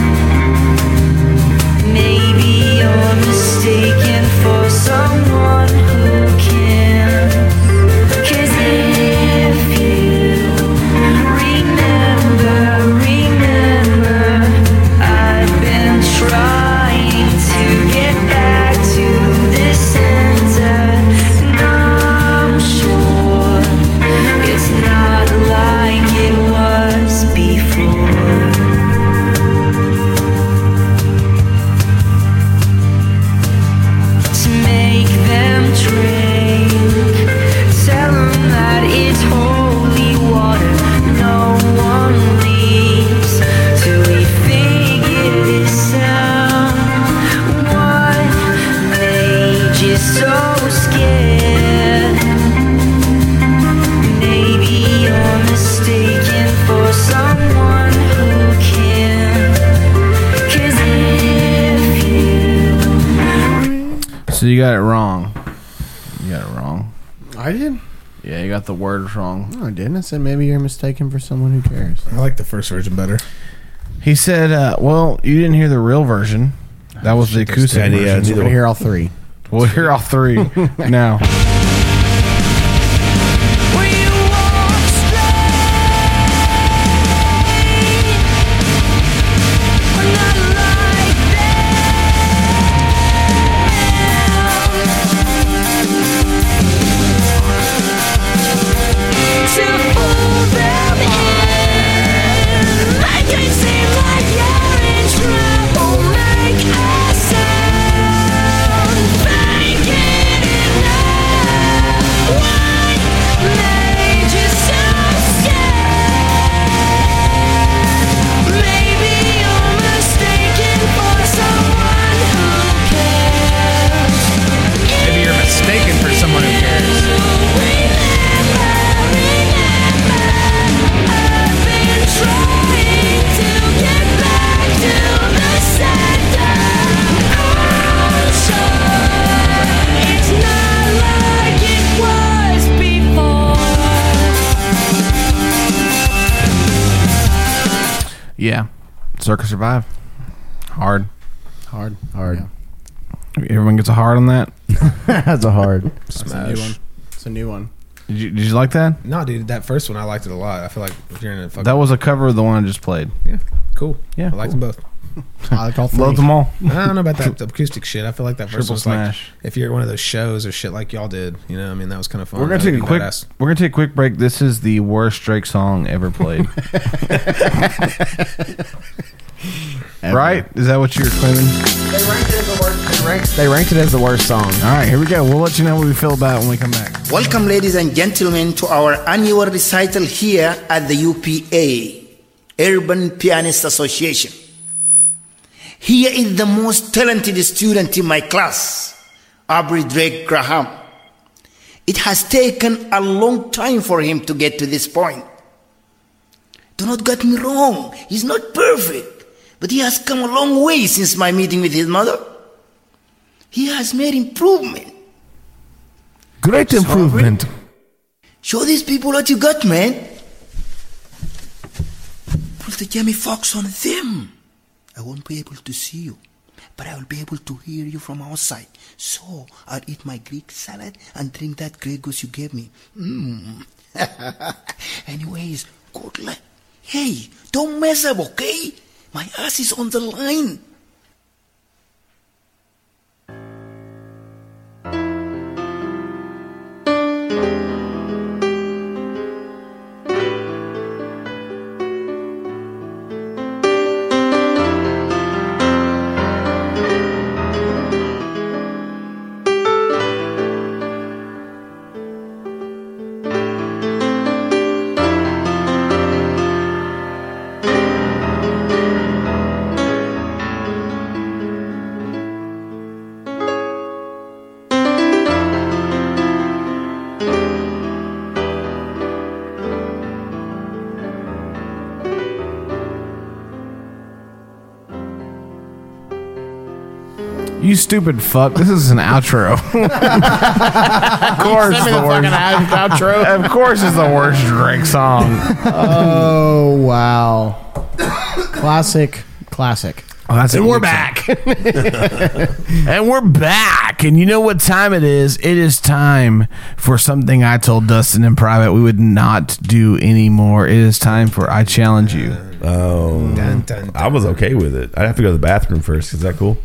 Speaker 21: Maybe you're mistaken for someone who cares. 'Cause if you remember, remember, I've been trying to get back to this end.
Speaker 4: So you got it wrong. You got it wrong.
Speaker 2: I did.
Speaker 4: Yeah, you got the words wrong.
Speaker 2: No, I Oh, didn't. I said maybe you're mistaken for someone who cares.
Speaker 3: I like the first version better.
Speaker 4: He said, uh, "Well, you didn't hear the real version. That was the acoustic
Speaker 2: Yeah, yeah,
Speaker 4: version.
Speaker 2: neither We're gonna hear all three.
Speaker 4: We'll hear all three now."
Speaker 3: Maybe you're mistaken for someone who cares.
Speaker 4: Yeah, Circus Survive. Hard.
Speaker 2: Hard.
Speaker 1: Hard.
Speaker 4: Everyone gets a hard on that.
Speaker 1: That's a hard
Speaker 2: That's a new one. It's a new one.
Speaker 4: Did you, did you like that?
Speaker 3: No, dude, that first one I liked it a lot. I feel like if you're in a fucking
Speaker 4: That was a cover of the one I just played.
Speaker 3: yeah, cool.
Speaker 4: Yeah,
Speaker 3: I liked them both.
Speaker 2: I liked all three.
Speaker 4: Loved them all.
Speaker 3: I don't know about that acoustic shit. I feel like that first
Speaker 4: Triple
Speaker 3: was
Speaker 4: smash.
Speaker 3: like if you're at one of those shows or shit like y'all did. You know, I mean, that was kind of fun.
Speaker 4: We're gonna
Speaker 3: That would
Speaker 4: take a
Speaker 3: be
Speaker 4: quick.
Speaker 3: badass.
Speaker 4: We're gonna take a quick break. This is the worst Drake song ever played. right? Is that what you're claiming?
Speaker 1: They ranked it as the worst song. All
Speaker 4: right, here we go. We'll let you know what we feel about it when we come back.
Speaker 5: Welcome, ladies and gentlemen, to our annual recital here at the UPA, Urban Pianist Association. Here is the most talented student in my class, Aubrey Drake Graham. It has taken a long time for him to get to this point. Do not get me wrong, he's not perfect, but he has come a long way since my meeting with his mother. He has made improvement.
Speaker 4: Great improvement.
Speaker 5: Show these people what you got, man. Put the Jamie Fox on them. I won't be able to see you, but I will be able to hear you from outside. So I'll eat my Greek salad and drink that Grey Goose you gave me. Mmm. Anyways, good luck. Hey, don't mess up, okay? My ass is on the line.
Speaker 4: You stupid fuck. This is an outro. of course, it's the worst. outro. of course, it's the worst Drake song.
Speaker 2: Oh wow! classic, classic.
Speaker 4: and we're back. and we're back. And you know what time it is? It is time for something I told Dustin in private we would not do anymore. It is time for I Challenge You.
Speaker 7: Oh, I was okay with it. I'd have to go to the bathroom first. Is that cool?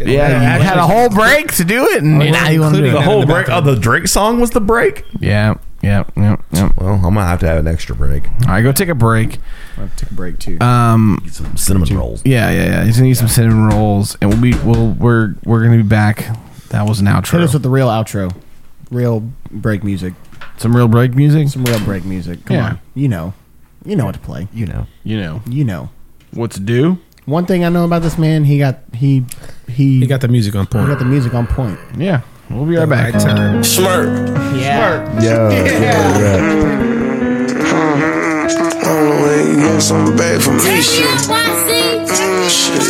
Speaker 4: Yeah, you had a whole break to do it,
Speaker 7: Oh,
Speaker 4: and now you want to do it.
Speaker 7: the whole break. Oh, the Drake song was the break.
Speaker 4: Yeah, yeah, yeah, yeah.
Speaker 7: Well, I'm gonna have to have an extra break.
Speaker 4: All right, go take a break.
Speaker 2: I'll take a break too.
Speaker 4: Um,
Speaker 7: Get some cinnamon rolls.
Speaker 4: yeah, yeah, yeah. He's gonna eat some cinnamon rolls, and we'll be we'll we're we're gonna be back. That was an
Speaker 2: Hit us
Speaker 4: outro.
Speaker 2: with the real outro, real break music,
Speaker 4: Some real break music.
Speaker 2: some real break music. Come
Speaker 4: Yeah.
Speaker 2: on, you know, you know what to play.
Speaker 1: You know.
Speaker 4: You know
Speaker 2: You know.
Speaker 4: what to do.
Speaker 2: One thing I know about this man, he got he he,
Speaker 3: You got the music on
Speaker 2: he
Speaker 3: point.
Speaker 2: got the music on point.
Speaker 4: Yeah, we'll be right back.
Speaker 3: Right time.
Speaker 15: Smirk.
Speaker 7: Yeah.
Speaker 9: don't know when you get something back from me, shit. Shit.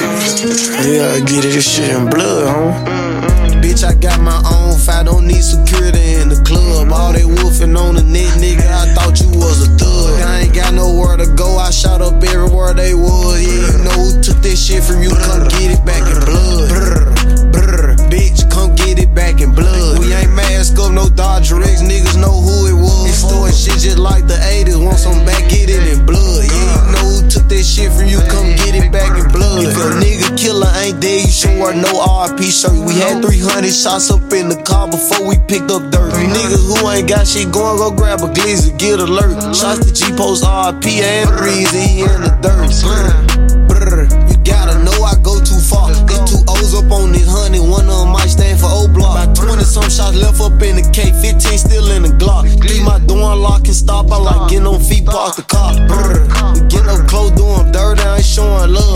Speaker 9: Yeah, I get it, this shit in blood, homie.
Speaker 8: Bitch, I got my own fight, don't need security in the club. All they wolfing on the net, nigga, I thought you was a thug. I ain't got nowhere to go, I shot up everywhere they was. Yeah, you know who took that shit from you, come get it back in blood. Brr, brr, bitch, come get it back in blood. We ain't mask up, no Dodger X, niggas know who it was. They storing shit just like the 80s, want some back, get it in blood. Yeah, you know who took that shit from you, come get it back in blood. If your nigga killer ain't dead, you should wear no RP shirt. We had 300 shots up in the car before we picked up dirt. You niggas who ain't got shit going, go grab a glizzy, get alert. Shots to G Post RP and Breezy he in the dirt. Brr, brr. You gotta know I go too far. It's two O's up on this honey, one of them might stand for O block. About 20 some shots left up in the K, 15 still in the Glock. Leave my door unlocked and stop. I like getting on feet, park the car. Brr. We get up close, doing dirt, I ain't showing love.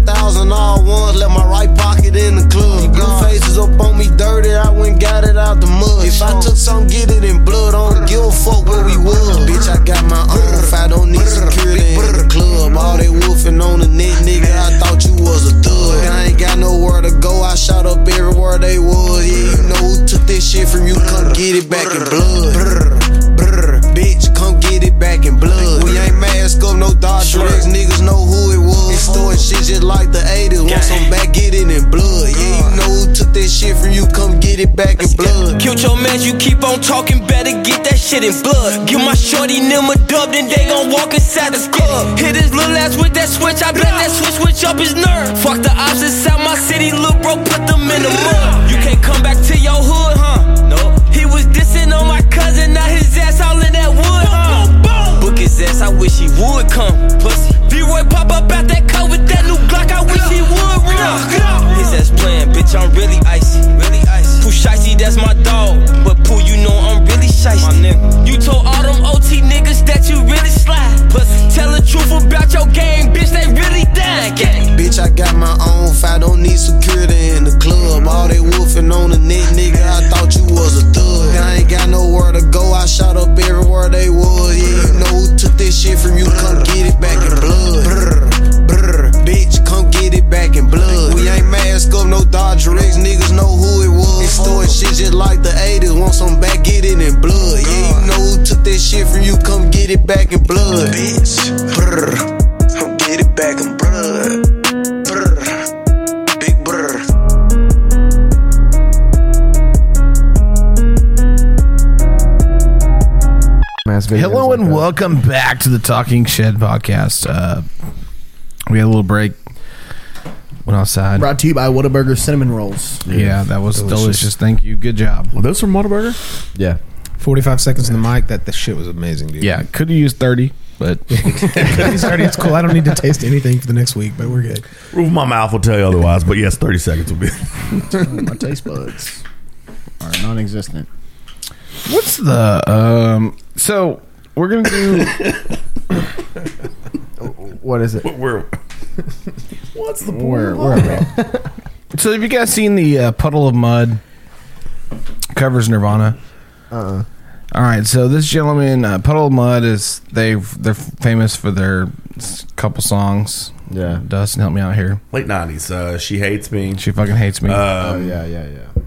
Speaker 8: 11,000 all ones, left my right pocket in the club. Blue faces up on me dirty, I went got it out the mud. If I took some, get it in blood. I don't give a fuck where we was. Bitch, I got my own. If I don't need security in the club, all they wolfing on the net, nigga. I thought you was a thug. I ain't got nowhere to go. I shot up everywhere they was. Yeah, you know who took this shit from you? Come get it back in blood. Brr, brr, bitch, come get it back in blood. We ain't mask up, no Dodger X, niggas know who it was. They storing shit just like the 80s. Want some back, get it in blood. Yeah, you know who took that shit from you? Come get it back in blood.
Speaker 22: Killed your man, you keep on talking, better get that shit in blood. Give my shorty them a dub, then they gon' walk inside the club. Hit his little ass with that switch, I bet that switch switch up his nerve. Fuck the ops inside my city, look bro, put them in the mud. You can't come back to your hood, huh? No. He was dissing on my cousin, now his ass all in that wood, huh? Book his ass, I wish he would come. Pussy. D-Roy pop up out that cut with that new Glock, I wish he would run. His ass playing, bitch, I'm really icy. Really icy. Pooh Shicey, that's my dog. But Pooh, you know I'm really shicey. My nigga. You told all them OT niggas that you really slide. Pussy. Tell the truth about your game, bitch, they really dying. Gang.
Speaker 8: Bitch, I got my own fight, don't need security in the club. All they wolfing on the net, nigga, I thought you was a thug. I ain't got nowhere to go, I shot up everywhere they was. Yeah, you know who took this shit from you, come get it back in blood. Brr, brr, bitch, come get it back in blood. We ain't mask up, no Dodger X, niggas know who it was. They storing shit just like the 80s, want some back, get it in blood. Yeah, you know who took that shit from you, come get it back in blood. Bitch, brr, come get it back in blood.
Speaker 4: Hello and welcome back to the Talking Shed podcast. Uh, we had a little break. Went outside.
Speaker 2: Brought to you by Whataburger cinnamon rolls.
Speaker 4: Yeah, that was delicious. Thank you. Good job. those from Whataburger? Yeah.
Speaker 3: 45 seconds in the mic. That the shit was amazing, dude.
Speaker 4: Yeah, could have used 30, but
Speaker 3: it's already- it's cool. I don't need to taste anything for the next week, but we're good.
Speaker 7: Roof of my mouth will tell you otherwise, but yes, 30 seconds will be.
Speaker 2: My taste buds are non-existent.
Speaker 4: what's the. um So we're going to do.
Speaker 1: what is it?
Speaker 7: We're. What's the
Speaker 1: Where-
Speaker 7: point?
Speaker 4: so have you guys seen the uh, puddle of mud covers Nirvana?
Speaker 1: Uh-uh.
Speaker 4: Uh. All right, so this gentleman, uh, Puddle of Mud, is they they're famous for their s- couple songs. Yeah, Dustin, help me out here.
Speaker 7: Late 90s. Uh, she hates me.
Speaker 4: She fucking hates me.
Speaker 7: Um,
Speaker 4: Oh,
Speaker 7: yeah, yeah, yeah.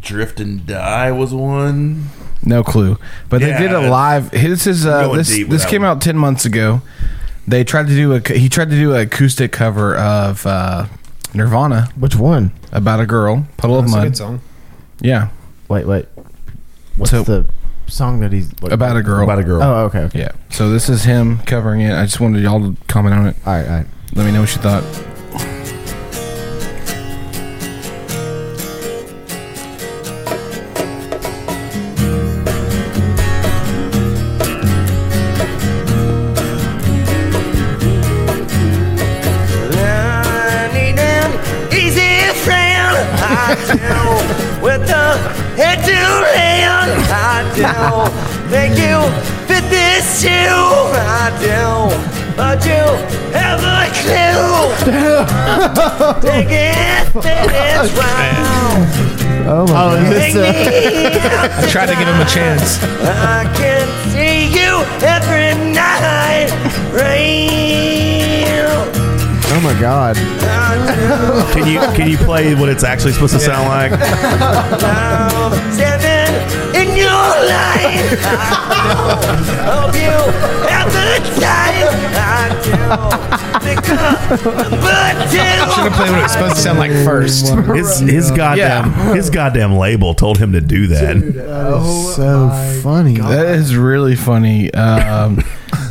Speaker 7: Drift and Die was one.
Speaker 4: No clue. But
Speaker 7: Yeah,
Speaker 4: they did a
Speaker 7: it's-
Speaker 4: live. This is
Speaker 7: I'm
Speaker 4: uh,
Speaker 7: going
Speaker 4: this
Speaker 7: deep with
Speaker 4: this
Speaker 7: that
Speaker 4: came out ten months ago. They tried to do a he tried to do an acoustic cover of uh, Nirvana. Which one? About a girl, puddle of
Speaker 3: That's a
Speaker 4: mud.
Speaker 3: good song.
Speaker 4: Yeah. Wait, wait. What's the
Speaker 1: Song that he's
Speaker 4: about a girl?
Speaker 1: Oh, okay. okay.
Speaker 4: Yeah. So this is him covering it. I just wanted y'all to comment on it. All right. All right. Let me know what you thought.
Speaker 10: I need an easy friend. I do with the head to hand. I do think you fit this shoe. I do, but you have a clue. Take it, fit it round.
Speaker 2: Oh my
Speaker 10: God. this, uh,
Speaker 3: I tried to give him a chance.
Speaker 10: I can see you every night. Rain.
Speaker 2: Oh
Speaker 1: my god.
Speaker 7: Can you can you play what it's actually supposed to sound like?
Speaker 10: Seven in your life. I hope you have the time. I do. Pick up the button.
Speaker 3: Should have played what it was supposed to sound like first.
Speaker 7: His his goddamn his goddamn label told him to do that.
Speaker 2: Oh, so funny.
Speaker 3: Oh,
Speaker 16: That is really funny. Um,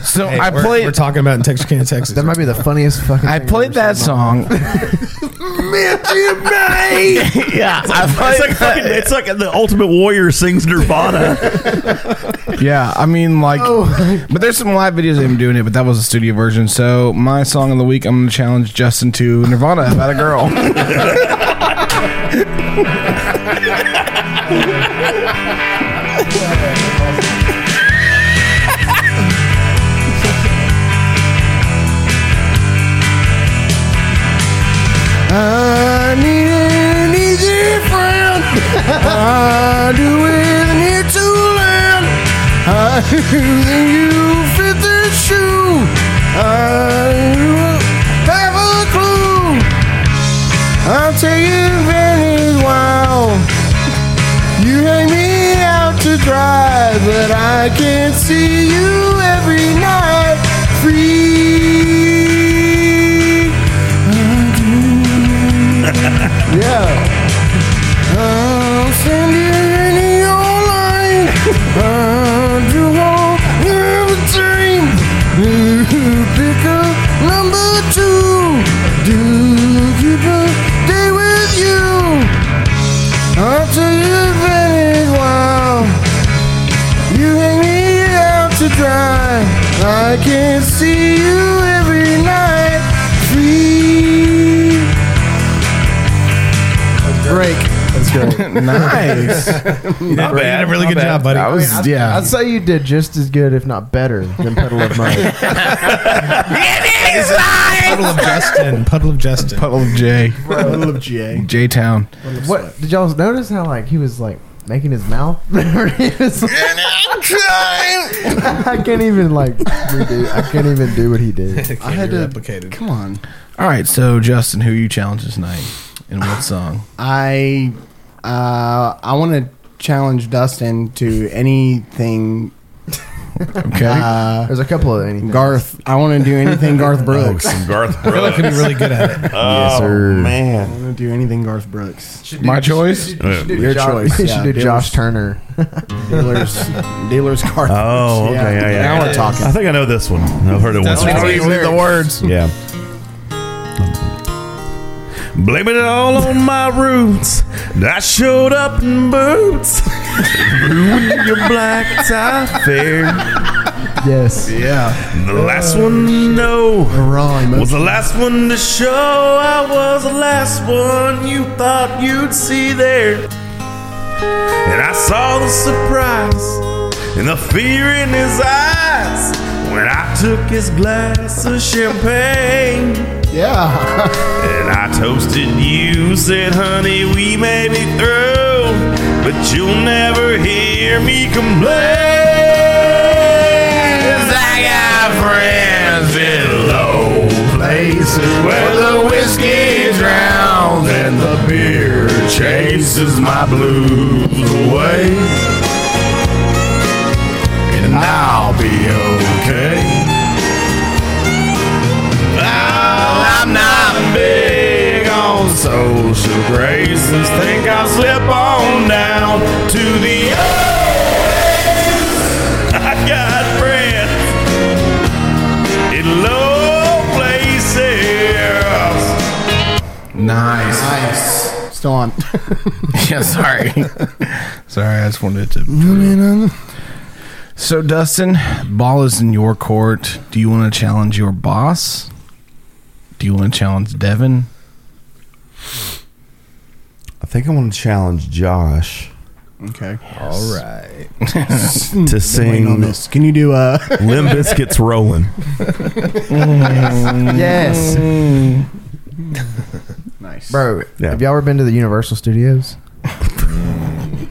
Speaker 16: so I
Speaker 3: we're-
Speaker 16: played.
Speaker 3: we're talking about in Texarkana, Texas. That
Speaker 1: might be the funniest fucking.
Speaker 16: I played that song. yeah,
Speaker 7: It's like, it's like fucking, it's like the Ultimate Warrior sings Nirvana.
Speaker 16: yeah, I mean, like, but there's some live videos of him doing it, but that was a studio version. So my song of the week, I'm gonna challenge Justin to Nirvana about a girl.
Speaker 10: I need an easy friend. I do it here to learn. I think you fit the shoe. I don't have a clue. I'll take advantage while you hang me out to dry, but I can't see you every night. Free. yeah. I'll send you any online. I do want every dream. You Pick up number two. Do keep a day with you. I'll take advantage while you hang me out to dry. I can't see you every night. Free.
Speaker 2: Break.
Speaker 1: That's great.
Speaker 16: Nice.
Speaker 1: You
Speaker 3: Not bad. A really good job, buddy.
Speaker 1: I
Speaker 3: That was-
Speaker 1: was,
Speaker 3: yeah.
Speaker 1: yeah. I'd say you did just as good, if not better, than Pedal of Mud.
Speaker 3: Puddle of Justin. Puddle of Justin.
Speaker 16: Puddle of J.
Speaker 2: Puddle of J.
Speaker 16: J Town.
Speaker 1: what did y'all notice? How like he was like making his mouth? He was like- I can't even like redo. I can't even do what he did.
Speaker 16: I had to
Speaker 3: replicate
Speaker 16: Come on. All right, so Justin, who you challenge tonight, and
Speaker 3: Ah.
Speaker 16: what song?
Speaker 2: I uh, I want to challenge Dustin to anything.
Speaker 16: Okay.
Speaker 2: Uh,
Speaker 1: There's a couple of anything.
Speaker 2: Garth. I want to do anything Garth Brooks.
Speaker 7: some Garth
Speaker 2: I feel like he'd be really good at it.
Speaker 7: Oh,
Speaker 2: Yes, sir. I
Speaker 7: man.
Speaker 2: want to do anything Garth Brooks.
Speaker 1: do- My choice? you should- you should do
Speaker 2: Your
Speaker 1: Josh-
Speaker 2: choice.
Speaker 1: you should do Josh Turner.
Speaker 2: Dealers. Dealers Garth.
Speaker 7: Oh, okay,
Speaker 2: Brooks,
Speaker 7: yeah, yeah.
Speaker 2: Now we're talking.
Speaker 7: I think I know this one. I've heard it
Speaker 2: That's
Speaker 7: once.
Speaker 2: what it is.
Speaker 7: the words. Yeah. Blaming it all on my roots. I showed up in boots. Ruined your black tie fair.
Speaker 1: Yes.
Speaker 7: Yeah. The last one to know was the last one to show. I was the last one you thought you'd see there. And I saw the surprise and the fear in his eyes when I took his glass of champagne.
Speaker 2: Yeah.
Speaker 7: And I toasted you, said, honey, we may be through, but you'll never hear me complain. 'Cause I got friends in low places where the whiskey drowns and the beer chases my blues away. And I'll be okay. Now, I'm not big on social graces. Think I'll slip on down to the O's. I got friends in low places.
Speaker 16: Nice.
Speaker 2: Nice. Still on.
Speaker 16: yeah, sorry. sorry, I just wanted to. So, Dustin, ball is in your court. Do you want to challenge your boss? Do you want to challenge Devin?
Speaker 7: I think I want to challenge Josh
Speaker 2: Okay.
Speaker 16: All right.
Speaker 7: to
Speaker 2: Waiting on this. Can you do uh
Speaker 7: Limb Biscuits Rolling.
Speaker 2: Mm.
Speaker 1: Yes.
Speaker 2: nice.
Speaker 1: Bro,
Speaker 7: Yeah.
Speaker 1: have y'all ever been to the Universal Studios?
Speaker 3: in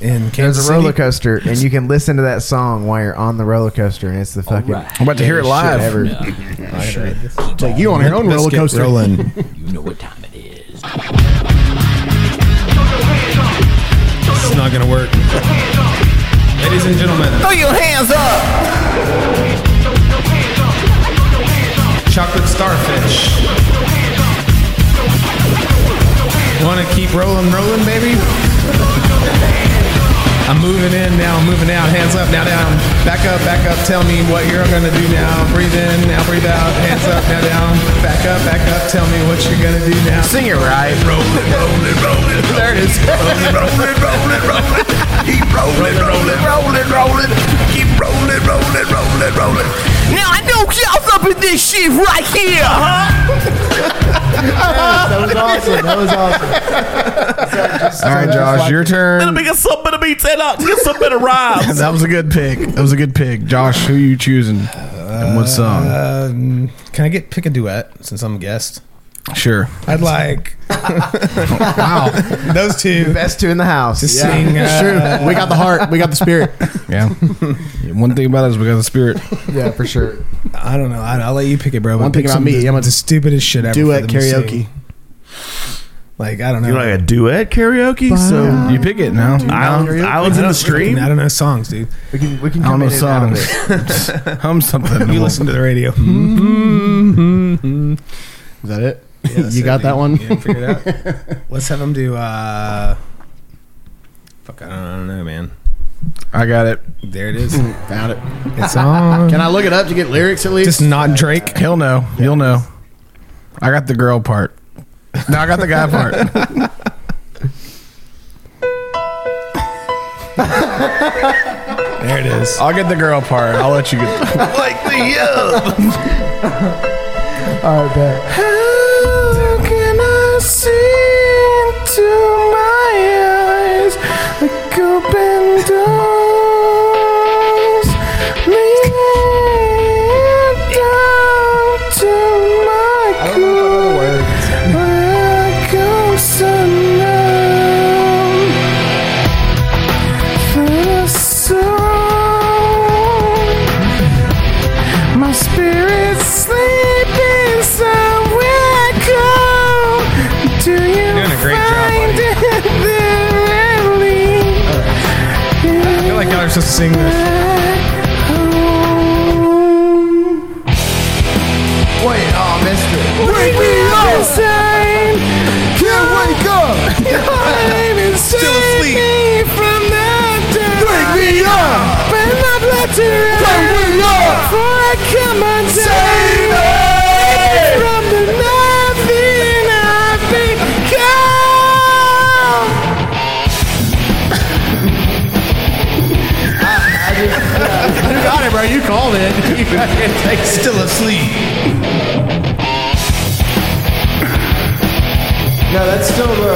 Speaker 1: There's
Speaker 3: Kansas
Speaker 1: a roller
Speaker 3: City.
Speaker 1: coaster, and you can listen to that song while you're on the roller coaster, and it's the fucking.
Speaker 3: right. I'm about to hear it
Speaker 1: shit
Speaker 3: live.
Speaker 1: Ever.
Speaker 3: Yeah.
Speaker 1: Sure.
Speaker 2: Like you on your own roller coaster.
Speaker 20: you know what time it is.
Speaker 3: It's not gonna work. Ladies and gentlemen,
Speaker 10: Throw your hands up.
Speaker 3: chocolate starfish. Want to keep rolling, rolling, baby? I'm moving in now, I'm moving out. Hands up, now down. Back up, back up. Tell me what you're gonna do now. Breathe in, now breathe out. Hands up, now down. Back up, back up. Tell me what you're gonna do now. Sing it right. Roll it, roll it, roll it. There it is. Roll it, roll it, roll it, roll it. Keep rolling, rolling, rolling, rolling. Keep rolling, rolling, rolling, rolling.
Speaker 10: Now I know y'all's up in this shit right here, huh? that was awesome. That was awesome.
Speaker 16: All right, Josh, your
Speaker 7: It'll
Speaker 16: turn.
Speaker 7: be some better beats and up. Get some better rhymes.
Speaker 16: that was a good pick. That was a good pick, Josh. Who you choosing? And what song?
Speaker 3: Um, can I get pick a duet since I'm a guest?
Speaker 16: Sure.
Speaker 3: I'd like. wow, those two
Speaker 1: best two in the house.
Speaker 3: To sing, uh,
Speaker 2: We got the heart. We got the spirit.
Speaker 16: Yeah. One thing about it is we got the spirit.
Speaker 1: Yeah, for sure.
Speaker 3: I don't know. I, I'll let you pick it, bro.
Speaker 2: One thing about me, I'm
Speaker 3: I'm the stupidest shit ever.
Speaker 2: duet
Speaker 3: for them to
Speaker 2: karaoke.
Speaker 3: sing. Like I don't know.
Speaker 7: You like a duet kduet karaoke? So
Speaker 16: you pick it now.
Speaker 7: I, I was in the stream.
Speaker 3: I don't know songs, dude.
Speaker 1: We can we
Speaker 7: can
Speaker 16: I don't know songs. Hum something.
Speaker 3: You listen to the radio.
Speaker 2: Is that it?
Speaker 3: Mm-hmm. that's
Speaker 2: you
Speaker 3: it,
Speaker 2: got that
Speaker 3: dude.
Speaker 2: one?
Speaker 3: Yeah, figure it out. Let's have them do. uh Fuck, I don't, I don't know, man.
Speaker 16: I got it.
Speaker 3: There it is.
Speaker 2: Found it.
Speaker 3: It's on.
Speaker 2: Can I look it up to get lyrics at least?
Speaker 3: Just not Drake.
Speaker 16: He'll know. He'll know. I got the girl part. No, I got the guy part.
Speaker 3: There it is.
Speaker 16: I'll get the girl part. I'll let you get.
Speaker 10: like the
Speaker 3: uh,
Speaker 10: yub. All right, bet. How can I see into my eyes like open doors? Lean down to my core, where I go so numb. For so my spirit's sleeping somewhere I go. Do you
Speaker 3: Doing a great job,
Speaker 10: find it there only?
Speaker 3: I feel like y'all are supposed to sing this.
Speaker 10: Wait, oh, I missed it. Wake me up! Insane. Can't wake up! I'm insane. Still asleep. Me from that Wake me up! But not let it Wake me up! For I come and save me from the nothing I've become.
Speaker 2: You got it, bro. You called it. You fucking take-
Speaker 3: Still asleep.
Speaker 1: No, that's still the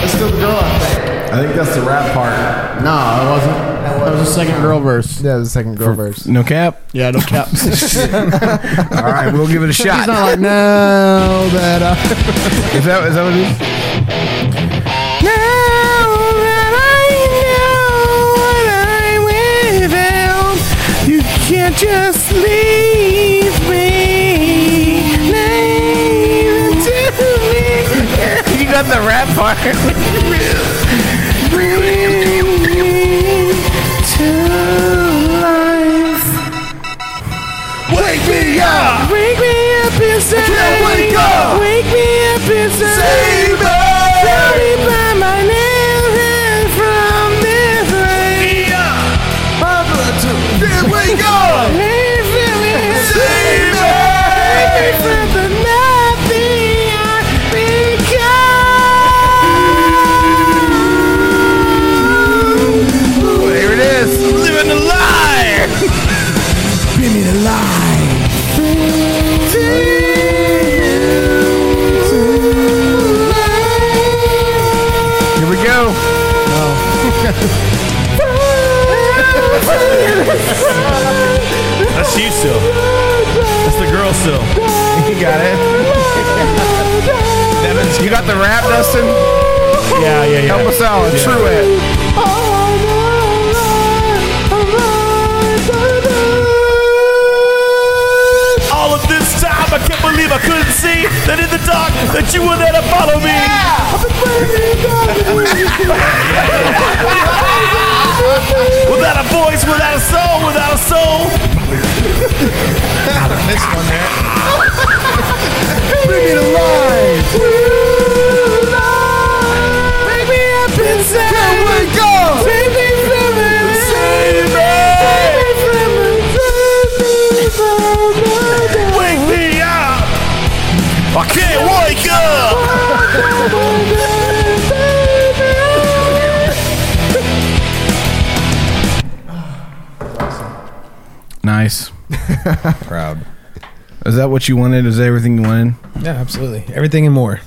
Speaker 1: that's still the girl. I think.
Speaker 16: I think that's the rap part.
Speaker 2: No, it wasn't. That was the second girl verse.
Speaker 1: Yeah, the second girl verse.
Speaker 16: No cap.
Speaker 2: Yeah, no cap.
Speaker 16: All right, we'll give it a shot.
Speaker 2: He's not like now that I.
Speaker 16: Is that is that what it is?
Speaker 10: Now that I know what I withheld, you can't just leave me. Leave it to me. you got the rap part. Bring me to life. Wake me up! Wake me up inside! I can't wake up! Wake me up inside! Save me! Tell me by my name and from this way! My blood to Can't wake up! Save me! From the nothing I become! There it is! Living the lie! Give me the lie!
Speaker 16: Here we go.
Speaker 7: That's you still. That's the girl still.
Speaker 16: You got it. Devin, you got the rap, Dustin.
Speaker 7: Yeah, yeah, yeah.
Speaker 16: Help us out.
Speaker 7: Yeah.
Speaker 16: True it.
Speaker 10: Oh,
Speaker 7: that you were there to follow me. without a voice, without a soul, without a soul. I missed one there. Bring it alive. Bring me up inside. Can we go? Take me from it. Save me. Take me from it. Wake me up. I can't wake up.
Speaker 4: Nice. Proud. Is that what you wanted? Is that everything you wanted?
Speaker 3: Yeah, absolutely. Everything and more.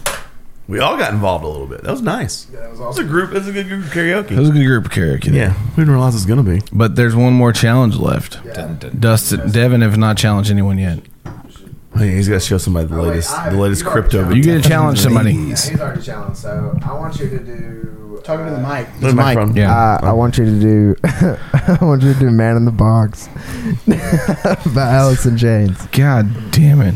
Speaker 7: We all got involved a little bit. That was nice. Yeah, that was awesome. It's a group. It's a good group of karaoke.
Speaker 4: It was a good group of karaoke. Yeah.
Speaker 7: We didn't realize it's going to be.
Speaker 4: But there's one more challenge left. Dustin, Devin have not challenged anyone yet.
Speaker 7: Oh, he's got to show somebody the latest, the latest crypto.
Speaker 4: You get to challenge somebody.
Speaker 1: Yeah, he's already challenged, so I want you to do.
Speaker 2: Talking to the mic.
Speaker 1: Mike. Uh, I want you to do. I want you to do "Man in the Box" by Alice in Chains.
Speaker 4: God damn it!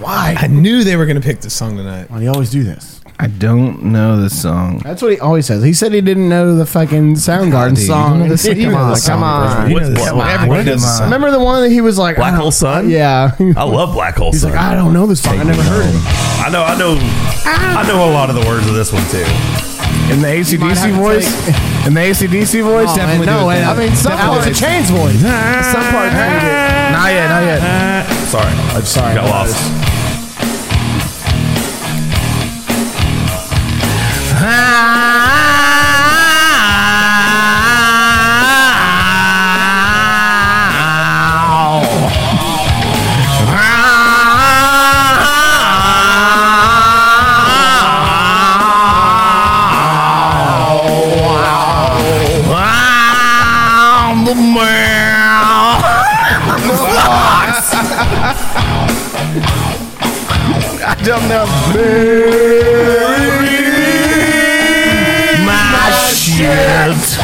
Speaker 3: Why? I knew they were going to pick this song tonight.
Speaker 2: Why do you always do this?
Speaker 4: I don't know this song.
Speaker 2: That's what he always says. He said he didn't know the fucking Soundgarden
Speaker 4: dude.
Speaker 2: song.
Speaker 4: You know this-
Speaker 2: He
Speaker 4: you know
Speaker 2: knows
Speaker 4: this
Speaker 2: the
Speaker 4: song, bro.
Speaker 2: song.
Speaker 4: You know this song. Everybody knows this song.
Speaker 2: Remember the one that he was like
Speaker 7: Black
Speaker 2: I-
Speaker 7: Hole Sun?
Speaker 2: Yeah,
Speaker 7: I love Black Hole
Speaker 2: He's
Speaker 7: Sun.
Speaker 2: like, I don't know this song. I never heard it.
Speaker 7: I know, I know, I know a lot of the words of this one too.
Speaker 4: In the ACDC voice? In the ACDC voice?
Speaker 2: Oh, man, no, and I mean, some parts of Chains voice. Some parts needed it.
Speaker 4: Not yet, not yet.
Speaker 7: Sorry, I just
Speaker 4: Sorry,
Speaker 7: got
Speaker 4: I
Speaker 7: lost.
Speaker 4: I'm the man. I don't know.
Speaker 7: My shit.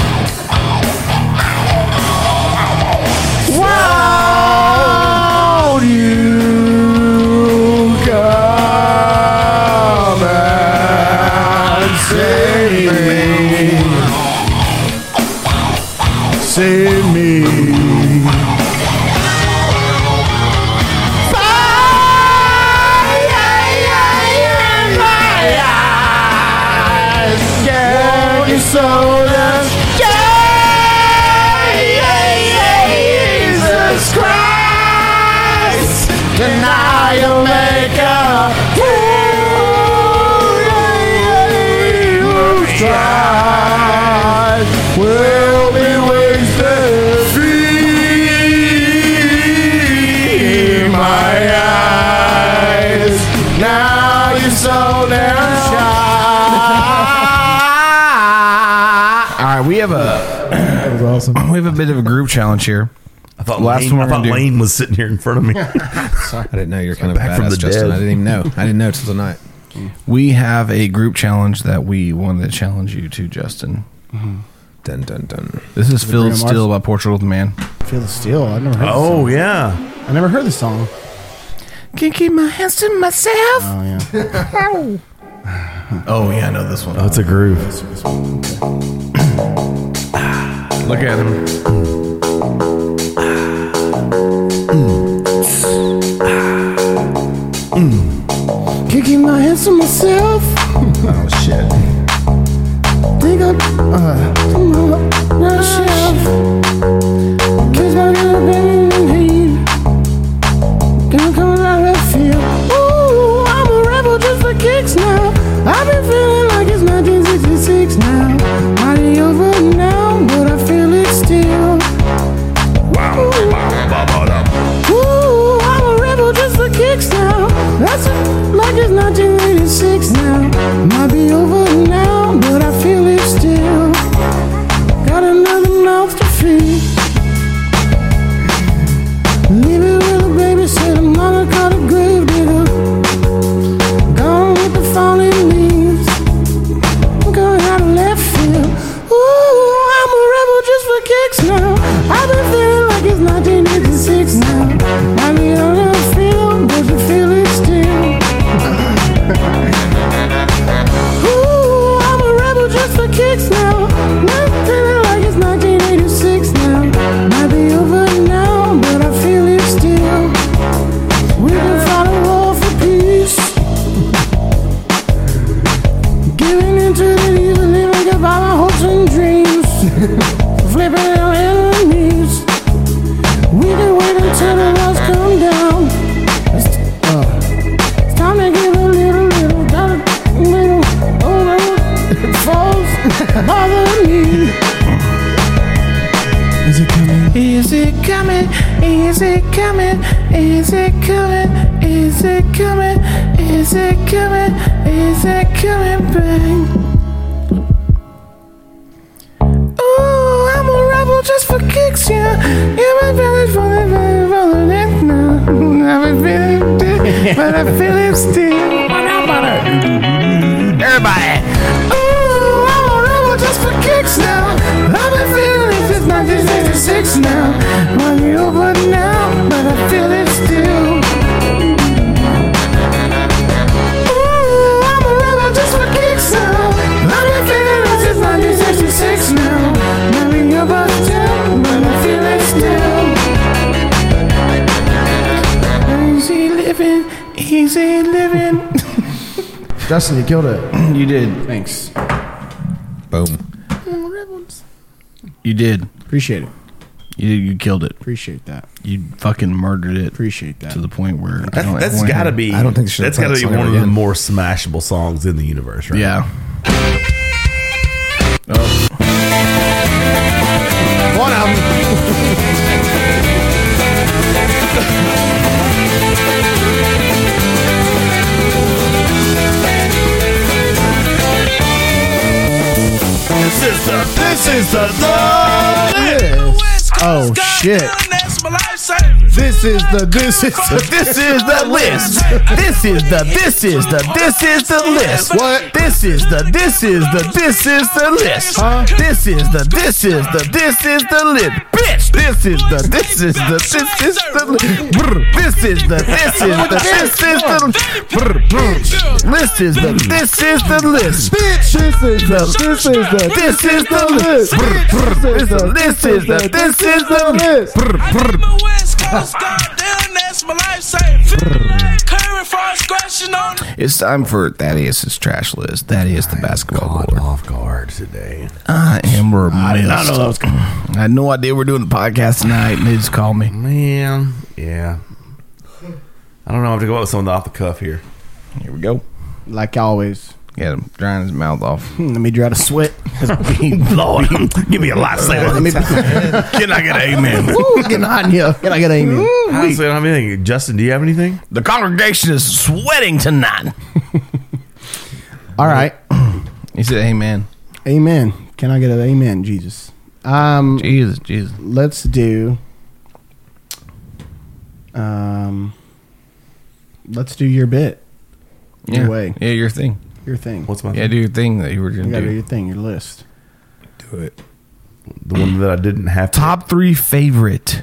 Speaker 10: Wow, you come and save me. Save me. Sodas, Jesus Christ, deny your maker. Whose trials will be wasted. Free my eyes. Now you're so damn shy.
Speaker 4: All right, we have a that was awesome. We have a bit of a group challenge here.
Speaker 7: I thought
Speaker 4: Last
Speaker 7: Lane,
Speaker 4: one
Speaker 7: I
Speaker 4: we're
Speaker 7: thought
Speaker 4: gonna do-
Speaker 7: Lane was sitting here in front of me.
Speaker 3: Sorry, I didn't know you're kind of
Speaker 4: Back
Speaker 3: badass,
Speaker 4: from the
Speaker 3: Justin.
Speaker 4: dead.
Speaker 3: I didn't even know. I didn't know till tonight.
Speaker 4: We have a group challenge that we wanted to challenge you to, Justin. Dun dun dun. This is
Speaker 2: Is it
Speaker 4: Filled
Speaker 2: Bruno Mars?
Speaker 4: Still by Portugal the Man.
Speaker 2: Feel the steel. I never heard. this
Speaker 4: Oh,
Speaker 2: song.
Speaker 7: yeah.
Speaker 2: I never heard this song.
Speaker 10: Can't keep my hands to myself.
Speaker 2: Oh
Speaker 10: yeah.
Speaker 4: Oh yeah, I know this one.
Speaker 7: Oh, it's a groove.
Speaker 4: Look at him.
Speaker 2: Kicking my hands to myself.
Speaker 4: Oh shit.
Speaker 2: Think I'm uh, I'm a shelf. Kiss my little baby in heat. Gonna come out of field. Ooh, I'm a rebel just for kicks now. I've been feeling like it's 1966 now. Party over now, but I feel it still.
Speaker 7: Wow, wow, wow, wow, wow.
Speaker 2: Ooh, I'm a rebel just for kicks now. That's like it's 1986 now. Might be over now, but I feel it still. Got another mouth to feed.
Speaker 10: oh, uh, Is it coming? Is it coming? Is it coming? Is it coming? Is it coming back? Ooh, I'm a rebel just for kicks, yeah. Yeah, my village rolling, rolling, rolling it now. I feel it, but I feel it still. Everybody. Ooh, I'm a rebel just for kicks now. I've been feeling it since 1966 now. Might be over now, but I feel it still. Ooh, I'm a rebel just for kicks now. I've been feeling it since 1966 now. Might be over now, but I feel it still. Easy living, easy living.
Speaker 2: Dustin, you killed it.
Speaker 4: You did.
Speaker 2: Thanks.
Speaker 3: Boom.
Speaker 10: I'm a rebel just
Speaker 4: You did.
Speaker 2: Appreciate it.
Speaker 4: You did, you killed it.
Speaker 2: Appreciate that.
Speaker 4: You fucking murdered it. Appreciate that. To the point where I don't
Speaker 7: That's
Speaker 4: wanna-
Speaker 7: got to be. that's got to be one of the more smashable songs in the universe, right?
Speaker 4: Yeah. Oh.
Speaker 10: One of them.
Speaker 7: This is the. This is the. the
Speaker 2: Oh shit! This is the. This is the.
Speaker 10: This is the list. This is the. This is the. This is the list. What? This is the. This is the. This is the list. This is the. This is the. This is the list. Bitch. This is the. This is the. This is the. li- Brr. This is the. This is the. This is the. Brr, brr. List is the. This is the list. Bitch. This is the. This is the. This is the list. Brr, brr. This is the. This is the. This is the list. Brr, brr.
Speaker 15: That's my lifesaver. Curry fries scratching on
Speaker 4: It's time for Thaddeus's trash list. Thaddeus, the basketball God
Speaker 7: off guard today.
Speaker 4: I am remiss.
Speaker 7: I did not know that was coming.
Speaker 4: I had no idea we're doing the podcast tonight, and they just called me.
Speaker 7: Man, yeah. I don't know. I have to go out with something off the cuff here.
Speaker 4: Here we go.
Speaker 2: Like always. Hmm,
Speaker 4: Yeah, drying his mouth off.
Speaker 2: Let me dry the sweat.
Speaker 7: Lord, give me a
Speaker 4: Let me-
Speaker 7: Can I get an amen?
Speaker 4: Ooh, getting hot in here. Can I get an amen?
Speaker 7: Honestly, I don't have anything. Justin, do you have anything?
Speaker 4: The congregation is sweating tonight.
Speaker 2: All right.
Speaker 4: He said, "Amen."
Speaker 2: Amen. Can I get an amen, Jesus? Um,
Speaker 4: Jesus, Jesus.
Speaker 2: Let's do. Um, let's do your bit. Your
Speaker 4: yeah.
Speaker 2: way.
Speaker 4: Yeah, your thing.
Speaker 2: Your thing. What's
Speaker 4: Yeah, do your thing that you were
Speaker 2: You
Speaker 4: going to
Speaker 2: gotta do
Speaker 4: do.
Speaker 2: your thing. Your list. Do it.
Speaker 7: The one that I didn't have.
Speaker 4: Top three favorite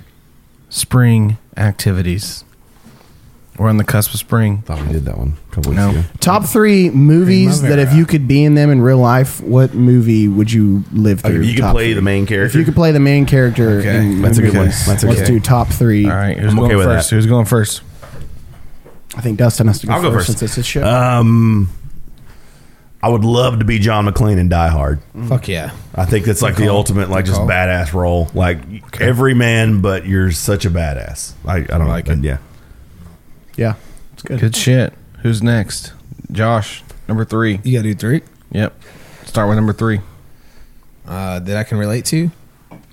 Speaker 4: spring activities. We're on the cusp of spring.
Speaker 7: Thought we did that one a couple
Speaker 4: weeks ago.
Speaker 2: Top three movies that if you could be in them in real life, what movie would you live
Speaker 7: Okay,
Speaker 2: through?
Speaker 7: Oh, you can
Speaker 2: Top
Speaker 7: play
Speaker 2: three.
Speaker 7: the main
Speaker 2: If
Speaker 7: character.
Speaker 2: you could play the main character,
Speaker 7: Okay.
Speaker 2: in
Speaker 7: That's a good
Speaker 2: movie,
Speaker 7: one.
Speaker 2: let's-
Speaker 7: That's
Speaker 2: let's
Speaker 7: okay.
Speaker 2: do top three.
Speaker 4: All right, who's
Speaker 7: I'm
Speaker 4: going
Speaker 7: okay with
Speaker 4: first?
Speaker 7: that.
Speaker 4: Who's going first?
Speaker 2: I think Dustin has to go,
Speaker 7: I'll
Speaker 2: first,
Speaker 7: go first.
Speaker 2: since it's his show.
Speaker 7: Um, I would love to be John McClane in Die Hard.
Speaker 3: Fuck yeah.
Speaker 7: I think that's like
Speaker 3: Mm. Good
Speaker 7: the
Speaker 3: call.
Speaker 7: ultimate, like
Speaker 3: Good
Speaker 7: just
Speaker 3: call.
Speaker 7: badass role. Like every man, but you're such a badass. I, I don't like it. Yeah.
Speaker 2: yeah, it's good.
Speaker 4: Good shit. Who's next? Josh, number three.
Speaker 3: You got to do three?
Speaker 4: Yep. Start with number three.
Speaker 3: Uh, that I can relate to?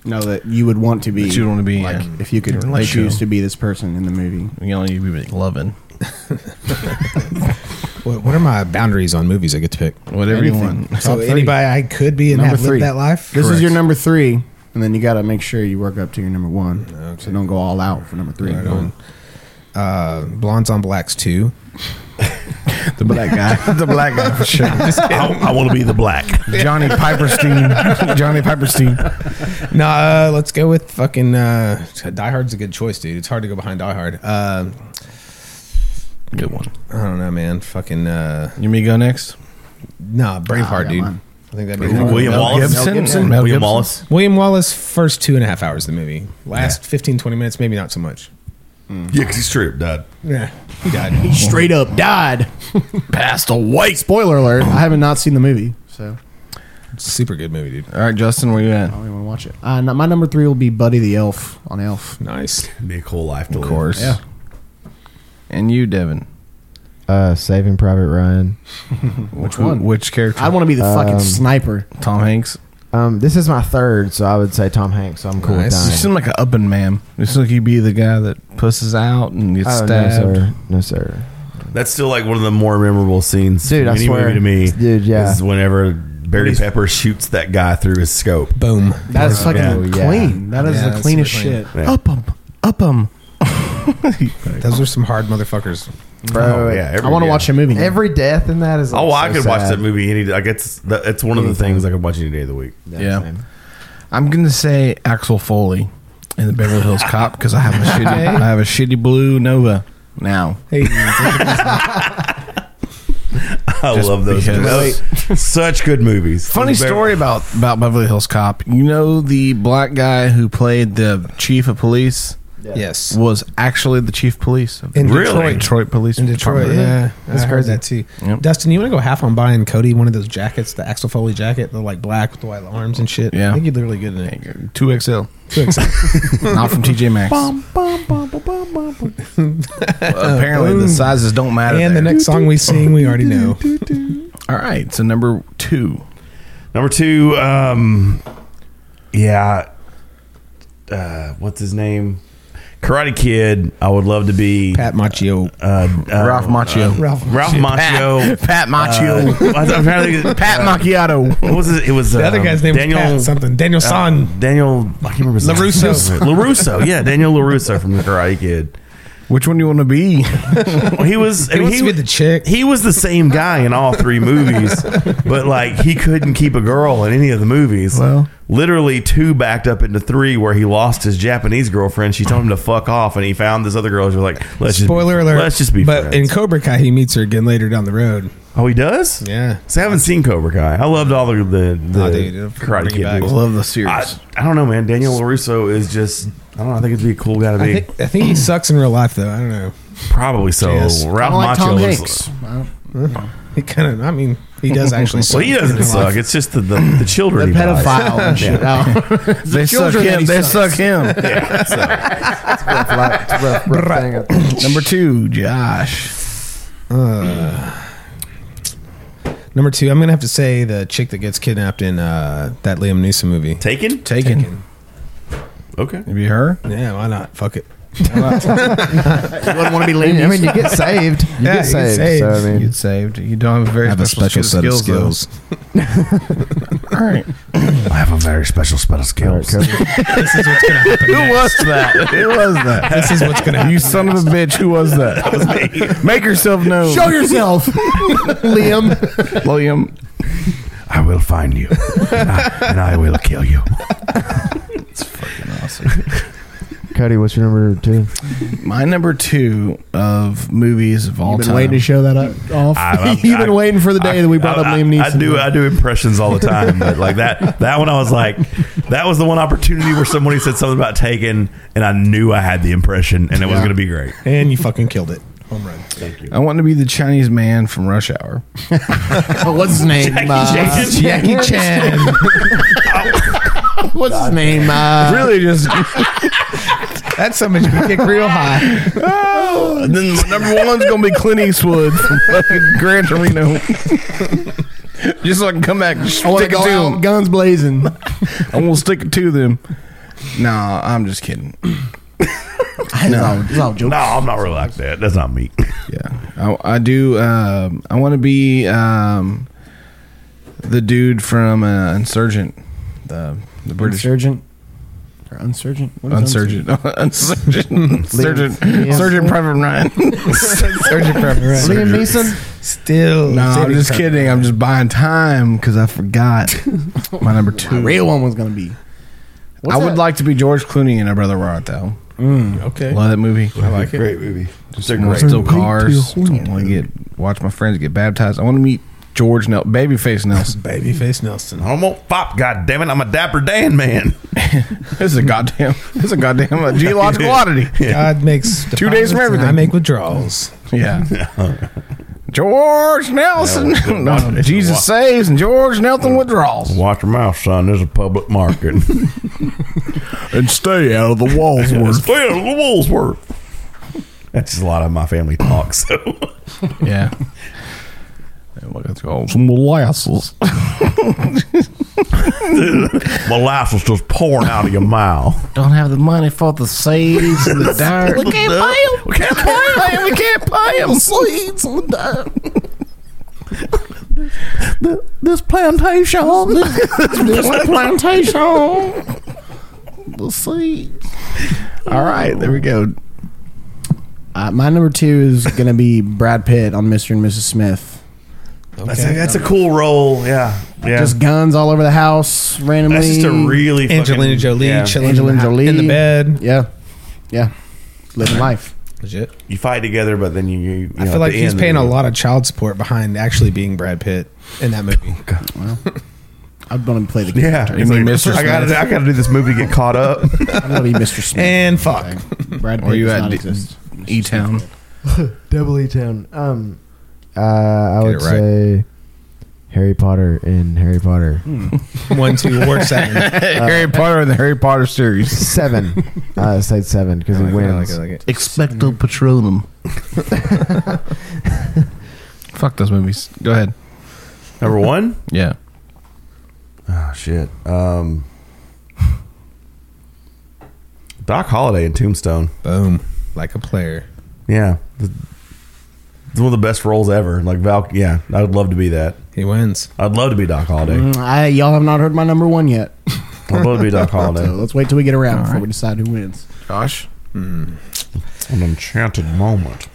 Speaker 2: No, that you would want to be.
Speaker 4: That you'd want to be,
Speaker 2: like
Speaker 4: yeah.
Speaker 2: if you could
Speaker 4: Different show.
Speaker 2: choose to be this person in the movie.
Speaker 4: You know, you'd be loving.
Speaker 3: What, what are my boundaries on movies I get to pick?
Speaker 4: Whatever you Anything. want.
Speaker 3: So
Speaker 2: Top three.
Speaker 3: anybody I could be and
Speaker 2: Number
Speaker 3: have lived that life.
Speaker 2: This is your number three, and then you got to make sure you work up to your number one. So don't go all out for number three.
Speaker 3: Right on. Uh, Blondes on Blacks two.
Speaker 4: the black guy. the black guy for sure.
Speaker 7: I, want to be the black.
Speaker 3: Johnny Piperstein. Johnny Piperstein. No, uh, let's go with fucking uh, Die Hard's a good choice, dude. It's hard to go behind Die Hard. Uh,
Speaker 4: good one.
Speaker 3: I don't know, man. Fucking uh,
Speaker 4: You may go next?
Speaker 3: nah,
Speaker 4: I
Speaker 3: Braveheart,
Speaker 4: got
Speaker 3: dude.
Speaker 4: mine.
Speaker 3: I think that'd
Speaker 4: You
Speaker 3: be
Speaker 4: think William
Speaker 3: Mel
Speaker 4: Wallace? Mel Gibson? Mel William Gibson? Wallace?
Speaker 3: William Wallace. First two and a half hours of the movie. Last 15, 20 minutes, maybe not so much.
Speaker 7: Yeah, because he's true, Dad.
Speaker 3: Yeah, he died.
Speaker 2: He straight up died.
Speaker 4: Passed away.
Speaker 2: Spoiler alert: I haven't not seen the movie, so
Speaker 3: Super good movie, dude.
Speaker 4: All right, Justin, where you at?
Speaker 2: I don't even want to watch it. Uh, no, my number three will be Buddy the Elf on Elf.
Speaker 3: Nice.
Speaker 7: Be a cool life to
Speaker 4: Of
Speaker 7: live.
Speaker 4: course.
Speaker 2: Yeah.
Speaker 4: And you, Devin.
Speaker 2: Uh, Saving Private Ryan.
Speaker 4: Which
Speaker 2: one?
Speaker 4: Which character?
Speaker 2: I want to be the fucking
Speaker 4: Um,
Speaker 2: sniper.
Speaker 4: Tom Hanks.
Speaker 1: Um, this is my third, so I would say Tom Hanks. So I'm cool
Speaker 4: Nice. You
Speaker 1: with dying.
Speaker 4: seem like an up and man. You seem like you'd be the guy that pusses out and gets
Speaker 1: Oh, no,
Speaker 4: stabbed.
Speaker 1: sir. No, sir.
Speaker 7: That's still like one of the more memorable scenes,
Speaker 1: Dude,
Speaker 7: in
Speaker 1: I
Speaker 7: Any
Speaker 1: swear.
Speaker 7: movie to me,
Speaker 1: Dude, yeah.
Speaker 7: is whenever Barry Pepper shoots that guy through his scope.
Speaker 3: Boom.
Speaker 2: That's fucking clean. That is
Speaker 3: Yeah,
Speaker 2: the
Speaker 3: that's
Speaker 2: cleanest
Speaker 3: super clean.
Speaker 2: shit.
Speaker 7: Yeah.
Speaker 3: Up them. Up them. Those are some hard motherfuckers.
Speaker 1: Bro, Every death in that is.
Speaker 7: Oh, I
Speaker 1: so
Speaker 7: could watch
Speaker 1: sad.
Speaker 7: that movie any. Like it's the- it's one of the things I could watch any day of the week.
Speaker 4: Yeah. I'm gonna say Axel Foley in the Beverly Hills Cop because I have a shitty
Speaker 3: Hey.
Speaker 4: I have a shitty blue Nova now.
Speaker 3: Hey,
Speaker 7: I
Speaker 4: Just
Speaker 7: love those.
Speaker 4: because-
Speaker 7: movies. Such good movies.
Speaker 4: Funny
Speaker 7: Bever-
Speaker 4: story about about Beverly Hills Cop. You know the black guy who played the chief of police.
Speaker 3: Yes.
Speaker 4: was actually the chief of police of
Speaker 3: In
Speaker 4: the
Speaker 3: Detroit.
Speaker 4: Detroit police
Speaker 3: in Detroit.
Speaker 4: Department.
Speaker 3: Yeah,
Speaker 4: That's
Speaker 3: I heard
Speaker 4: crazy.
Speaker 3: that too. Dustin, you want to go half on buying Cody one of those jackets, the Axel Foley jacket, the like black with the white arms and shit?
Speaker 4: Yeah.
Speaker 3: I think you'd look really good in it.
Speaker 4: Two XL.
Speaker 3: Two XL.
Speaker 4: Not from TJ Maxx.
Speaker 3: Bum,
Speaker 10: bum, bum, bum, bum, bum, bum.
Speaker 4: Apparently, the
Speaker 3: Boom.
Speaker 4: sizes don't matter.
Speaker 3: And the
Speaker 4: there.
Speaker 3: next song we sing, we already know.
Speaker 4: All right, so number two.
Speaker 7: Number two, um, yeah, uh, what's his name? Karate Kid. I would love to be Pat
Speaker 3: Machio,
Speaker 7: uh, uh,
Speaker 4: Ralph Macchio.
Speaker 7: uh,
Speaker 4: Ralph
Speaker 7: Ralph,
Speaker 4: Macchio.
Speaker 7: Macchio,
Speaker 4: Pat- Pat Macchio.
Speaker 7: Uh, I was- I'm trying to think of-
Speaker 4: Pat Macchiato.
Speaker 7: What was it? It was
Speaker 3: The other
Speaker 7: um,
Speaker 3: guy's name was
Speaker 7: Daniel
Speaker 3: Pat something. Daniel
Speaker 7: uh,
Speaker 3: San.
Speaker 7: Daniel, I can't remember his name.
Speaker 3: LaRusso.
Speaker 7: Larusso, yeah, Daniel Larusso from the Karate Kid.
Speaker 4: Which one do you want to be?
Speaker 7: he was.
Speaker 3: He wants to be the chick.
Speaker 7: He was the same guy in all three movies, but like he couldn't keep a girl in any of the movies.
Speaker 4: Well-
Speaker 7: literally two backed up into three where he lost his Japanese girlfriend. She told him to fuck off, and he found this other girl. She was like, "Let's
Speaker 3: Spoiler
Speaker 7: just,
Speaker 3: alert.
Speaker 7: Let's just be."
Speaker 3: But
Speaker 7: friends.
Speaker 3: in Cobra Kai, he meets her again later down the road.
Speaker 7: Oh, he does.
Speaker 3: Yeah.
Speaker 7: So I haven't seen Cobra Kai. I loved all the the, the
Speaker 3: Oh, dude, it'll
Speaker 7: Karate
Speaker 3: bring you
Speaker 7: Kid.
Speaker 3: back.
Speaker 7: movies.
Speaker 3: Love the series.
Speaker 7: I, I don't know, man. Daniel Larusso is just. I don't know. I think it'd be a cool guy to
Speaker 3: I
Speaker 7: be.
Speaker 3: think, I think he sucks in real life, though. I don't know.
Speaker 7: Probably so.
Speaker 3: Yes.
Speaker 7: Ralph
Speaker 3: Kinda like
Speaker 7: Macchio
Speaker 3: Tom
Speaker 7: looks-
Speaker 3: Hanks. I don't- He kind of. I mean, he does actually.
Speaker 7: Well,
Speaker 3: suck
Speaker 7: he
Speaker 3: in
Speaker 7: doesn't
Speaker 3: real
Speaker 7: suck.
Speaker 3: life.
Speaker 7: It's just the the, the children. he buys.
Speaker 3: pedophile and shit.
Speaker 1: It's the
Speaker 4: they suck
Speaker 1: children that
Speaker 4: him.
Speaker 1: he
Speaker 4: They
Speaker 1: sucks.
Speaker 4: suck him. Number two, Josh.
Speaker 3: Uh, number two, I'm gonna have to say the chick that gets kidnapped in uh, that Liam Neeson movie.
Speaker 7: Taken.
Speaker 4: Taken.
Speaker 7: Okay.
Speaker 4: Maybe her.
Speaker 3: Yeah. Why not? Fuck it.
Speaker 1: you wouldn't want to be
Speaker 3: I
Speaker 1: leaning.
Speaker 3: mean,
Speaker 1: I mean, you get saved. You
Speaker 3: Yeah,
Speaker 1: get
Speaker 3: you get
Speaker 1: saved. So, I
Speaker 3: saved.
Speaker 1: mean,
Speaker 4: You get saved. You don't have a very
Speaker 3: I have a
Speaker 4: special,
Speaker 3: special set of skills.
Speaker 4: All right.
Speaker 7: I have a very special set of skills.
Speaker 3: this is what's gonna happen.
Speaker 4: Who was that? Who was that?
Speaker 3: This is what's gonna.
Speaker 4: You son of a bitch! Who was that? That was me. Make yourself known.
Speaker 2: Show yourself, Liam.
Speaker 4: Liam.
Speaker 7: I will find you, and I, and I will kill you. It's
Speaker 4: fucking awesome.
Speaker 1: Cody, what's your number two?
Speaker 4: My number two of movies of all
Speaker 2: You've been
Speaker 4: time.
Speaker 2: waiting to show that up off.
Speaker 7: I- I-
Speaker 2: You've been
Speaker 7: I-
Speaker 2: waiting for the day that we brought up
Speaker 7: I,
Speaker 2: Liam Neeson.
Speaker 7: I do. I do impressions all the time, but like that. That one, I was like, that was the one opportunity where somebody said something about Taken, and I knew I had the impression, and it was
Speaker 4: Yeah.
Speaker 7: going to be great.
Speaker 3: And you fucking killed it. Home run.
Speaker 7: Thank you.
Speaker 4: I want to be the Chinese man from Rush Hour.
Speaker 2: Oh, what's his name?
Speaker 4: Jackie
Speaker 2: Uh,
Speaker 4: Chan.
Speaker 2: Jackie Chan. what's his name? Uh,
Speaker 4: really, just
Speaker 3: that's something you kick real high.
Speaker 4: And then my number one's gonna be Clint Eastwood from fucking Gran Torino. just so I can come back. And
Speaker 2: I want
Speaker 4: stick
Speaker 2: to
Speaker 4: it to
Speaker 2: go out
Speaker 4: them.
Speaker 2: guns blazing.
Speaker 4: I'm gonna stick it to them. Nah, I'm just kidding. no,
Speaker 7: No, I'm not really like that. That's not me.
Speaker 4: Yeah, I, I do. Um, I want to be um, the dude from uh, Insurgent, the the British
Speaker 2: Insurgent. Or Unsurgent. What is
Speaker 4: Unsurgent, Unsurgent, Surgeon,
Speaker 2: Liam.
Speaker 4: Surgeon Private Ryan,
Speaker 3: Surgeon Private Ryan.
Speaker 2: Liam Neeson?
Speaker 3: Still.
Speaker 4: No, I'm
Speaker 2: Saving
Speaker 4: just
Speaker 2: Private
Speaker 4: kidding. I'm just buying time because I forgot my number two.
Speaker 2: Oh, My real one was gonna be. What's
Speaker 4: I would
Speaker 2: that? Mm,
Speaker 4: like to be George Clooney and a brother Rat though.
Speaker 3: okay.
Speaker 4: love that movie.
Speaker 7: I like it. Great movie.
Speaker 4: Just
Speaker 7: They're
Speaker 4: want to
Speaker 7: great.
Speaker 4: steal
Speaker 7: They're great
Speaker 4: cars.
Speaker 7: people.
Speaker 4: Don't want to get watch my friends get baptized. I want to meet George Nel- Babyface Nelson.
Speaker 3: Babyface Nelson.
Speaker 7: I'm a pop. God damn it! I'm a dapper Dan man.
Speaker 4: This is a goddamn. This is a goddamn uh, geological oddity.
Speaker 3: God makes
Speaker 4: Two days
Speaker 3: deposits
Speaker 4: from
Speaker 3: and
Speaker 4: everything.
Speaker 3: I make withdrawals.
Speaker 4: Yeah. George Nelson.
Speaker 7: Yeah, well,
Speaker 4: No,
Speaker 7: good.
Speaker 4: Jesus saves and George Nelson withdraws.
Speaker 7: Watch your mouth, son. There's a public market.
Speaker 4: and stay out of the Wallsworth.
Speaker 7: stay out of the Wallsworth. That's just a lot of my family talk. So
Speaker 4: Yeah. And Look, it's called some molasses.
Speaker 7: My life was just pouring out of your mouth.
Speaker 6: Don't have the money for the seeds and the dirt.
Speaker 10: We can't pay him.
Speaker 6: We can't pay him. We can't pay him.
Speaker 10: Seeds on the Th- This plantation, this, this plantation, the seeds.
Speaker 2: All right, there we go. Uh, my number two is going to be Brad Pitt on Mr. and Mrs. Smith.
Speaker 7: That's, a, that's a cool role. Yeah. Yeah.
Speaker 2: Just guns all over the house randomly.
Speaker 7: That's just a really
Speaker 3: Angelina fucking- Jolie yeah. chilling
Speaker 2: Angelina
Speaker 3: in the-
Speaker 2: Jolie
Speaker 3: in the bed.
Speaker 2: Yeah, yeah, living life.
Speaker 3: Legit.
Speaker 7: You fight together, but then you. you, you
Speaker 3: I feel like he's paying a lot of child support behind actually being Brad Pitt in that movie.
Speaker 2: Well, I'd want him to play the
Speaker 7: Yeah. He's like, I got to I got to do this movie to get caught up.
Speaker 2: I'm gonna be Mr. Smith.
Speaker 3: And fuck.
Speaker 2: Brad
Speaker 4: Where
Speaker 2: Pitt
Speaker 4: you
Speaker 2: does
Speaker 4: at,
Speaker 2: not
Speaker 4: D-
Speaker 2: exist.
Speaker 4: E Town.
Speaker 1: Double E Town. Um, uh, I would
Speaker 4: it right.
Speaker 1: say Harry Potter in Harry Potter.
Speaker 3: Hmm.
Speaker 1: Uh,
Speaker 3: One, two, or seven.
Speaker 4: Harry Potter and the Harry Potter series.
Speaker 1: Seven. Uh, I said seven because he
Speaker 6: like it, I
Speaker 1: wins.
Speaker 6: like it, I like it. Expecto Patronum.
Speaker 4: Fuck those movies. Go ahead.
Speaker 7: Number one?
Speaker 4: Yeah.
Speaker 7: Oh shit. Um, Doc Holliday in Tombstone.
Speaker 3: Boom. Like a player.
Speaker 7: Yeah. The- It's one of the best roles ever. Like Val. Yeah. I would love to be that.
Speaker 3: He wins.
Speaker 7: I'd love to be Doc Holliday.
Speaker 3: Mm-hmm.
Speaker 2: Mm, I, y'all have not heard my number one yet.
Speaker 7: I'd love to be Doc Holliday.
Speaker 2: So let's wait till we get around
Speaker 7: All
Speaker 2: before
Speaker 7: right.
Speaker 2: we decide who wins.
Speaker 4: Josh?
Speaker 7: Mm-hmm. An enchanted moment.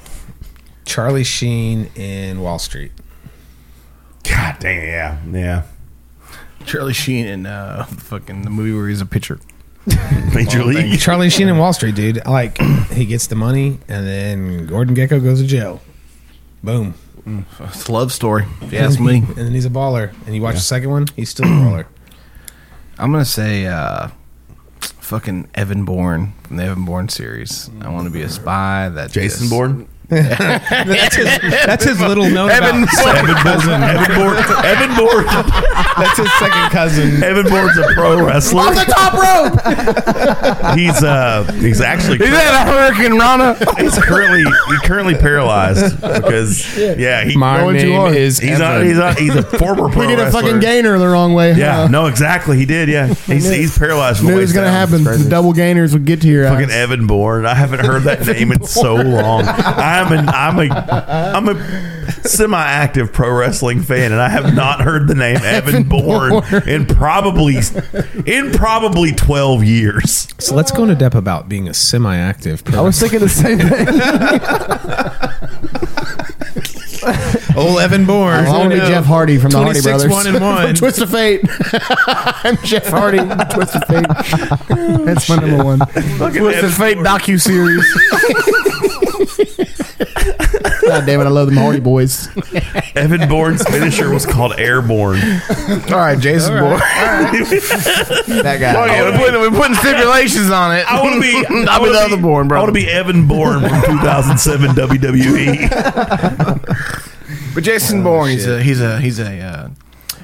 Speaker 3: Charlie Sheen in Wall Street.
Speaker 7: God damn. Yeah. Yeah.
Speaker 4: Charlie Sheen in uh, fucking the movie where he's a pitcher.
Speaker 7: Major League.
Speaker 3: Charlie Sheen in Wall Street, dude. Like he gets the money, and then Gordon Gecko goes to jail. Boom.
Speaker 4: It's a love story, if you ask Mm. me.
Speaker 3: and then he's a baller. And you watch
Speaker 4: Yeah.
Speaker 3: the second one, he's still a baller.
Speaker 4: I'm gonna say uh, fucking Evan Bourne from the Evan Bourne series. I want to be a spy. That
Speaker 7: Jason
Speaker 4: just-
Speaker 7: Bourne?
Speaker 3: that's, his, that's his little known
Speaker 4: Evan
Speaker 3: about
Speaker 4: Bourne.
Speaker 3: second cousin.
Speaker 7: Evan Bourne. Evan Bourne.
Speaker 3: That's his second cousin.
Speaker 7: Evan Bourne's a pro wrestler.
Speaker 10: Off the top rope.
Speaker 7: He's uh he's actually
Speaker 10: Is that a hurricane, Rana?
Speaker 7: he's currently he's currently paralyzed because yeah he
Speaker 2: My Going too name hard. is
Speaker 7: he's not,
Speaker 2: Evan.
Speaker 7: he's not he's a former pro
Speaker 2: we did a
Speaker 7: wrestler.
Speaker 2: fucking gainer the wrong way.
Speaker 7: yeah
Speaker 2: huh?
Speaker 7: no exactly he did yeah he's, he's paralyzed from
Speaker 2: Knew
Speaker 7: the
Speaker 2: it
Speaker 7: waist
Speaker 2: was gonna
Speaker 7: down.
Speaker 2: happen.
Speaker 7: It's crazy.
Speaker 2: The double gainers would get to your
Speaker 7: fucking
Speaker 2: ass.
Speaker 7: Evan Bourne I haven't heard that name in so long I'm an I'm a I'm a semi-active pro wrestling fan and I have not heard the name Evan, Bourne, in probably in probably 12 years
Speaker 3: So let's go into depth about being a semi-active.
Speaker 1: I was thinking the same thing.
Speaker 3: Old Evan Bourne.
Speaker 2: I want to be Jeff Hardy from the Hardy Brothers.
Speaker 3: One and one.
Speaker 2: From Twist of Fate. I'm Jeff Hardy. from Twist of Fate. That's my number one.
Speaker 7: Twist of
Speaker 2: Fate docu series. God damn it! I love them Hardy boys.
Speaker 7: Evan Bourne's finisher was called Airborne
Speaker 4: All right, Jason Bourne.
Speaker 7: that
Speaker 4: guy. we're, putting, we're putting stipulations on it.
Speaker 7: I want to be. I
Speaker 4: I'll be
Speaker 7: wanna
Speaker 4: the other Bourne, bro.
Speaker 7: I want to be Evan Bourne from 2007 WWE.
Speaker 4: But Jason Bourne, he's a he's a he's a uh,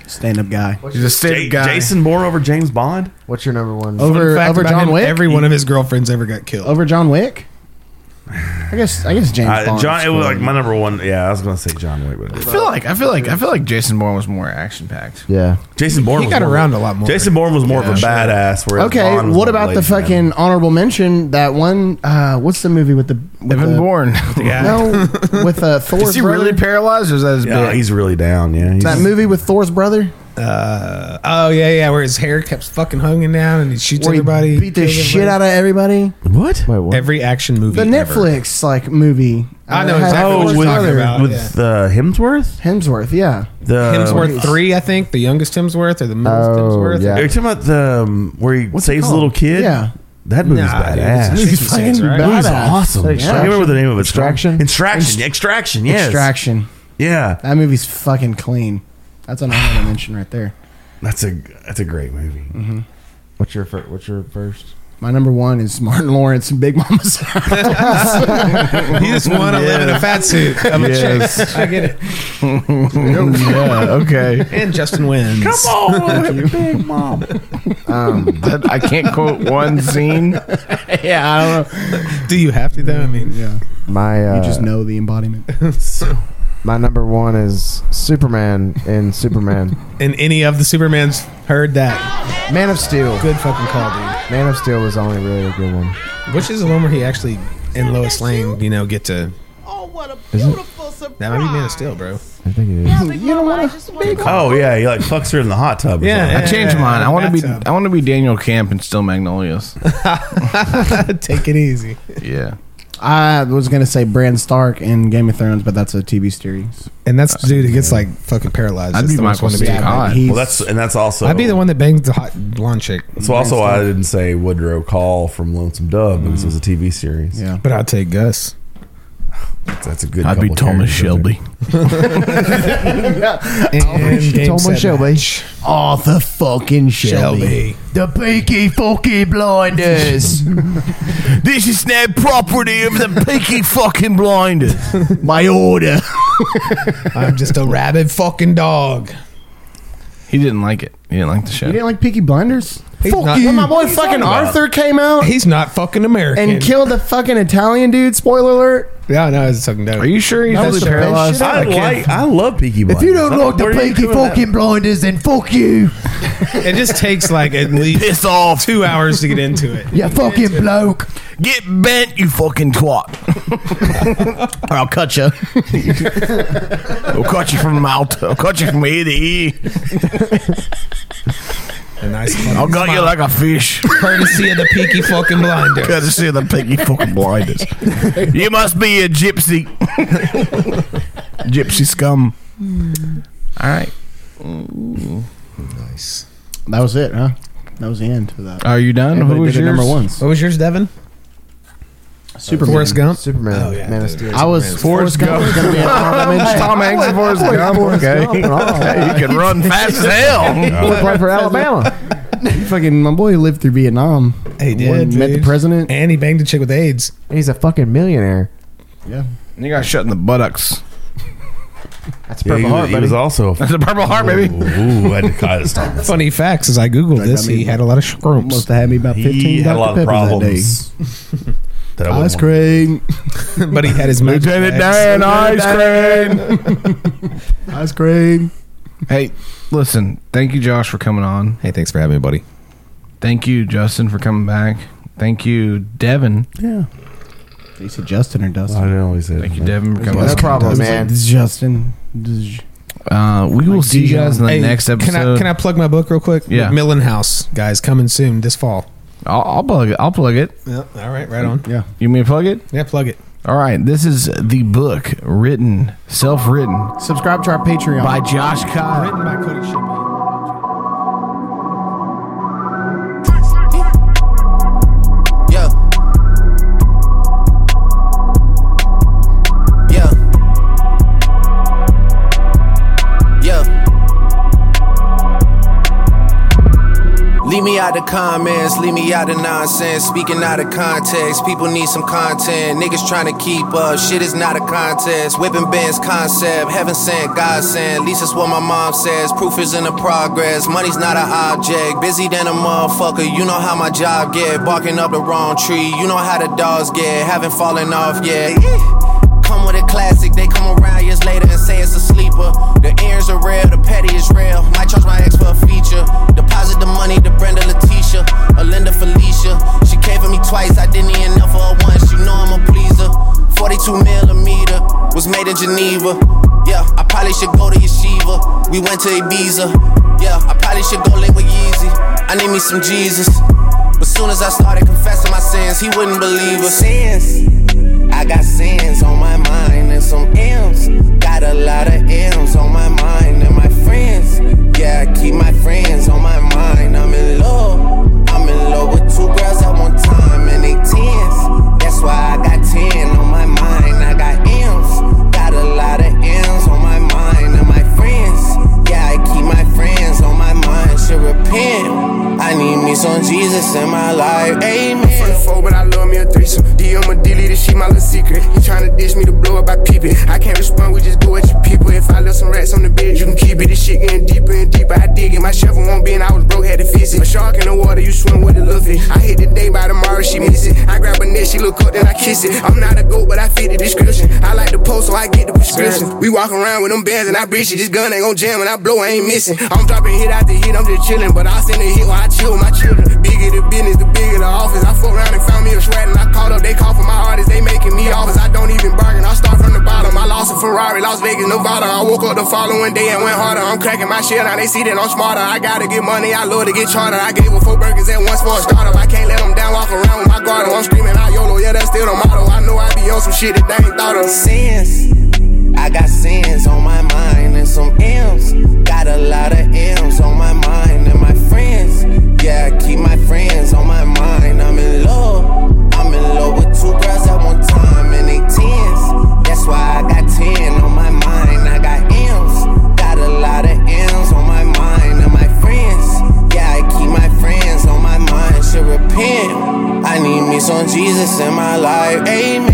Speaker 2: stand-up guy.
Speaker 4: He's a stand guy.
Speaker 7: Jason Bourne over James Bond.
Speaker 1: What's your number one?
Speaker 2: Over- over John Wick?
Speaker 3: Every one of his girlfriends ever got killed.
Speaker 2: Over John Wick. I guess. I guess James
Speaker 7: Uh,
Speaker 2: Bond.
Speaker 7: John, it was like my number one. Yeah, I was gonna say John Wick.
Speaker 4: I
Speaker 7: But
Speaker 4: feel like I feel like I feel like Jason Bourne was more action packed.
Speaker 1: Yeah,
Speaker 7: Jason Bourne
Speaker 4: He
Speaker 7: was
Speaker 4: got
Speaker 7: more-
Speaker 4: around a lot more.
Speaker 7: Jason Bourne was more
Speaker 4: Yeah,
Speaker 7: of a
Speaker 4: sure.
Speaker 7: badass. Whereas
Speaker 2: Okay,
Speaker 7: Bond was more
Speaker 2: what
Speaker 7: of a
Speaker 2: about the
Speaker 7: ladies' man.
Speaker 2: fucking honorable mention? That one, uh, what's the movie with the with
Speaker 4: Evan
Speaker 2: the,
Speaker 4: Bourne. Yeah.
Speaker 2: No, with uh, Thor's
Speaker 4: Is he
Speaker 2: brother.
Speaker 4: really paralyzed or is that his
Speaker 7: Yeah,
Speaker 4: bit?
Speaker 7: he's really down. Yeah, he's,
Speaker 2: that movie with Thor's brother,
Speaker 3: Uh, oh yeah, yeah. Where his hair kept fucking hanging down, and he shoots
Speaker 2: where he
Speaker 3: everybody.
Speaker 2: beat the
Speaker 3: kills
Speaker 2: shit
Speaker 3: everybody.
Speaker 2: out of everybody.
Speaker 7: What?
Speaker 1: Wait, what?
Speaker 3: Every action movie.
Speaker 2: The
Speaker 3: ever.
Speaker 2: Netflix like movie.
Speaker 3: I
Speaker 2: Uh,
Speaker 3: know
Speaker 2: had
Speaker 3: exactly what
Speaker 2: Thor's
Speaker 3: you're talking
Speaker 2: brother.
Speaker 3: about.
Speaker 7: Oh, with
Speaker 3: yeah.
Speaker 7: uh, Hemsworth.
Speaker 2: Hemsworth, yeah.
Speaker 7: The
Speaker 2: Oh,
Speaker 3: Hemsworth three, I think, the youngest Hemsworth or the middle Hemsworth.
Speaker 7: Are you talking about the um, where he
Speaker 3: it
Speaker 7: saves the
Speaker 3: called?
Speaker 7: little kid?
Speaker 3: Yeah.
Speaker 7: That movie's
Speaker 3: Nah, dude, it's
Speaker 7: badass.
Speaker 3: a He's sixth fucking sense, right?
Speaker 7: Movie's
Speaker 3: badass.
Speaker 7: awesome. I
Speaker 2: Extraction.
Speaker 7: can't remember the name of it.
Speaker 2: Extraction?
Speaker 7: Extraction. Extraction. Yes.
Speaker 2: Extraction.
Speaker 7: Yeah.
Speaker 2: That movie's fucking clean. That's an honorable mention right there.
Speaker 7: That's a that's a great movie.
Speaker 2: hmm
Speaker 1: What's your fir- What's your first?
Speaker 2: My number one is Martin Lawrence and Big Mama's house.
Speaker 3: You just want to live in a fat suit. I'm a chick. I get it.
Speaker 4: yeah. Okay.
Speaker 3: And Justin wins.
Speaker 4: Come
Speaker 7: on, big mom.
Speaker 1: Um,
Speaker 4: I can't quote one scene.
Speaker 2: yeah, I don't know.
Speaker 3: Do you have to though? I mean,
Speaker 2: yeah.
Speaker 1: My uh,
Speaker 2: you just know the embodiment.
Speaker 7: So
Speaker 1: My number one is Superman in Superman.
Speaker 3: And any of the Supermans heard that.
Speaker 1: Man of Steel.
Speaker 3: Good fucking call, dude.
Speaker 1: Man of Steel was the only really a good one.
Speaker 3: Which is the one where he actually and Lois Lane, you know, get to. Oh, what a beautiful surprise! That might be Man of Steel, bro. I
Speaker 1: think it
Speaker 10: Hmm.
Speaker 1: is.
Speaker 23: You don't want to big
Speaker 7: Oh yeah, he like fucks her in the hot tub. or something.
Speaker 4: I changed mine. I want to be I want to be Daniel Camp and still Magnolias.
Speaker 3: Take it easy.
Speaker 4: Yeah.
Speaker 2: I was gonna say Bran Stark in Game of Thrones, but that's a TV series.
Speaker 3: And that's the dude who gets like fucking paralyzed.
Speaker 2: I'd
Speaker 3: That's
Speaker 2: be
Speaker 3: the
Speaker 2: Michael
Speaker 3: one to be
Speaker 2: C. Hall.
Speaker 3: He's-
Speaker 7: well, that's and that's also.
Speaker 3: I'd be the one that bangs the hot blonde chick.
Speaker 7: So also, why I didn't say Woodrow Call from Lonesome Dove because it was a TV series.
Speaker 2: Yeah,
Speaker 3: but I'd take Gus.
Speaker 7: That's, that's a good.
Speaker 3: I'd be
Speaker 7: couple
Speaker 3: Thomas
Speaker 7: characters
Speaker 2: Oh,
Speaker 3: And game
Speaker 23: Thomas
Speaker 3: seven.
Speaker 1: Shelby.
Speaker 23: Arthur fucking Shelby.
Speaker 3: Shelby.
Speaker 23: The Peaky Fucking Blinders.
Speaker 10: This is now property of the Peaky fucking blinders.
Speaker 23: My order.
Speaker 3: I'm just a rabid fucking dog.
Speaker 4: He didn't like it. He didn't like the show.
Speaker 2: You didn't like Peaky Blinders?
Speaker 3: He's
Speaker 2: Fuck
Speaker 3: not-
Speaker 2: you. When my boy
Speaker 3: He's
Speaker 2: fucking
Speaker 3: not about-
Speaker 2: Arthur came out
Speaker 3: He's not fucking American.
Speaker 2: and killed the fucking Italian dude. Spoiler alert.
Speaker 3: Yeah, I know. It's fucking dope.
Speaker 4: Are you sure he's
Speaker 2: That's
Speaker 4: really
Speaker 2: the
Speaker 4: paralyzed?
Speaker 2: best shit I
Speaker 7: I like. I love Peaky Blinders.
Speaker 23: If you don't like the
Speaker 7: Where are you
Speaker 23: Peaky
Speaker 7: coming at?
Speaker 23: Fucking Blinders, then fuck you.
Speaker 3: It just takes like at least two hours to get into it.
Speaker 23: You fucking bloke.
Speaker 10: Get bent, you fucking twat. or I'll cut you. I'll cut you from the mouth. I'll cut you from ear to ear.
Speaker 3: A nice
Speaker 10: I'll gut you like a fish.
Speaker 3: Courtesy of the Peaky fucking blinders.
Speaker 10: Courtesy of the Peaky fucking blinders. you must be a gypsy.
Speaker 4: Gypsy scum. All right. Ooh.
Speaker 3: Nice.
Speaker 2: That was it, huh? That was the end of that.
Speaker 4: Are you done?
Speaker 2: Everybody
Speaker 4: Who was
Speaker 2: did
Speaker 4: yours?
Speaker 2: their number ones?
Speaker 3: What was yours, Devin?
Speaker 2: Superman.
Speaker 3: Forrest Gump.
Speaker 1: Superman.
Speaker 3: Oh, yeah,
Speaker 1: Man of
Speaker 3: dude.
Speaker 1: Steel.
Speaker 2: I was Forrest Gump. was gonna be an honorable
Speaker 4: Tom Hanks and Forrest Gump.
Speaker 1: Okay.
Speaker 4: Hey, you can run fast as
Speaker 2: He
Speaker 4: hell.
Speaker 2: played for Alabama. He fucking my boy lived through Vietnam.
Speaker 3: He did.
Speaker 2: Went- Met the
Speaker 3: dude.
Speaker 2: president.
Speaker 3: And he banged a chick with AIDS.
Speaker 1: He's a fucking millionaire.
Speaker 2: Yeah.
Speaker 4: And you got shut in the buttocks.
Speaker 1: That's
Speaker 7: Yeah, he, was- he was also.
Speaker 4: That's a purple heart, baby.
Speaker 7: Ooh, I had to cut his tongue.
Speaker 3: Funny facts as I Googled this, he had a lot of
Speaker 2: Must
Speaker 3: scrumps.
Speaker 2: have had me about fifteen.
Speaker 7: He had a
Speaker 2: Dr.
Speaker 7: lot of
Speaker 2: Peppers
Speaker 7: problems. that
Speaker 2: That
Speaker 7: I
Speaker 2: day.
Speaker 7: wouldn't
Speaker 2: Ice
Speaker 7: want.
Speaker 2: cream.
Speaker 3: but he had his magic
Speaker 4: Lieutenant Dan,
Speaker 3: bags.
Speaker 4: ice cream.
Speaker 2: Ice cream.
Speaker 4: Hey, listen. Thank you, Josh, for coming on.
Speaker 3: Hey, thanks for having me, buddy.
Speaker 4: Thank you, Justin, for coming back. Thank you, Devin.
Speaker 2: Yeah. He said Justin or Dustin.
Speaker 7: I didn't always say.
Speaker 4: Thank you, Devin, for coming
Speaker 1: No
Speaker 4: back.
Speaker 1: problem,
Speaker 2: He's like,
Speaker 1: man.
Speaker 2: "This is Justin. This is-
Speaker 4: Uh, we will see you
Speaker 2: Dijon.
Speaker 4: guys in the
Speaker 3: Hey,
Speaker 4: next episode.
Speaker 3: Can I, can I plug my book real quick?
Speaker 4: Yeah.
Speaker 3: Millen House, guys, coming soon this fall.
Speaker 4: I'll, I'll plug it. I'll plug it.
Speaker 3: Yeah. All right, right on.
Speaker 2: Yeah.
Speaker 4: You mean plug it?
Speaker 3: Yeah, plug it.
Speaker 4: All right. This is the book written, self-written
Speaker 2: Subscribe to our Patreon.
Speaker 4: by Josh Cobb.
Speaker 3: Written by Cody Shipman.
Speaker 19: Yeah. Yeah. Yeah. Leave me out the comments, leave me out the nonsense. Speaking out of context, people need some content. Niggas trying to keep up, shit is not a contest. Whipping bands concept, heaven sent, God sent. At least that's what my mom says. Proof is in the progress, money's not an object. Busy than a motherfucker, you know how my job get. Barking up the wrong tree, you know how the dogs get. Haven't fallen off yet. Come with a classic, they come around years later and say it's a sleeper. The earrings are real, the petty is real. Might charge my ex for a feature. Deposit the money to Brenda Letitia, Alinda Felicia. She came for me twice, I didn't even know for her once. You know I'm a pleaser. 42 millimeter was made in Geneva. Yeah, I probably should go to Yeshiva. We went to Ibiza. Yeah, I probably should go link with Yeezy. I need me some Jesus. But soon as I started confessing my sins, he wouldn't believe us.
Speaker 11: I got sins on my mind and some M's. Got a lot of M's on my mind and my friends. Yeah, I keep my friends on my mind. I'm in love. I'm in love with two girls at one time and they tens. That's why I got ten on my mind. I got M's. Got a lot of M's on my mind and my friends. Yeah, I keep my friends on my mind. Should repent. I need me some Jesus in my life. Amen.
Speaker 6: I'm from the four, but I love me a threesome. D on my delete she my little secret. He tryna dish me to blow up by peeping. I can't respond, we just go at your people. If I left some rats on the bed, you can keep it. This shit getting deeper and deeper. I dig it. My shovel won't bend, I was broke, had to fix it. A shark in the water, you swim with a luffy. I hit the day by tomorrow, she miss it. I grab her neck, she look up, then I kiss it. I'm not a goat, but I fit the description. I like to
Speaker 23: post so I get the prescription. We walk around with them bands and I breach it. This gun ain't gon' jam and I blow, I ain't missing. I'm dropping hit after hit, I'm just chilling. But I send a hit while I chill with my children. Bigger the business, the bigger the office. I fuck around and found me a shred and I called up. They call for my artist, they making me offers. I don't even bargain, I start from the bottom. I lost a Ferrari, Las Vegas, Nevada. I woke up the following day and went harder. I'm cracking my shit, now they see that I'm smarter. I gotta get money, I love to get charter. I gave her four burgers at once for a startup. I can't let them down, walk around with my guard. up. I'm screaming out YOLO, yeah, that's still the motto. I know I be on some shit that they ain't thought of.
Speaker 11: Sins. I got sins on my mind and some M's. Got a lot of M's on my mind and my friends. Yeah, I keep my friends on my mind. I'm in love. I'm in love with two girls at one time and they tens. That's why I got ten on my mind. I got M's. Got a lot of M's on my mind and my friends. Yeah, I keep my friends on my mind. Should repent. I need me some Jesus in my life. Amen.